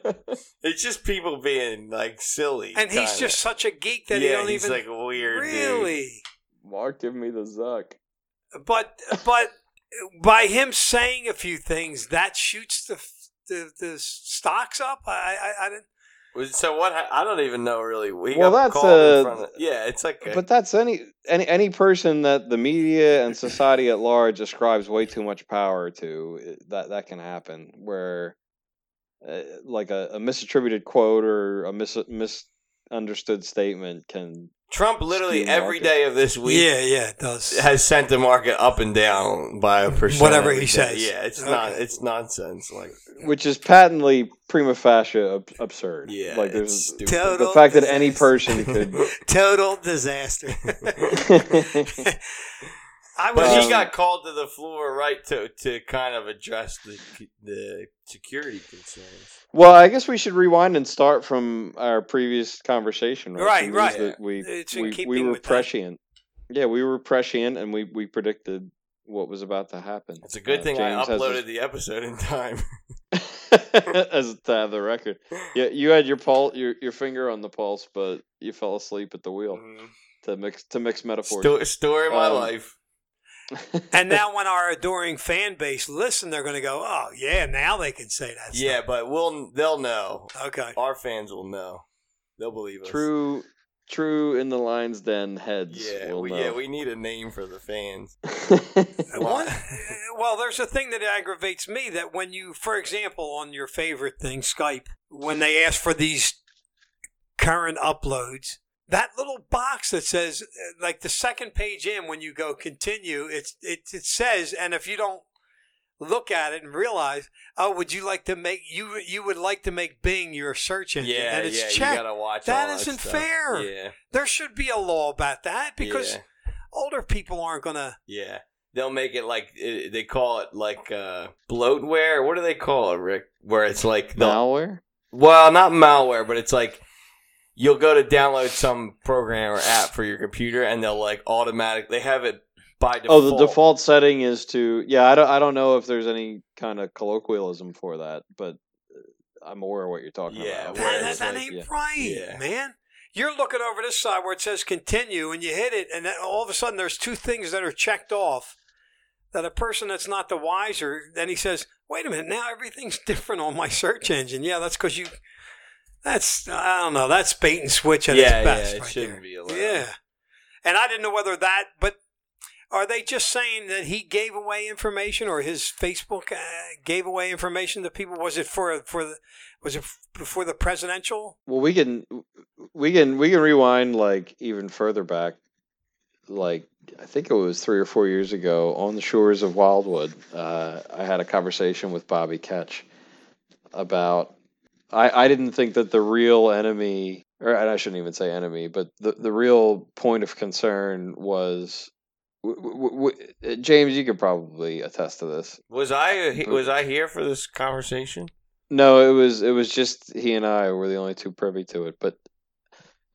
Speaker 1: It's just people being like silly.
Speaker 2: And he's
Speaker 1: kinda.
Speaker 2: just such a geek that he
Speaker 1: yeah,
Speaker 2: don't
Speaker 1: he's
Speaker 2: even
Speaker 1: like a weird. Dude.
Speaker 2: really.
Speaker 3: Mark, give me the zuck.
Speaker 2: But but by him saying a few things, that shoots the the, the stocks up. I I, I didn't.
Speaker 1: Was- So what? ha- I don't even know really. We
Speaker 3: Well,
Speaker 1: got
Speaker 3: that's,
Speaker 1: called in
Speaker 3: uh,
Speaker 1: front of- yeah, it's like. a-
Speaker 3: But that's any any any person that the media and society at large ascribes way too much power to eh, that that can happen where uh, like a, a misattributed quote or a mis- misunderstood statement can
Speaker 1: Trump literally
Speaker 3: Skew market.
Speaker 1: every day of this week
Speaker 2: yeah, yeah, it does.
Speaker 1: has sent the market up and down by a percent.
Speaker 2: Whatever
Speaker 1: every
Speaker 2: he
Speaker 1: day.
Speaker 2: says.
Speaker 1: Yeah, it's not.
Speaker 2: Okay.
Speaker 1: It's nonsense. Like
Speaker 3: which is patently prima facie ab- absurd.
Speaker 1: yeah,
Speaker 3: like there's
Speaker 1: it's stupid.
Speaker 2: Total
Speaker 3: the fact that any
Speaker 2: disaster.
Speaker 3: person could.
Speaker 2: total disaster. I was
Speaker 1: But
Speaker 2: just
Speaker 1: he got called to the floor, right, to to kind of address the the security concerns.
Speaker 3: well, I guess we should rewind and start from our previous conversation.
Speaker 2: Right,
Speaker 3: Some
Speaker 2: right. Uh,
Speaker 3: news that we
Speaker 2: It's in
Speaker 3: we, we
Speaker 2: keeping
Speaker 3: were
Speaker 2: with that.
Speaker 3: prescient. Yeah, we were prescient, and we we predicted what was about to happen.
Speaker 1: It's a good
Speaker 3: Uh,
Speaker 1: thing
Speaker 3: James
Speaker 1: I
Speaker 3: has
Speaker 1: uploaded the episode in time.
Speaker 3: his- as to have the record. Yeah, you had your pul- your your finger on the pulse, but you fell asleep at the wheel.
Speaker 2: Mm-hmm.
Speaker 3: To mix to mix metaphors.
Speaker 1: Sto- story of my
Speaker 3: Um,
Speaker 1: life.
Speaker 2: And now, when our adoring fan base listen, they're going to go, "Oh yeah, now they can say that." stuff."
Speaker 1: Yeah, but we'll they'll know.
Speaker 2: Okay.
Speaker 1: Our fans will know. They'll believe us.
Speaker 3: True, true. In the lion's den, heads.
Speaker 1: Yeah,
Speaker 3: will
Speaker 1: we,
Speaker 3: know.
Speaker 1: yeah. We need a name for the fans.
Speaker 2: One, well, there's a thing that aggravates me that when you, for example, on your favorite thing, Skype, when they ask for these current uploads, that little box that says, uh, like the second page in, when you go continue, it's, it, it says, and if you don't look at it and realize, oh, would you like to make you you would like to make Bing your search engine?
Speaker 1: Yeah,
Speaker 2: and it's
Speaker 1: yeah.
Speaker 2: checked.
Speaker 1: You gotta watch.
Speaker 2: That
Speaker 1: all that
Speaker 2: isn't
Speaker 1: stuff.
Speaker 2: fair.
Speaker 1: Yeah,
Speaker 2: there should be a law about that because
Speaker 1: yeah.
Speaker 2: older people aren't going to.
Speaker 1: Yeah. They'll make it like it, they call it like uh bloatware. What do they call it, Rick? Where it's like the
Speaker 3: malware.
Speaker 1: well, not malware, but it's like you'll go to download some program or app for your computer, and they'll like automatic. They have it by default.
Speaker 3: Oh, the default setting is to yeah. I don't. I don't know if there's any kind of colloquialism for that, but uh, I'm aware of what you're talking
Speaker 1: Yeah,
Speaker 3: about.
Speaker 1: where
Speaker 2: That, that,
Speaker 1: it's
Speaker 2: that
Speaker 3: like,
Speaker 2: ain't
Speaker 3: yeah.
Speaker 2: right,
Speaker 1: Yeah.
Speaker 2: man. You're looking over this side where it says continue, and you hit it, and then all of a sudden there's two things that are checked off. That a person that's not the wiser, then he says, "Wait a minute, now everything's different on my search engine." Yeah, that's because you. That's I don't know. That's bait and switch at
Speaker 1: Yeah,
Speaker 2: its
Speaker 1: yeah,
Speaker 2: best.
Speaker 1: it
Speaker 2: right
Speaker 1: shouldn't
Speaker 2: there.
Speaker 1: be allowed.
Speaker 2: Yeah, and I didn't know whether that, but Are they just saying that he gave away information, or his Facebook uh, gave away information to people? Was it for for the was it f- for the presidential?
Speaker 3: Well, we can we can we can rewind like even further back, like I think it was three or four years ago on the shores of Wildwood. Uh, I had a conversation with Bobby Ketch about I, I didn't think that the real enemy, or I shouldn't even say enemy, but the, the real point of concern was. W- w- w- James, you could probably attest to this.
Speaker 1: Was I was I here for this conversation?
Speaker 3: No, it was it was just he and I were the only two privy to it. But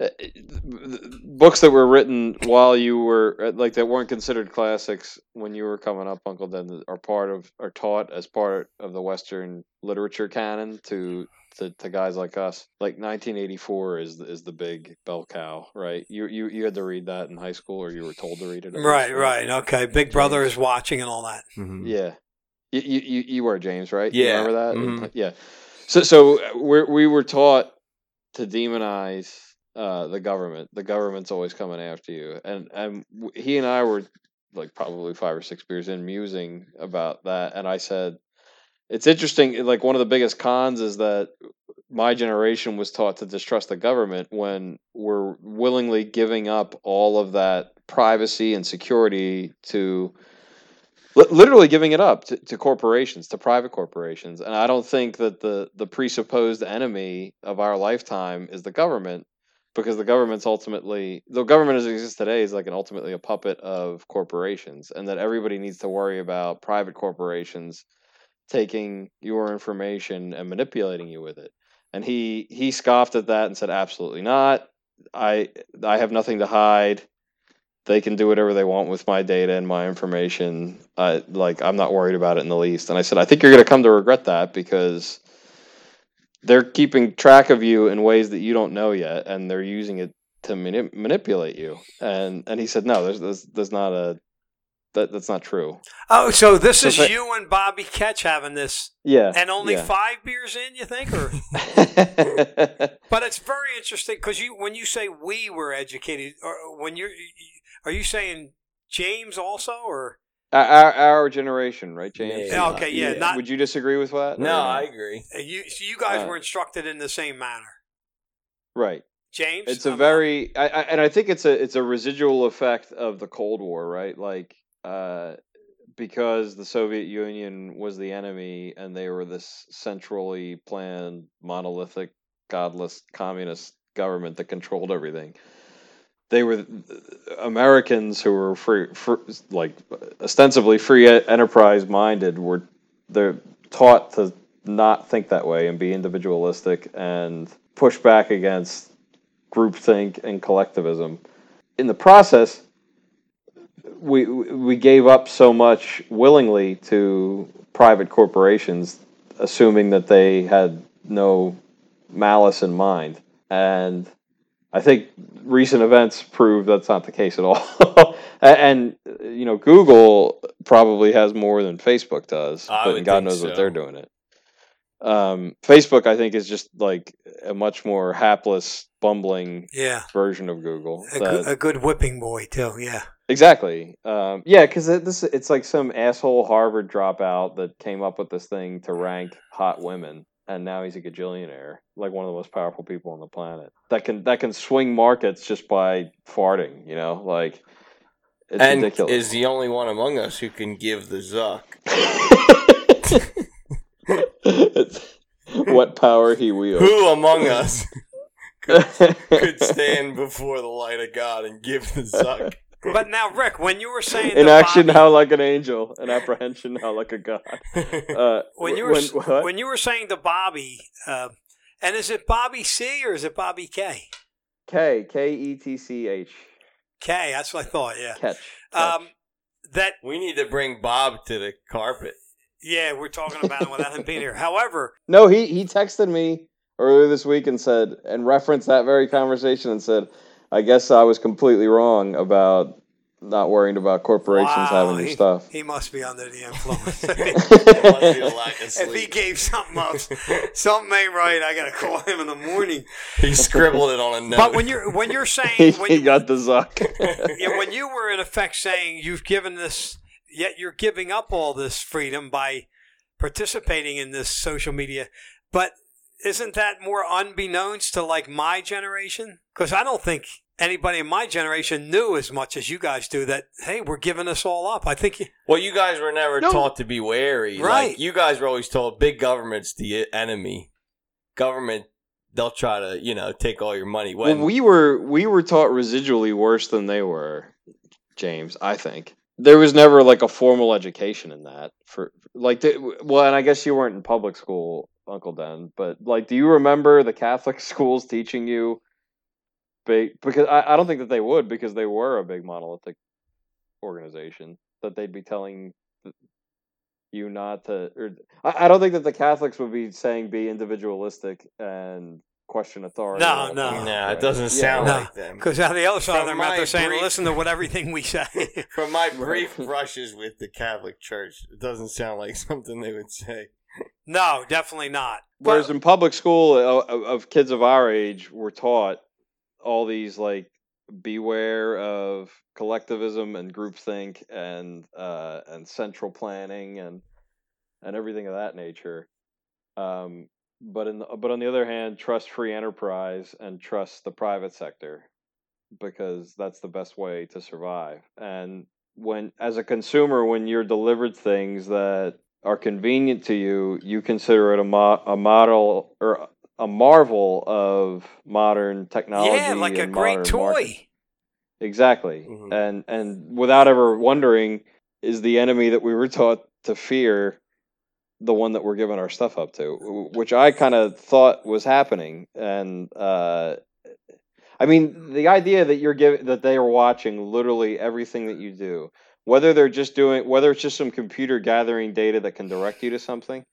Speaker 3: uh, books that were written while you were uh, like that weren't considered classics when you were coming up, Uncle Then are part of are taught as part of the Western literature canon to to, to guys like us. Like 1984 is the- is the big bell cow, right? You you you had to read that in high school, or you were told to read it. at
Speaker 2: Right,
Speaker 3: least,
Speaker 2: right, okay. Big Brother is watching and all that.
Speaker 3: yeah. You, you you you were James, right?
Speaker 1: Mm-hmm. Yeah.
Speaker 3: You remember that?
Speaker 1: Mhm.
Speaker 3: Yeah. So so uh, we we were taught to demonize uh, the government. The government's always coming after you. And and w- he and I were like probably 5 or 6 beers in musing about that and I said it's interesting like one of the biggest cons is that my generation was taught to distrust the government when we're willingly giving up all of that privacy and security to Li- literally giving it up to, to corporations to private corporations and i don't think that the the presupposed enemy of our lifetime is the government because the government's ultimately the government as it exists today is like an ultimately a puppet of corporations and that everybody needs to worry about private corporations taking your information and manipulating you with it and he he scoffed at that and said absolutely not i i have nothing to hide they can do whatever they want with my data and my information. Uh, like I'm not worried about it in the least. And I said, I think you're going to come to regret that because they're keeping track of you in ways that you don't know yet, and they're using it to mani- manipulate you. And and he said, no, there's there's, there's not a that that's not true.
Speaker 2: Oh, so this
Speaker 3: So
Speaker 2: is
Speaker 3: fa-
Speaker 2: you and Bobby Ketch having this,
Speaker 3: Yeah,
Speaker 2: and only
Speaker 3: yeah.
Speaker 2: five beers in, you think? Or but it's very interesting because you when you say we were educated, or when you're, are you saying James also, or
Speaker 3: our, our our generation, right, James?
Speaker 1: Yeah.
Speaker 2: okay, yeah,
Speaker 1: Yeah.
Speaker 2: not
Speaker 3: Would you disagree with that?
Speaker 1: No, I agree.
Speaker 2: you. So you guys
Speaker 3: Uh,
Speaker 2: were instructed in the same manner.
Speaker 3: right.
Speaker 2: James?
Speaker 3: It's a
Speaker 2: I'm-
Speaker 3: very, I, I, and I think it's a it's a residual effect of the Cold War, right? Like, uh, because the Soviet Union was the enemy, and they were this centrally planned, monolithic, godless communist government that controlled everything. They were Americans who were free, fr like ostensibly free e, enterprise minded. Were they're taught to not think that way and be individualistic and push back against groupthink and collectivism. In the process, we we gave up so much willingly to private corporations, assuming that they had no malice in mind. And I think recent events prove that's not the case at all. A- and you know, Google probably has more than Facebook does,
Speaker 1: I
Speaker 3: but
Speaker 1: would
Speaker 3: God
Speaker 1: think
Speaker 3: knows what
Speaker 1: so.
Speaker 3: they're doing it. Um, Facebook, I think, is just like a much more hapless, bumbling
Speaker 2: Yeah.
Speaker 3: version of Google.
Speaker 2: A,
Speaker 3: that-
Speaker 2: good, a good whipping boy, too. Yeah.
Speaker 3: Exactly. Um, yeah, because it, this it's like some asshole Harvard dropout that came up with this thing to rank hot women, and now he's a gajillionaire, like one of the most powerful people on the planet that can that can swing markets just by farting. You know, like it's
Speaker 1: and
Speaker 3: ridiculous.
Speaker 1: is the only one among us who can give the zuck.
Speaker 3: It's- what power he wields.
Speaker 1: Who among us could stand before the light of God and give the zuck?
Speaker 2: But now, Rick, when you were saying
Speaker 3: in
Speaker 2: that
Speaker 3: action
Speaker 2: Bobby-
Speaker 3: how like an angel in apprehension how like a god uh,
Speaker 2: when you were s- when,
Speaker 3: what?
Speaker 2: you were saying to Bobby, uh, and is it Bobby C or is it Bobby K?
Speaker 3: k E k-e-t-c-h
Speaker 2: K, that's what I thought. Yeah.
Speaker 3: catch
Speaker 2: Um, that
Speaker 1: we need to bring Bob to the carpet.
Speaker 2: yeah, we're talking about it without him being here. However,
Speaker 3: no he he texted me earlier this week and said and referenced that very conversation and said i guess i was completely wrong about not worrying about corporations
Speaker 2: Wow,
Speaker 3: having your
Speaker 2: he-
Speaker 3: stuff.
Speaker 2: He must be under the influence.
Speaker 1: Must be a lack of
Speaker 2: if he
Speaker 1: sleep.
Speaker 2: gave something up, something ain't right. I gotta call him in the morning.
Speaker 1: He scribbled it on a note.
Speaker 2: But when you're when you're
Speaker 3: he,
Speaker 2: saying when
Speaker 3: he
Speaker 2: you,
Speaker 3: got the Zuck.
Speaker 2: yeah, when you were in effect saying you've given this, yet you're giving up all this freedom by participating in this social media. But isn't that more unbeknownst to like my generation? Because I don't think anybody in my generation knew as much as you guys do that. Hey, we're giving this all up. I think you,
Speaker 1: well, you guys were never
Speaker 3: No.
Speaker 1: taught to be wary.
Speaker 2: Right.
Speaker 1: Like, you guys were always told big government's the enemy. Government, they'll try to, you know, take all your money. When
Speaker 3: well, we were we were taught residually worse than they were, James. I think there was never like a formal education in that for like. They, well, and I guess you weren't in public school, Uncle Den. But like, do you remember the Catholic schools teaching you? Big, because I, I don't think that they would because they were a big monolithic organization that they'd be telling th- you not to or I, I don't think that the Catholics would be saying be individualistic and question authority.
Speaker 2: No,
Speaker 3: and all that
Speaker 2: no.
Speaker 3: stuff,
Speaker 1: no,
Speaker 3: right?
Speaker 1: it doesn't sound
Speaker 2: No.
Speaker 1: like them.
Speaker 2: because on the other side of their
Speaker 1: From
Speaker 2: mouth,
Speaker 1: my
Speaker 2: they're saying,
Speaker 1: brief-
Speaker 2: "Listen to what everything we say."
Speaker 1: From my brief brushes with the Catholic Church, it doesn't sound like something they would say.
Speaker 2: no, definitely not.
Speaker 3: Whereas in public school, uh, of, of kids of our age, were taught all these like beware of collectivism and groupthink and uh, and central planning and and everything of that nature. Um, but in the, but on the other hand, trust free enterprise and trust the private sector because that's the best way to survive. And when as a consumer, when you're delivered things that are convenient to you, you consider it a mo- a model or a marvel of modern technology.
Speaker 2: yeah, like a
Speaker 3: and
Speaker 2: great
Speaker 3: modern
Speaker 2: toy.
Speaker 3: market- Exactly.
Speaker 1: Mhm.
Speaker 3: And and without ever wondering, is the enemy that we were taught to fear the one that we're giving our stuff up to, wh- which I kind of thought was happening. And uh, I mean, the idea that you're giving that they are watching literally everything that you do, whether they're just doing whether it's just some computer gathering data that can direct you to something.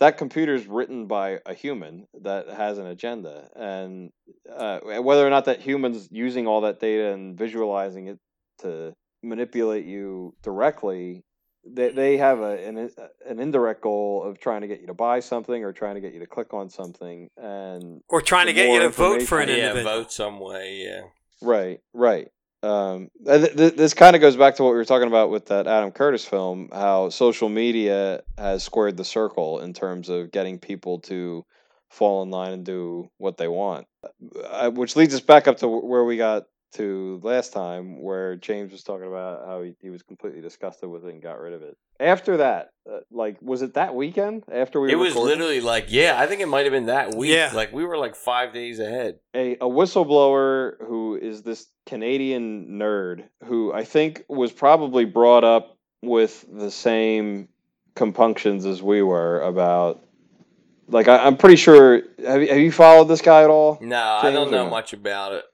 Speaker 3: That computer's written by a human that has an agenda, and uh, whether or not that human's using all that data and visualizing it to manipulate you directly, they they have a an uh, an indirect goal of trying to get you to buy something or trying to get you to click on something, and
Speaker 2: Or trying to
Speaker 3: The
Speaker 2: get you
Speaker 3: more
Speaker 2: to vote for an
Speaker 3: information-
Speaker 1: Yeah,
Speaker 2: individual.
Speaker 1: vote some way. Yeah.
Speaker 3: Right, right. Um, th- th- this kind of goes back to what we were talking about with that Adam Curtis film, how social media has squared the circle in terms of getting people to fall in line and do what they want, uh, which leads us back up to wh- where we got to last time, where James was talking about how he, he was completely disgusted with it and got rid of it. After that, uh, like, was it that weekend after we
Speaker 1: It was
Speaker 3: recorded?
Speaker 1: literally like, yeah, I think it might have been that week.
Speaker 2: Yeah.
Speaker 1: Like we were like five days ahead.
Speaker 3: a, a whistleblower who is this Canadian nerd who I think was probably brought up with the same compunctions as we were about. Like I, I'm pretty sure. Have you, have you followed this guy at all?
Speaker 1: No, I
Speaker 3: James
Speaker 1: don't know
Speaker 3: or-
Speaker 1: much about it.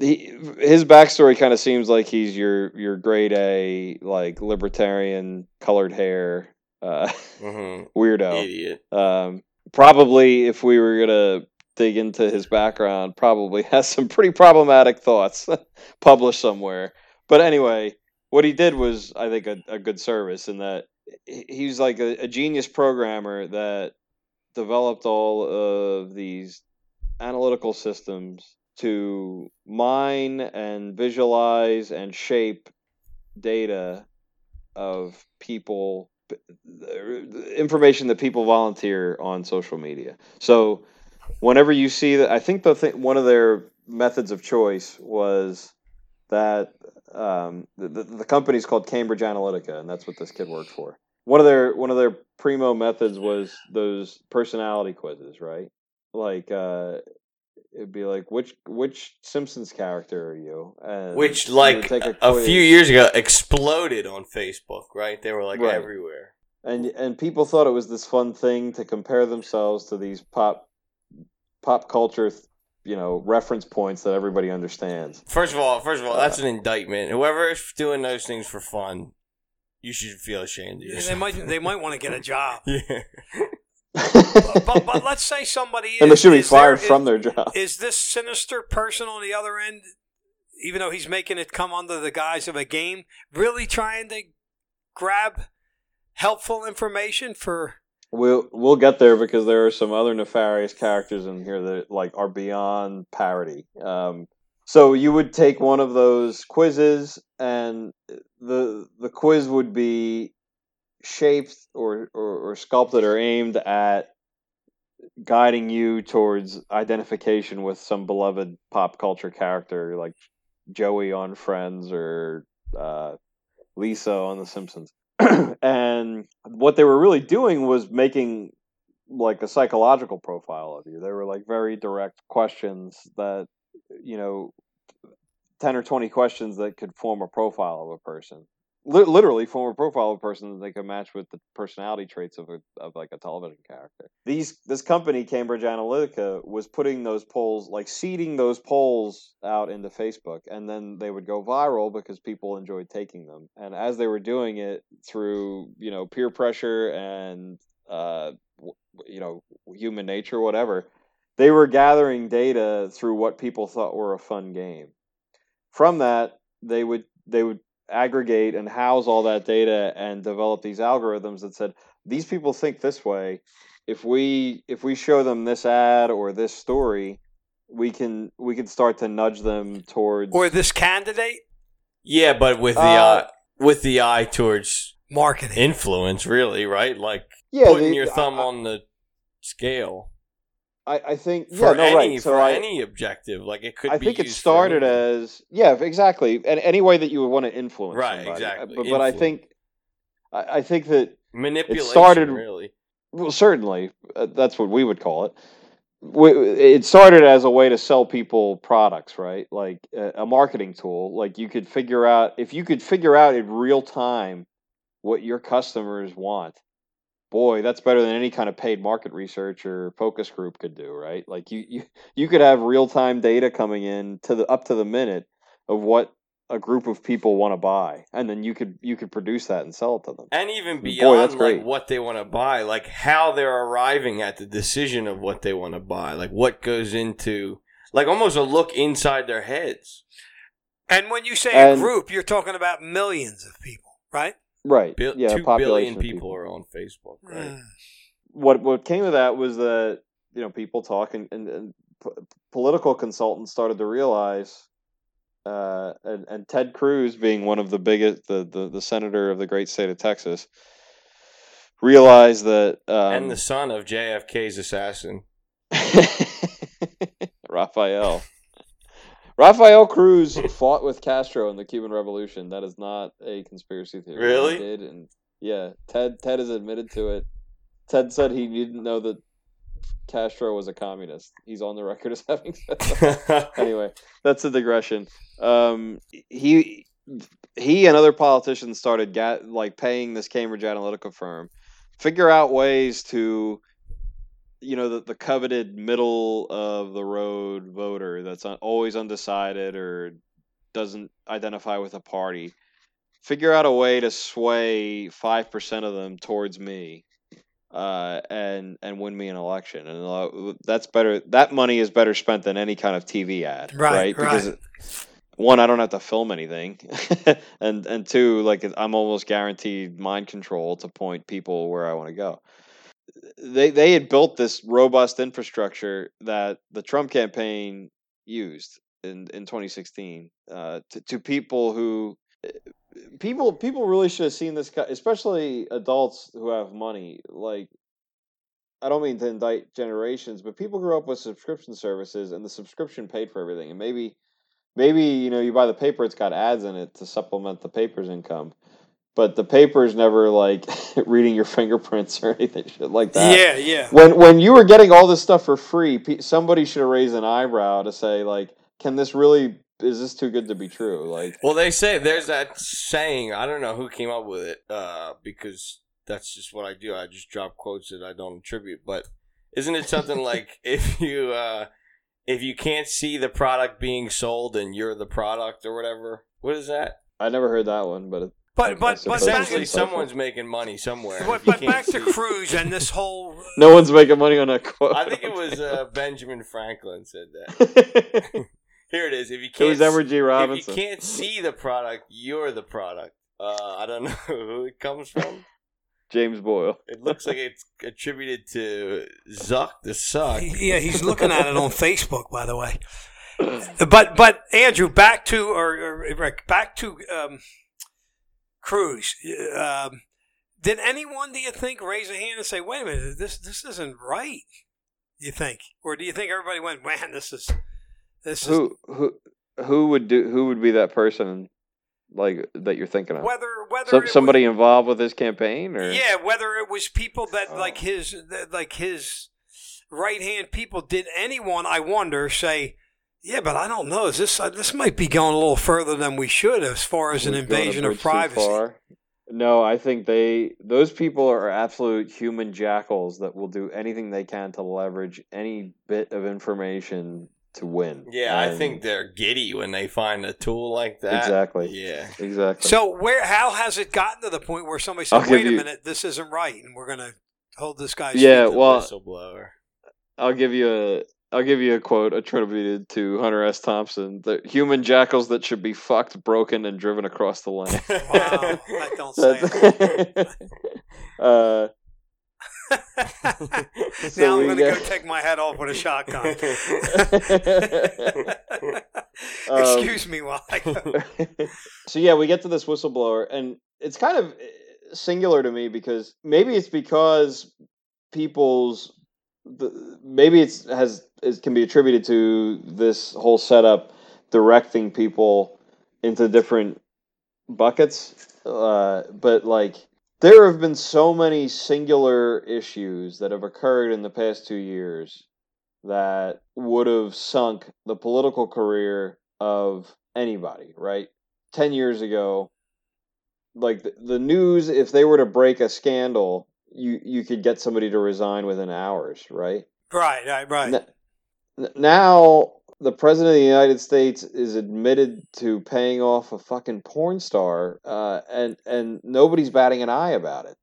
Speaker 3: He, his backstory kind of seems like he's your your grade A like libertarian, colored hair uh,
Speaker 1: hmm
Speaker 3: weirdo.
Speaker 1: Idiot.
Speaker 3: Um, probably, if we were gonna dig into his background, probably has some pretty problematic thoughts published somewhere. But anyway, what he did was, I think, a, a good service in that he- he's like a, a genius programmer that developed all of these analytical systems to mine and visualize and shape data of people information that people volunteer on social media. So whenever you see that, I think the th- one of their methods of choice was that um, the, the the company's called Cambridge Analytica, and that's what this kid worked for. One of their one of their primo methods was those personality quizzes, right? Like uh, it'd be like which which Simpsons character are you? And
Speaker 1: Which
Speaker 3: you would
Speaker 1: like
Speaker 3: take
Speaker 1: a,
Speaker 3: quiz.
Speaker 1: few years ago exploded on Facebook, right? They were like
Speaker 3: Right.
Speaker 1: everywhere.
Speaker 3: and and people thought it was this fun thing to compare themselves to these pop pop culture you know reference points that everybody understands
Speaker 1: First of all, first of all,
Speaker 3: Uh,
Speaker 1: that's an indictment. Whoever is doing those things for fun, you should feel ashamed of
Speaker 2: They
Speaker 1: yourself.
Speaker 2: might they might want to get a job.
Speaker 1: yeah.
Speaker 2: But, but, but let's say somebody is,
Speaker 3: and they should be
Speaker 2: is there-
Speaker 3: fired
Speaker 2: is-
Speaker 3: from their job
Speaker 2: Is this sinister person on the other end even though he's making it come under the guise of a game, really trying to grab helpful information for
Speaker 3: We'll we'll get there because there are some other nefarious characters in here that like are beyond parody. Um, so you would take one of those quizzes, and the the quiz would be shaped or, or, or sculpted or aimed at guiding you towards identification with some beloved pop culture character like Joey on Friends or uh, Lisa on The Simpsons. and what they were really doing was making like a psychological profile of you. They were like very direct questions that, you know, 10 or 20 questions that could form a profile of a person. Li- literally form a profile of a person that they could match with the personality traits of a, of like a television character. These this company Cambridge Analytica was putting those polls like seeding those polls out into Facebook and then they would go viral because people enjoyed taking them. And as they were doing it through, you know, peer pressure and uh w- you know, human nature whatever, they were gathering data through what people thought were a fun game. From that, they would they would aggregate and house all that data and develop these algorithms that said these people think this way if we if we show them this ad or this story we can we can start to nudge them towards
Speaker 2: or this candidate
Speaker 1: Yeah, but with the
Speaker 3: Uh,
Speaker 1: eye, with the eye towards
Speaker 2: marketing.
Speaker 1: influence, really, right? Like
Speaker 3: yeah
Speaker 1: putting
Speaker 3: they-
Speaker 1: your thumb
Speaker 3: I,
Speaker 1: on the scale
Speaker 3: I, I think
Speaker 1: for
Speaker 3: yeah no
Speaker 1: any
Speaker 3: right so
Speaker 1: for
Speaker 3: I,
Speaker 1: any objective. Like it could.
Speaker 3: I
Speaker 1: be
Speaker 3: think it
Speaker 1: used for
Speaker 3: started
Speaker 1: anything.
Speaker 3: as yeah, exactly, and any way that you would want to influence,
Speaker 1: Right,
Speaker 3: somebody.
Speaker 1: exactly,
Speaker 3: But, but I
Speaker 1: influence.
Speaker 3: think, I, I think that
Speaker 1: manipulation.
Speaker 3: started-
Speaker 1: really.
Speaker 3: well, certainly uh, that's what we would call it. W- It started as a way to sell people products, right? Like uh, a marketing tool. Like you could figure out if you could figure out in real time what your customers want. Boy, that's better than any kind of paid market research or focus group could do, right? Like you, you, you could have real time data coming in to the up to the minute of what a group of people want to buy, and then you could you could produce that and sell it to them.
Speaker 1: and even
Speaker 3: Boy,
Speaker 1: beyond
Speaker 3: that's
Speaker 1: like
Speaker 3: great.
Speaker 1: what they want to buy like how they're arriving at the decision of what they want to buy like what goes into like almost a look inside their heads
Speaker 2: And when you say a
Speaker 3: And-
Speaker 2: group, you're talking about millions of people, right?
Speaker 3: Right?
Speaker 1: Bil-
Speaker 3: yeah,
Speaker 1: two billion
Speaker 3: population of
Speaker 1: people, are on facebook right
Speaker 2: Mm.
Speaker 3: what what came of that was that you know people talk and, and, and p- political consultants started to realize uh, and, and Ted Cruz being one of the biggest the, the, the senator of the great state of Texas realized that um,
Speaker 1: and the son of jfk's assassin
Speaker 3: Raphael Raphael Cruz fought with Castro in the Cuban Revolution that is not a conspiracy theory He
Speaker 1: Really?
Speaker 3: did and yeah Ted Ted has admitted to it Ted said he didn't know that Castro was a communist. He's on the record as having said that. anyway, that's a digression. Um, he he and other politicians started ga- like paying this Cambridge Analytica firm figure out ways to you know the, the coveted middle of the road voter that's un- always undecided or doesn't identify with a party figure out a way to sway 5% of them towards me uh, and and win me an election and uh, that's better that money is better spent than any kind of tv ad
Speaker 2: Right, right.
Speaker 3: right, because one i don't have to film anything and and two like i'm almost guaranteed mind control to point people where i want to go they they had built this robust infrastructure that the trump campaign used in in 2016 uh, to, to people who eh, people people really should have seen this guy, especially adults who have money. Like, I don't mean to indict generations, but people grew up with subscription services, and the subscription paid for everything. And maybe, maybe you know, you buy the paper; it's got ads in it to supplement the paper's income. But the paper's never like reading your fingerprints or anything shit like that
Speaker 2: Yeah, yeah.
Speaker 3: when when you were getting all this stuff for free, pe- somebody should have raised an eyebrow to say like, "Can this really? Is this too good to be true?" Like,
Speaker 1: well they say there's that saying i don't know who came up with it uh, because that's just what i do i just drop quotes that i don't attribute but isn't it something like if you uh, if you can't see the product being sold and you're the product or whatever what is that
Speaker 3: I never heard that one, but it, I- I
Speaker 2: But but but
Speaker 3: suppose
Speaker 2: back,
Speaker 1: Essentially,
Speaker 3: it's social.
Speaker 1: someone's making money somewhere.
Speaker 2: but,
Speaker 1: You
Speaker 2: but
Speaker 1: can't
Speaker 2: back to
Speaker 1: see.
Speaker 2: Cruz and this whole.
Speaker 3: no one's making money on that quote.
Speaker 1: I think it was uh, Benjamin Franklin said that. Here it is. If you
Speaker 3: It
Speaker 1: can't,
Speaker 3: was Edward G.
Speaker 1: if you
Speaker 3: Robinson.
Speaker 1: can't see the product, you're the product. Uh, I don't know who it comes from.
Speaker 3: James Boyle.
Speaker 1: It looks like it's attributed to Zuck the Suck.
Speaker 2: yeah, he's looking at it on Facebook, by the way. But but Andrew, back to or, or Rick, back to um, Cruz. Um, did anyone, do you think, raise a hand and say, "Wait a minute, this this isn't right"? You think, or do you think everybody went, "Man, this is this is
Speaker 3: who who who would do who would be that person like that you're thinking of?
Speaker 2: whether whether
Speaker 3: Some,
Speaker 2: it
Speaker 3: somebody involved with this campaign or
Speaker 2: was, yeah, whether it was people that like
Speaker 3: Oh.
Speaker 2: his that, like his right hand people. Did anyone, I wonder, say? Yeah, but I don't know. Is this uh, this might be going a little further than we should as far as an
Speaker 3: We've gone a
Speaker 2: invasion of
Speaker 3: bridge too
Speaker 2: privacy?
Speaker 3: far. No, I think they those people are absolute human jackals that will do anything they can to leverage any bit of information to win.
Speaker 1: Yeah, I
Speaker 3: And-
Speaker 1: think they're giddy when they find a tool like that.
Speaker 3: Um, exactly.
Speaker 1: Yeah.
Speaker 3: Exactly.
Speaker 2: So where how has it gotten to the point where somebody
Speaker 3: I'll
Speaker 2: said,
Speaker 3: give
Speaker 2: "Wait a
Speaker 3: you-
Speaker 2: minute, this isn't right," and we're going to hold this guy's
Speaker 3: Yeah,
Speaker 2: feet to the
Speaker 3: well-
Speaker 2: whistle?
Speaker 1: Whistleblower.
Speaker 3: I'll give you a I'll give you a quote attributed to Hunter S. Thompson: "The human jackals that should be fucked, broken, and driven across the land."
Speaker 2: wow, I don't say.
Speaker 3: That's- uh,
Speaker 2: it.
Speaker 3: so
Speaker 2: now I'm
Speaker 3: we
Speaker 2: going to go
Speaker 3: got-
Speaker 2: take my head off with a shotgun.
Speaker 3: Um,
Speaker 2: Excuse me while I go.
Speaker 3: so yeah, we get to this whistleblower, and it's kind of eh, singular to me because maybe it's because people's the, maybe it's has it can be attributed to this whole setup directing people into different buckets, uh, but like. There have been so many singular issues that have occurred in the past two years that would have sunk the political career of anybody, right? 10 years ago, like the, the news, if they were to break a scandal, you, you could get somebody to resign within hours, right?
Speaker 2: Right, right, right.
Speaker 3: N- n- now, the president of the United States is admitted to paying off a fucking porn star, uh, and, and nobody's batting an eye about it,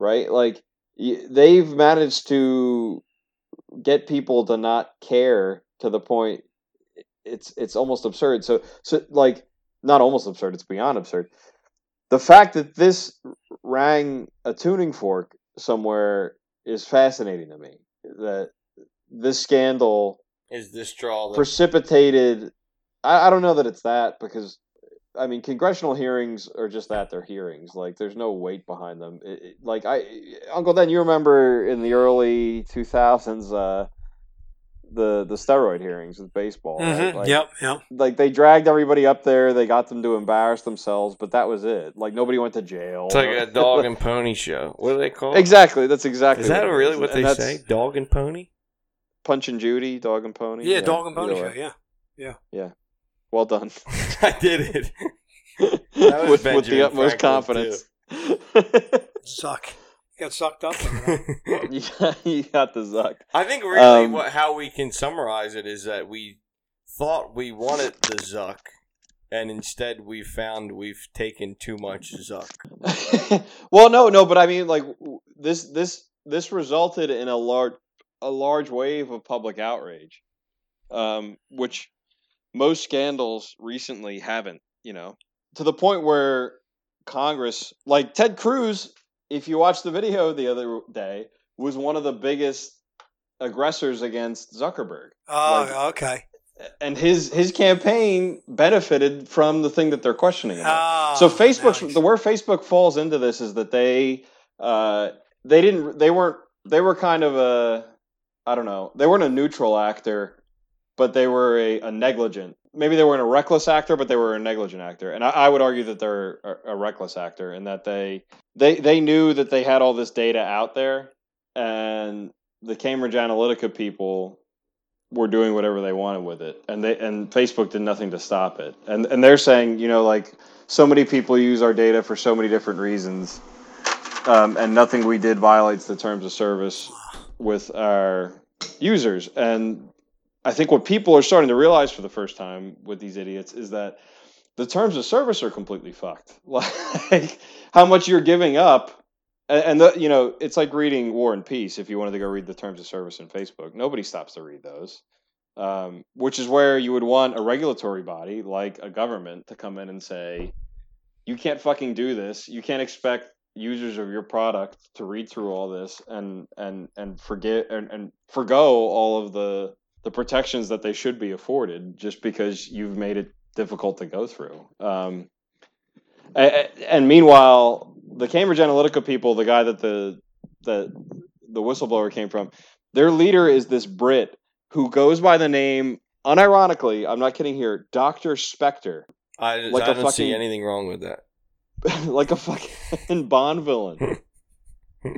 Speaker 3: right? Like, y- they've managed to get people to not care to the point it's it's almost absurd so so like not almost absurd it's beyond absurd the fact that this rang a tuning fork somewhere is fascinating to me that this scandal
Speaker 1: Is this straw that
Speaker 3: precipitated I, I don't know that it's that because i mean congressional hearings are just that they're hearings like there's no weight behind them It- it- like i uncle dan you remember in the early 2000s uh the the steroid hearings with baseball right?
Speaker 1: Mm-hmm,
Speaker 2: Mhm,
Speaker 3: like,
Speaker 2: yep, yep.
Speaker 3: like they dragged everybody up there they got them to embarrass themselves but that was it like nobody went to jail
Speaker 1: It's like a dog and pony show. What do they call it?
Speaker 3: exactly that's exactly
Speaker 1: Is that
Speaker 3: it
Speaker 1: really
Speaker 3: is.
Speaker 1: what
Speaker 3: And
Speaker 1: they
Speaker 3: that's
Speaker 1: say? Dog and pony?
Speaker 3: punch and judy dog and pony
Speaker 2: Yeah, dog and
Speaker 3: either
Speaker 2: pony show.
Speaker 3: way.
Speaker 2: Yeah,
Speaker 3: well done
Speaker 1: I did it. was
Speaker 3: with, with
Speaker 1: Benjamin
Speaker 3: the utmost
Speaker 1: Franklin,
Speaker 3: confidence.
Speaker 2: suck. Got sucked up. over that.
Speaker 3: you, got, you got the Zuck.
Speaker 1: I think really
Speaker 3: Um,
Speaker 1: what, how we can summarize it is that we thought we wanted the Zuck, and instead we found we've taken too much Zuck.
Speaker 3: well, no, no, but I mean, like w- this, this, this resulted in a large, a large wave of public outrage, um, which most scandals recently haven't. You know, to the point where Congress, like Ted Cruz, if you watch the video the other day, was one of the biggest aggressors against Zuckerberg.
Speaker 2: Oh, okay.
Speaker 3: and his his campaign benefited from the thing that they're questioning. About.
Speaker 2: Oh,
Speaker 3: so Facebook's
Speaker 2: nice.
Speaker 3: the where Facebook falls into this is that they uh, they didn't they weren't they were kind of a I don't know they weren't a neutral actor, but they were a, a negligent. Maybe they weren't a reckless actor, but they were a negligent actor, and I, I would argue that they're a, a reckless actor and that they they they knew that they had all this data out there, and the Cambridge Analytica people were doing whatever they wanted with it, and they and Facebook did nothing to stop it. And and they're saying, you know, like so many people use our data for so many different reasons, um, and nothing we did violates the terms of service with our users. And I think what people are starting to realize for the first time with these idiots is that the terms of service are completely fucked. Like how much you're giving up and, and the, you know, it's like reading War and Peace. If you wanted to go read the terms of service in Facebook, nobody stops to read those. um, which is where you would want a regulatory body like a government to come in and say, you can't fucking do this. You can't expect users of your product to read through all this and and and forget and, and forgo all of the the protections that they should be afforded just because you've made it difficult to go through. Um, and, and meanwhile, the Cambridge Analytica people, the guy that the the the whistleblower came from, their leader is this Brit who goes by the name, unironically, I'm not kidding here, Doctor Spectre,
Speaker 1: I,
Speaker 3: Like
Speaker 1: I
Speaker 3: a
Speaker 1: don't see
Speaker 3: fucking-
Speaker 1: anything wrong with that.
Speaker 3: like a fucking Bond villain.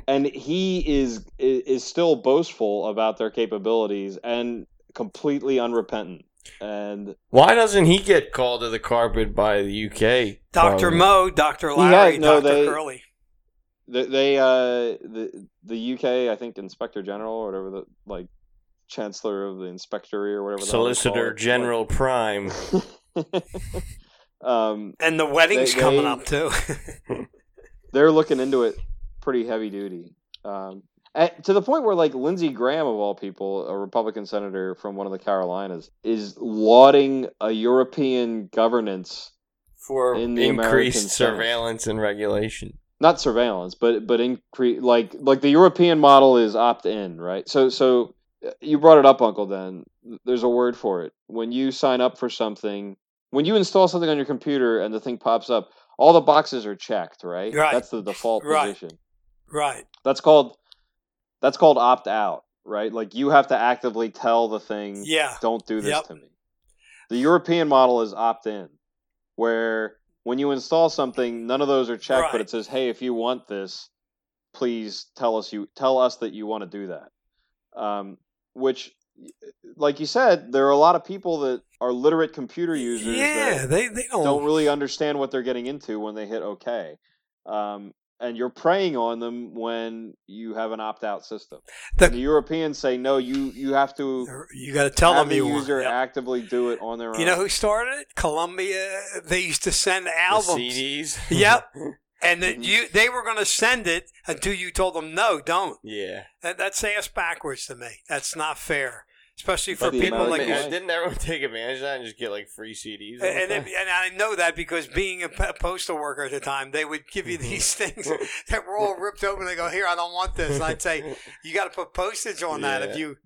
Speaker 3: And he is is still boastful about their capabilities and completely unrepentant. And
Speaker 1: Why doesn't he get called to the carpet by the UK?
Speaker 2: Dr.
Speaker 1: Parliament?
Speaker 2: Moe, Dr.
Speaker 3: Yeah,
Speaker 2: Larry,
Speaker 3: no,
Speaker 2: Dr.
Speaker 3: they-
Speaker 2: Curley.
Speaker 3: they, they uh the the UK I think Inspector General or whatever the like Chancellor of the Inspectory or whatever the hell they call
Speaker 1: Solicitor
Speaker 3: it.
Speaker 1: General Prime.
Speaker 3: um
Speaker 2: And the wedding's
Speaker 3: They-
Speaker 2: coming
Speaker 3: they-
Speaker 2: up, too.
Speaker 3: they're looking into it pretty heavy duty um at, to the point where like Lindsey Graham of all people a Republican senator from one of the Carolinas is lauding a European governance
Speaker 1: For
Speaker 3: In the American
Speaker 1: increased
Speaker 3: Senate.
Speaker 1: surveillance and regulation.
Speaker 3: not surveillance, but but increase like like the European model is opt in, right? So so uh, you brought it up, Uncle. Then there's a word for it when you sign up for something, when you install something on your computer and the thing pops up, all the boxes are checked, right?
Speaker 2: Right.
Speaker 3: That's the default
Speaker 2: Right.
Speaker 3: position.
Speaker 2: right.
Speaker 3: That's called that's called opt out, right? Like you have to actively tell the thing,
Speaker 2: Yeah.
Speaker 3: don't do this
Speaker 2: Yep.
Speaker 3: to me. The European model is opt in, where when you install something, none of those are checked, but
Speaker 2: Right.
Speaker 3: it says, hey, if you want this, please tell us you tell us that you want to do that. Um, which, like you said, there are a lot of people that are literate computer users
Speaker 2: Yeah,
Speaker 3: that
Speaker 2: they, they don't.
Speaker 3: don't really understand what they're getting into when they hit OK. Um, and you're preying on them when you have an opt out system.
Speaker 2: The-
Speaker 3: and the Europeans say, no, you, you have to
Speaker 2: you got to tell
Speaker 3: have
Speaker 2: them
Speaker 3: the
Speaker 2: you want.
Speaker 3: user
Speaker 2: Yep.
Speaker 3: actively do it on their own.
Speaker 2: You know who started it? Columbia. They used to send
Speaker 1: The
Speaker 2: albums.
Speaker 1: CDs.
Speaker 2: Yep. And that you, they were going to send it until you told them, no, don't.
Speaker 1: yeah.
Speaker 2: That, that's ass backwards to me. That's not fair, especially for
Speaker 3: But the
Speaker 2: people
Speaker 3: amount
Speaker 2: like
Speaker 3: of
Speaker 2: you.
Speaker 3: man-
Speaker 1: didn't everyone take advantage of that and just get like free CDs?
Speaker 2: And, and, and I know that because being a p- postal worker at the time, they would give you these
Speaker 1: Mm-hmm.
Speaker 2: things that were all ripped open. They go, "Here, I don't want this," and I'd say, "You got to put postage on that." If
Speaker 1: Yeah.
Speaker 2: you,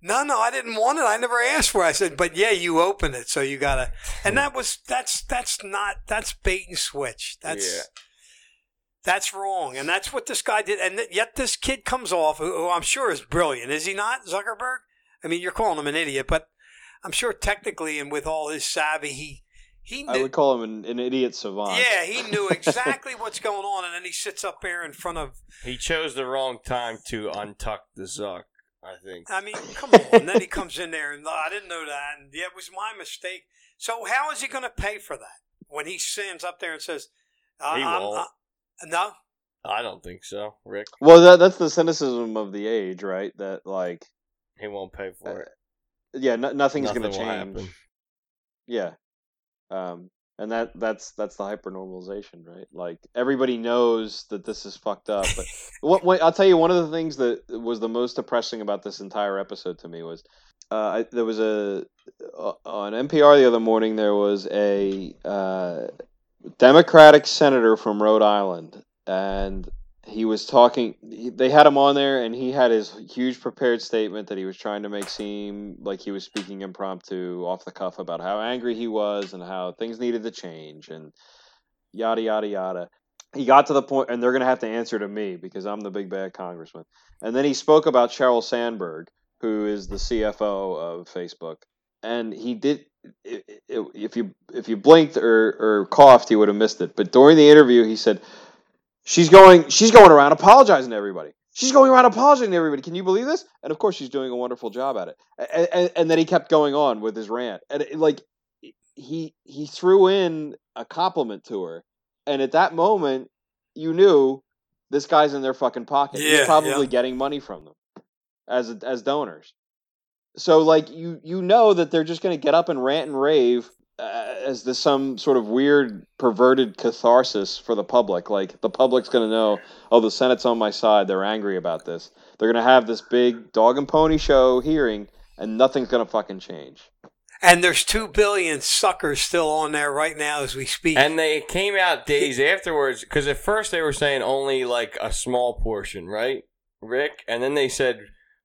Speaker 2: no, no, I didn't want it. I never asked for. it. I said, "But yeah, you open it, so you gotta." And that was that's that's not that's bait and switch. That's
Speaker 1: Yeah.
Speaker 2: that's wrong, and that's what this guy did. And yet, this kid comes off who, who I'm sure is brilliant, is he not, Zuckerberg? I mean, you're calling him an idiot, but I'm sure technically and with all his savvy, he he
Speaker 3: I
Speaker 2: knew-
Speaker 3: would call him an, an idiot savant.
Speaker 2: yeah, he knew exactly what's going on, and then he sits up there in front of.
Speaker 1: he chose the wrong time to untuck the Zuck, I think.
Speaker 2: I mean, come on. and then he comes in there, and "Oh, I didn't know that, and yeah, it was my mistake. So how is he going to pay for that when he stands up there and says, I-
Speaker 1: He
Speaker 2: I'm-
Speaker 1: won't.
Speaker 2: I- "No,
Speaker 1: I don't think so, Rick.
Speaker 3: Well, that, that's the cynicism of the age, right? That like,
Speaker 1: He won't pay
Speaker 3: Uh,
Speaker 1: for it.
Speaker 3: yeah, no, nothing's going to
Speaker 1: Nothing will
Speaker 3: change.
Speaker 1: happen.
Speaker 3: Yeah, um, and that that's that's the hypernormalization, right? Like everybody knows that this is fucked up. But what, what I'll tell you, one of the things that was the most depressing about this entire episode to me was uh, I, there was a uh, on NPR the other morning there was a uh, Democratic senator from Rhode Island, and he was talking. He, they had him on there, and he had his huge prepared statement that he was trying to make seem like he was speaking impromptu, off the cuff, about how angry he was and how things needed to change, and yada yada yada. He got to the point, and they're going to have to answer to me because I'm the big bad congressman. And then he spoke about Sheryl Sandberg, who is the CFO of Facebook, and he did. i- i- If you if you blinked or, or coughed, he would have missed it. But during the interview, he said she's going she's going around apologizing to everybody. She's going around apologizing to everybody. Can you believe this? And of course, she's doing a wonderful job at it. And, and, and then he kept going on with his rant, and it, like he he threw in a compliment to her, and at that moment, you knew this guy's in their fucking pocket.
Speaker 2: Yeah,
Speaker 3: He's probably
Speaker 2: yeah.
Speaker 3: getting money from them as as donors. So like you you know that they're just going to get up and rant and rave uh, as this some sort of weird perverted catharsis for the public. Like the public's going to know, oh, the Senate's on my side. They're angry about this. They're going to have this big dog and pony show hearing, and nothing's gonna fucking change.
Speaker 2: And there's two billion suckers still on there right now as we speak.
Speaker 1: And they came out days afterwards because at first they were saying only like a small portion, right, Rick? And then they said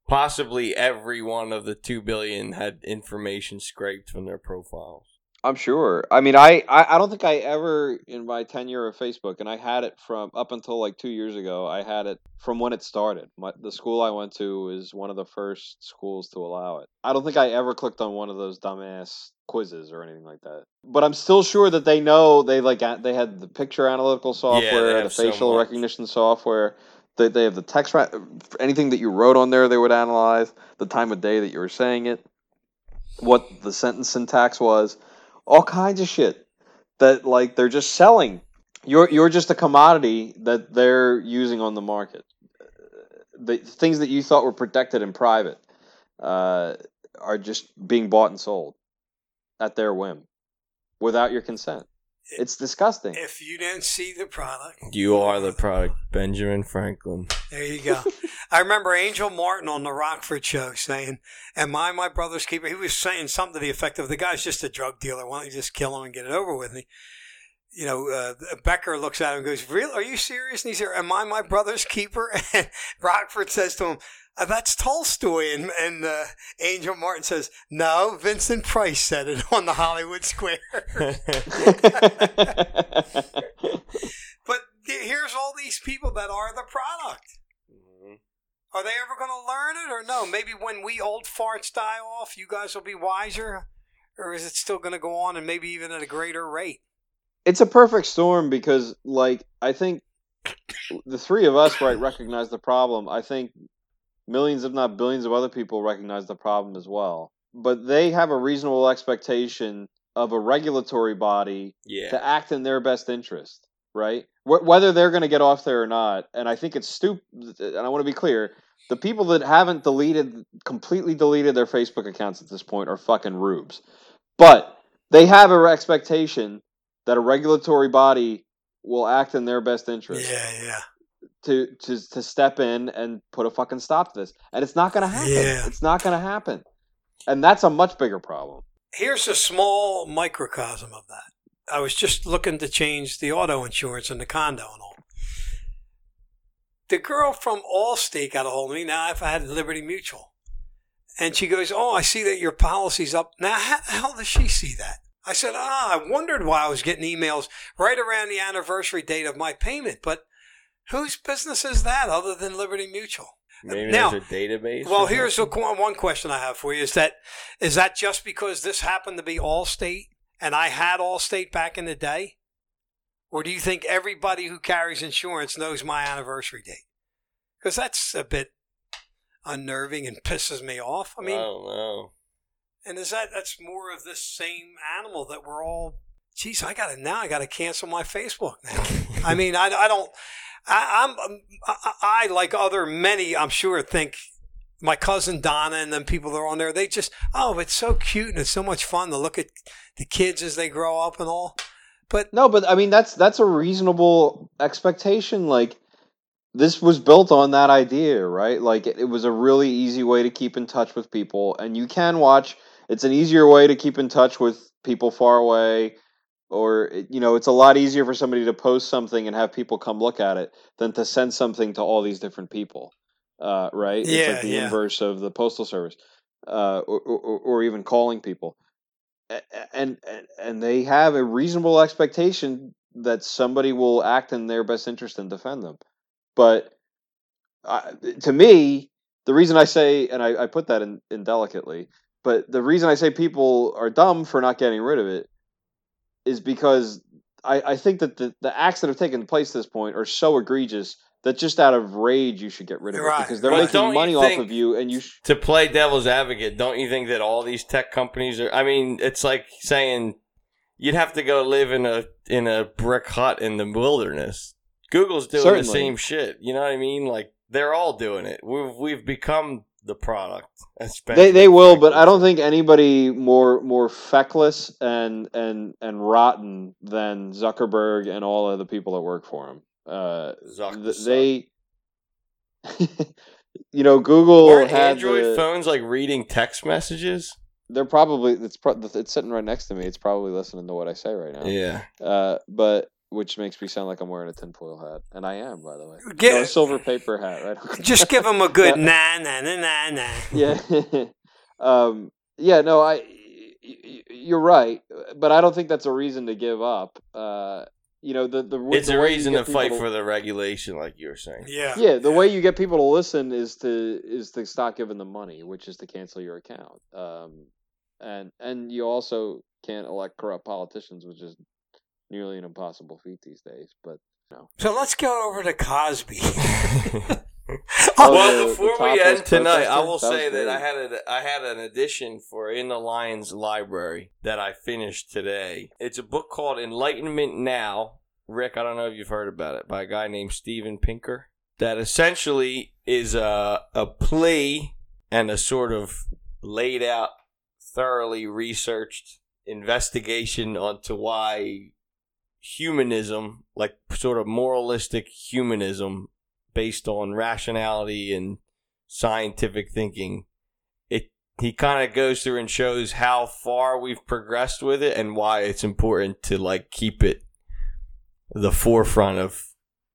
Speaker 1: possibly every one of the two billion had information scraped from their profiles.
Speaker 3: I'm sure. I mean, I, I, I don't think I ever in my tenure of Facebook, and I had it from up until like two years ago. I had it from when it started. My, the school I went to is one of the first schools to allow it. I don't think I ever clicked on one of those dumbass quizzes or anything like that. But I'm still sure that they know they like a- they had the picture analytical software,
Speaker 1: have
Speaker 3: the
Speaker 1: so
Speaker 3: facial
Speaker 1: much.
Speaker 3: recognition software. They they have the text ra- anything that you wrote on there, they would analyze the time of day that you were saying it, what the sentence syntax was all kinds of shit that like they're just selling. You're you're just a commodity that they're using on the market. Uh, The things that you thought were protected and private uh, are just being bought and sold at their whim without your consent. It's disgusting.
Speaker 2: if you didn't see the product,
Speaker 1: You are the product, Benjamin Franklin.
Speaker 2: There you go. I remember Angel Martin on the Rockford show saying, "Am I my brother's keeper?" He was saying something to the effect of, "The guy's just a drug dealer. Why don't you just kill him and get it over with?" And he, you know, uh, Becker looks at him and goes, "Real? Are you serious?" And he said, "Am I my brother's keeper?" And Rockford says to him, "Uh, "That's Tolstoy." And, and uh, Angel Martin says, "No, Vincent Price said it on the Hollywood Square." but th- here's all these people that are the product. Mm-hmm. Are they ever going to learn it or no? Maybe when we old farts die off, you guys will be wiser? Or is it still going to go on and maybe even at a greater rate?
Speaker 3: it's a perfect storm because like I think the three of us right recognize the problem. I think millions if not billions of other people recognize the problem as well. But they have a reasonable expectation of a regulatory body
Speaker 1: Yeah.
Speaker 3: to act in their best interest, right? Wh- whether they're going to get off there or not. And I think it's stupid. And I want to be clear: the people that haven't deleted, completely deleted their Facebook accounts at this point are fucking rubes. But they have a re- expectation that a regulatory body will act in their best interest
Speaker 2: yeah.
Speaker 3: to to to step in and put a fucking stop to this. And it's not going to happen.
Speaker 2: Yeah.
Speaker 3: It's not going to happen. And that's a much bigger problem.
Speaker 2: Here's a small microcosm of that. I was just looking to change the auto insurance and the condo and all. The girl from Allstate got a hold of me. Now, if I had Liberty Mutual, and she goes, "Oh, I see that your policy's up." Now, how the hell does she see that? I said, "Ah, I wondered why I was getting emails right around the anniversary date of my payment." But whose business is that other than Liberty Mutual?
Speaker 1: Maybe
Speaker 2: Now-
Speaker 1: there's a database.
Speaker 2: Well,
Speaker 1: or
Speaker 2: here's the
Speaker 1: something.
Speaker 2: qu- one question I have for you: Is that is that just because this happened to be Allstate and I had Allstate back in the day, or do you think everybody who carries insurance knows my anniversary date? Because that's a bit unnerving and pisses me off. I mean,
Speaker 1: I don't know.
Speaker 2: and is that that's more of this same animal that we're all? Geez, I got to now. I got to cancel my Facebook now. I mean, I, I don't. I, I'm um, I, I like other many. I'm sure think my cousin Donna and then people that are on there. They just oh, it's so cute and it's so much fun to look at the kids as they grow up and all. But
Speaker 3: No, but I mean that's that's a reasonable expectation. Like this was built on that idea, right? Like it, it was a really easy way to keep in touch with people, and you can watch. It's an easier way to keep in touch with people far away, or it- you know, it's a lot easier for somebody to post something and have people come look at it than to send something to all these different people, uh, right? it's
Speaker 2: Yeah,
Speaker 3: like the
Speaker 2: yeah.
Speaker 3: inverse of the postal service, uh, or, or, or even calling people a- a- and and- and they have a reasonable expectation that somebody will act in their best interest and defend them. But I, to me, the reason I say and I, I put that in, in delicately, but the reason I say people are dumb for not getting rid of it is because I, I think that the, the acts that have taken place at this point are so egregious that just out of rage you should get rid of
Speaker 2: Right,
Speaker 3: it because they're
Speaker 1: right. Don't
Speaker 3: making
Speaker 1: you
Speaker 3: money off
Speaker 1: think-
Speaker 3: of you and you sh-
Speaker 1: To play devil's advocate, don't you think that all these tech companies are? I mean, it's like saying you'd have to go live in a in a brick hut in the wilderness. Google's doing
Speaker 3: Certainly.
Speaker 1: the same shit. You know what I mean? Like they're all doing it. We've we've become the product. That's
Speaker 3: They they
Speaker 1: Benjamin
Speaker 3: will, but
Speaker 1: Franklin
Speaker 3: I don't think anybody more more feckless and and and rotten than Zuckerberg and all of the people that work for him. Uh,
Speaker 1: Zuck
Speaker 3: th-
Speaker 1: suck.
Speaker 3: they You know, Google
Speaker 1: Weren't
Speaker 3: had
Speaker 1: Android
Speaker 3: the-
Speaker 1: phones like reading text messages?
Speaker 3: They're probably it's pro- it's sitting right next to me. It's probably listening to what I say right now.
Speaker 1: Yeah.
Speaker 3: Uh, but which makes me sound like I'm wearing a tinfoil hat, and I am, by the way.
Speaker 2: Get-
Speaker 3: No, a silver paper hat, right?
Speaker 2: Just give them a good nah, nah, nah, nah, nah.
Speaker 3: yeah, um, yeah. No, I. y- y- You're right, but I don't think that's a reason to give up. Uh, you know, the the w-
Speaker 1: It's
Speaker 3: the
Speaker 1: a
Speaker 3: way you
Speaker 1: reason
Speaker 3: get
Speaker 1: to
Speaker 3: people
Speaker 1: fight for the regulation, like you were saying.
Speaker 2: Yeah.
Speaker 3: yeah the way you get people to listen is to is to stop giving them money which is to cancel your account um and and you also can't elect corrupt politicians which is nearly an impossible feat these days but
Speaker 2: So let's go over to Cosby.
Speaker 3: Oh,
Speaker 1: well,
Speaker 3: the-
Speaker 1: before
Speaker 3: the
Speaker 1: we
Speaker 3: topless
Speaker 1: end tonight, I
Speaker 3: protester?
Speaker 1: will
Speaker 3: That
Speaker 1: say
Speaker 3: was
Speaker 1: that I
Speaker 3: great.
Speaker 1: had a, I had an edition for In the Lions Library that I finished today. It's a book called Enlightenment Now. Rick, I don't know if you've heard about it, by a guy named Steven Pinker. That essentially is a a plea and a sort of laid out, thoroughly researched investigation onto why humanism, like sort of moralistic humanism based on rationality and scientific thinking. It he kind of goes through and shows how far we've progressed with it and why it's important to like keep it the forefront of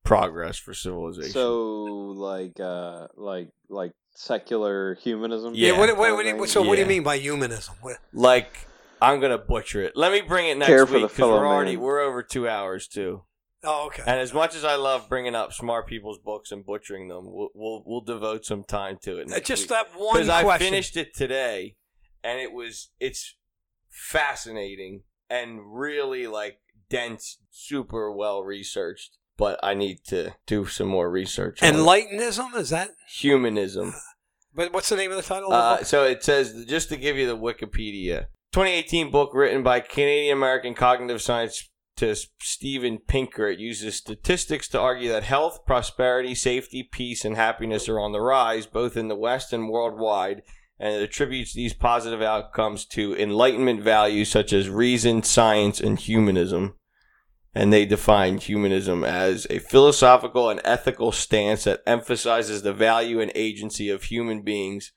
Speaker 1: progress for civilization.
Speaker 3: so like uh like like secular humanism
Speaker 1: Yeah.
Speaker 2: what, what, what, do
Speaker 3: Oh,
Speaker 2: you- so what do you
Speaker 1: Yeah.
Speaker 2: mean by humanism? What,
Speaker 1: like I'm gonna butcher it. Let me bring it next
Speaker 3: Care
Speaker 1: week
Speaker 3: for the
Speaker 1: because
Speaker 3: fellow
Speaker 1: we're already
Speaker 3: man.
Speaker 1: we're over two hours too.
Speaker 2: oh, okay.
Speaker 1: And as much as I love bringing up smart people's books and butchering them, we'll we'll, we'll devote some time to it.
Speaker 2: Uh,
Speaker 1: Next
Speaker 2: Just
Speaker 1: week.
Speaker 2: that one
Speaker 1: I
Speaker 2: question.
Speaker 1: finished it today, and it was it's fascinating and really like dense, super well researched. But I need to do some more research. on
Speaker 2: Enlightenism is that?
Speaker 1: humanism.
Speaker 2: But what's the name of the title? of the
Speaker 1: Uh,
Speaker 2: book?
Speaker 1: so it says just to give you the Wikipedia 2018 book written by Canadian American cognitive science to Steven Pinker. It uses statistics to argue that health, prosperity, safety, peace, and happiness are on the rise, both in the West and worldwide. And it attributes these positive outcomes to enlightenment values such as reason, science, and humanism. And they define humanism as a philosophical and ethical stance that emphasizes the value and agency of human beings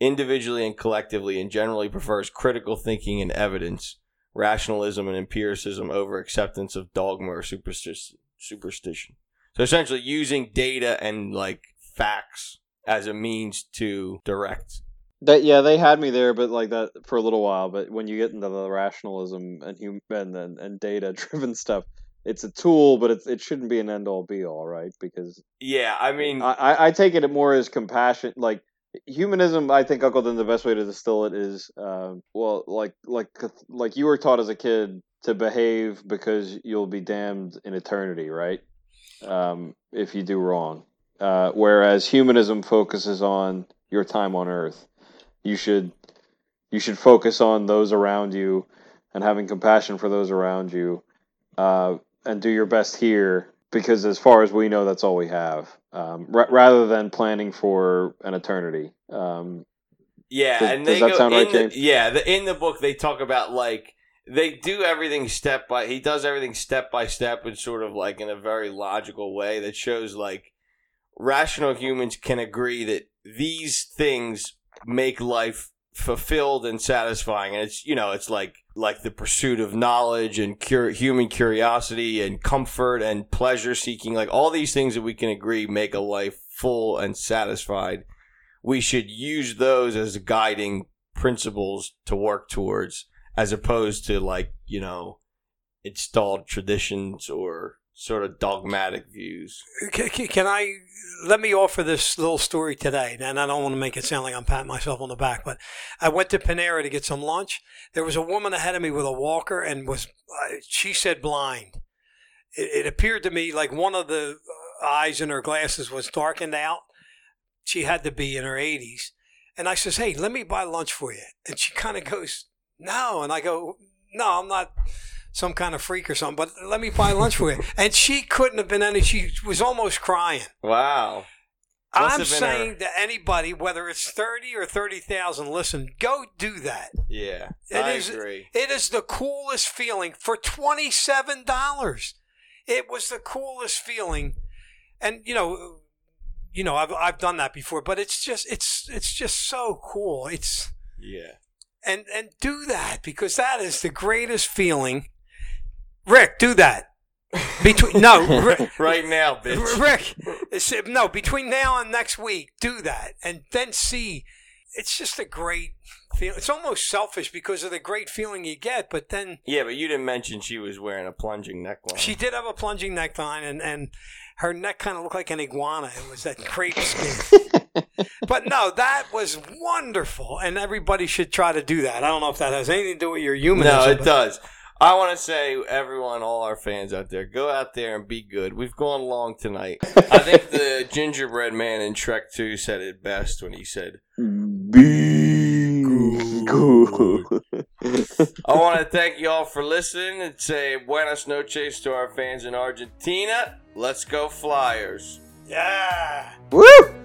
Speaker 1: individually and collectively, and generally prefers critical thinking and evidence, rationalism and empiricism over acceptance of dogma or supersti- superstition. So essentially, using data and like facts as a means to direct.
Speaker 3: that yeah they had me there but like that for a little while but when you get into the rationalism and hum- and and, and data driven stuff it's a tool but it's, it shouldn't be an end all be all right because
Speaker 1: Yeah, I mean,
Speaker 3: I- I, I take it more as compassion. Like humanism, I think Uncle Then the best way to distill it is, um, well, like like like you were taught as a kid to behave because you'll be damned in eternity, right? Um, if you do wrong. Uh, whereas humanism focuses on your time on Earth. You should you should focus on those around you and having compassion for those around you. Uh, and do your best here because as far as we know that's all we have um, ra- rather than planning for an eternity um,
Speaker 1: Yeah,
Speaker 3: Does-
Speaker 1: and
Speaker 3: does
Speaker 1: they
Speaker 3: that
Speaker 1: go
Speaker 3: sound
Speaker 1: in
Speaker 3: right,
Speaker 1: the-
Speaker 3: James?
Speaker 1: yeah, the, in the book they talk about like they do everything step by. He does everything step by step and sort of like in a very logical way that shows like rational humans can agree that these things make life fulfilled and satisfying and it's you know it's like like the pursuit of knowledge and cur- human curiosity and comfort and pleasure seeking like all these things that we can agree make a life full and satisfied we should use those as guiding principles to work towards as opposed to like you know installed traditions or sort of dogmatic views
Speaker 2: Can, can- can I let me offer this little story today? And I don't want to make it sound like I'm patting myself on the back, but I went to Panera to get some lunch. There was a woman ahead of me with a walker and was uh, she said blind. It, it appeared to me like one of the uh, eyes in her glasses was darkened out. She had to be in her 80s. And I says, "Hey, let me buy lunch for you." And she kind of goes, "No," and I go, "No, I'm not." some kind of freak or something, but let me buy lunch for you. And she couldn't have been any, she was almost crying.
Speaker 1: wow Must
Speaker 2: I'm
Speaker 1: have been
Speaker 2: saying
Speaker 1: her-
Speaker 2: to anybody, whether it's 30 or 30,000, listen, go do that.
Speaker 1: yeah
Speaker 2: It
Speaker 1: i
Speaker 2: is-
Speaker 1: agree
Speaker 2: It is the coolest feeling for $27. It was the coolest feeling. And, you know, you know, I've I've done that before, but it's just it's it's just so cool. It's
Speaker 1: Yeah.
Speaker 2: and and do that because that is the greatest feeling. Rick, do that. Between no, Rick,
Speaker 1: Right now, bitch.
Speaker 2: Rick, it's- no, between now and next week, do that and then see. It's just a great feel. It's almost selfish because of the great feeling you get, but then
Speaker 1: Yeah, but you didn't mention she was wearing a plunging neckline.
Speaker 2: she did have a plunging neckline and, and her neck kind of looked like an iguana. It was that crepe skin. but no, that was wonderful, and everybody should try to do that. I don't know if that has anything to do with your humanism.
Speaker 1: no, it
Speaker 2: but-
Speaker 1: does. I want to say, everyone, all our fans out there, go out there and be good. We've gone long tonight. I think the gingerbread man in Trek 2 said it best when he said,
Speaker 3: Be
Speaker 1: Good. I want to thank y'all for listening and say buenas noches to our fans in Argentina. Let's go, Flyers.
Speaker 2: Yeah.
Speaker 3: Woo!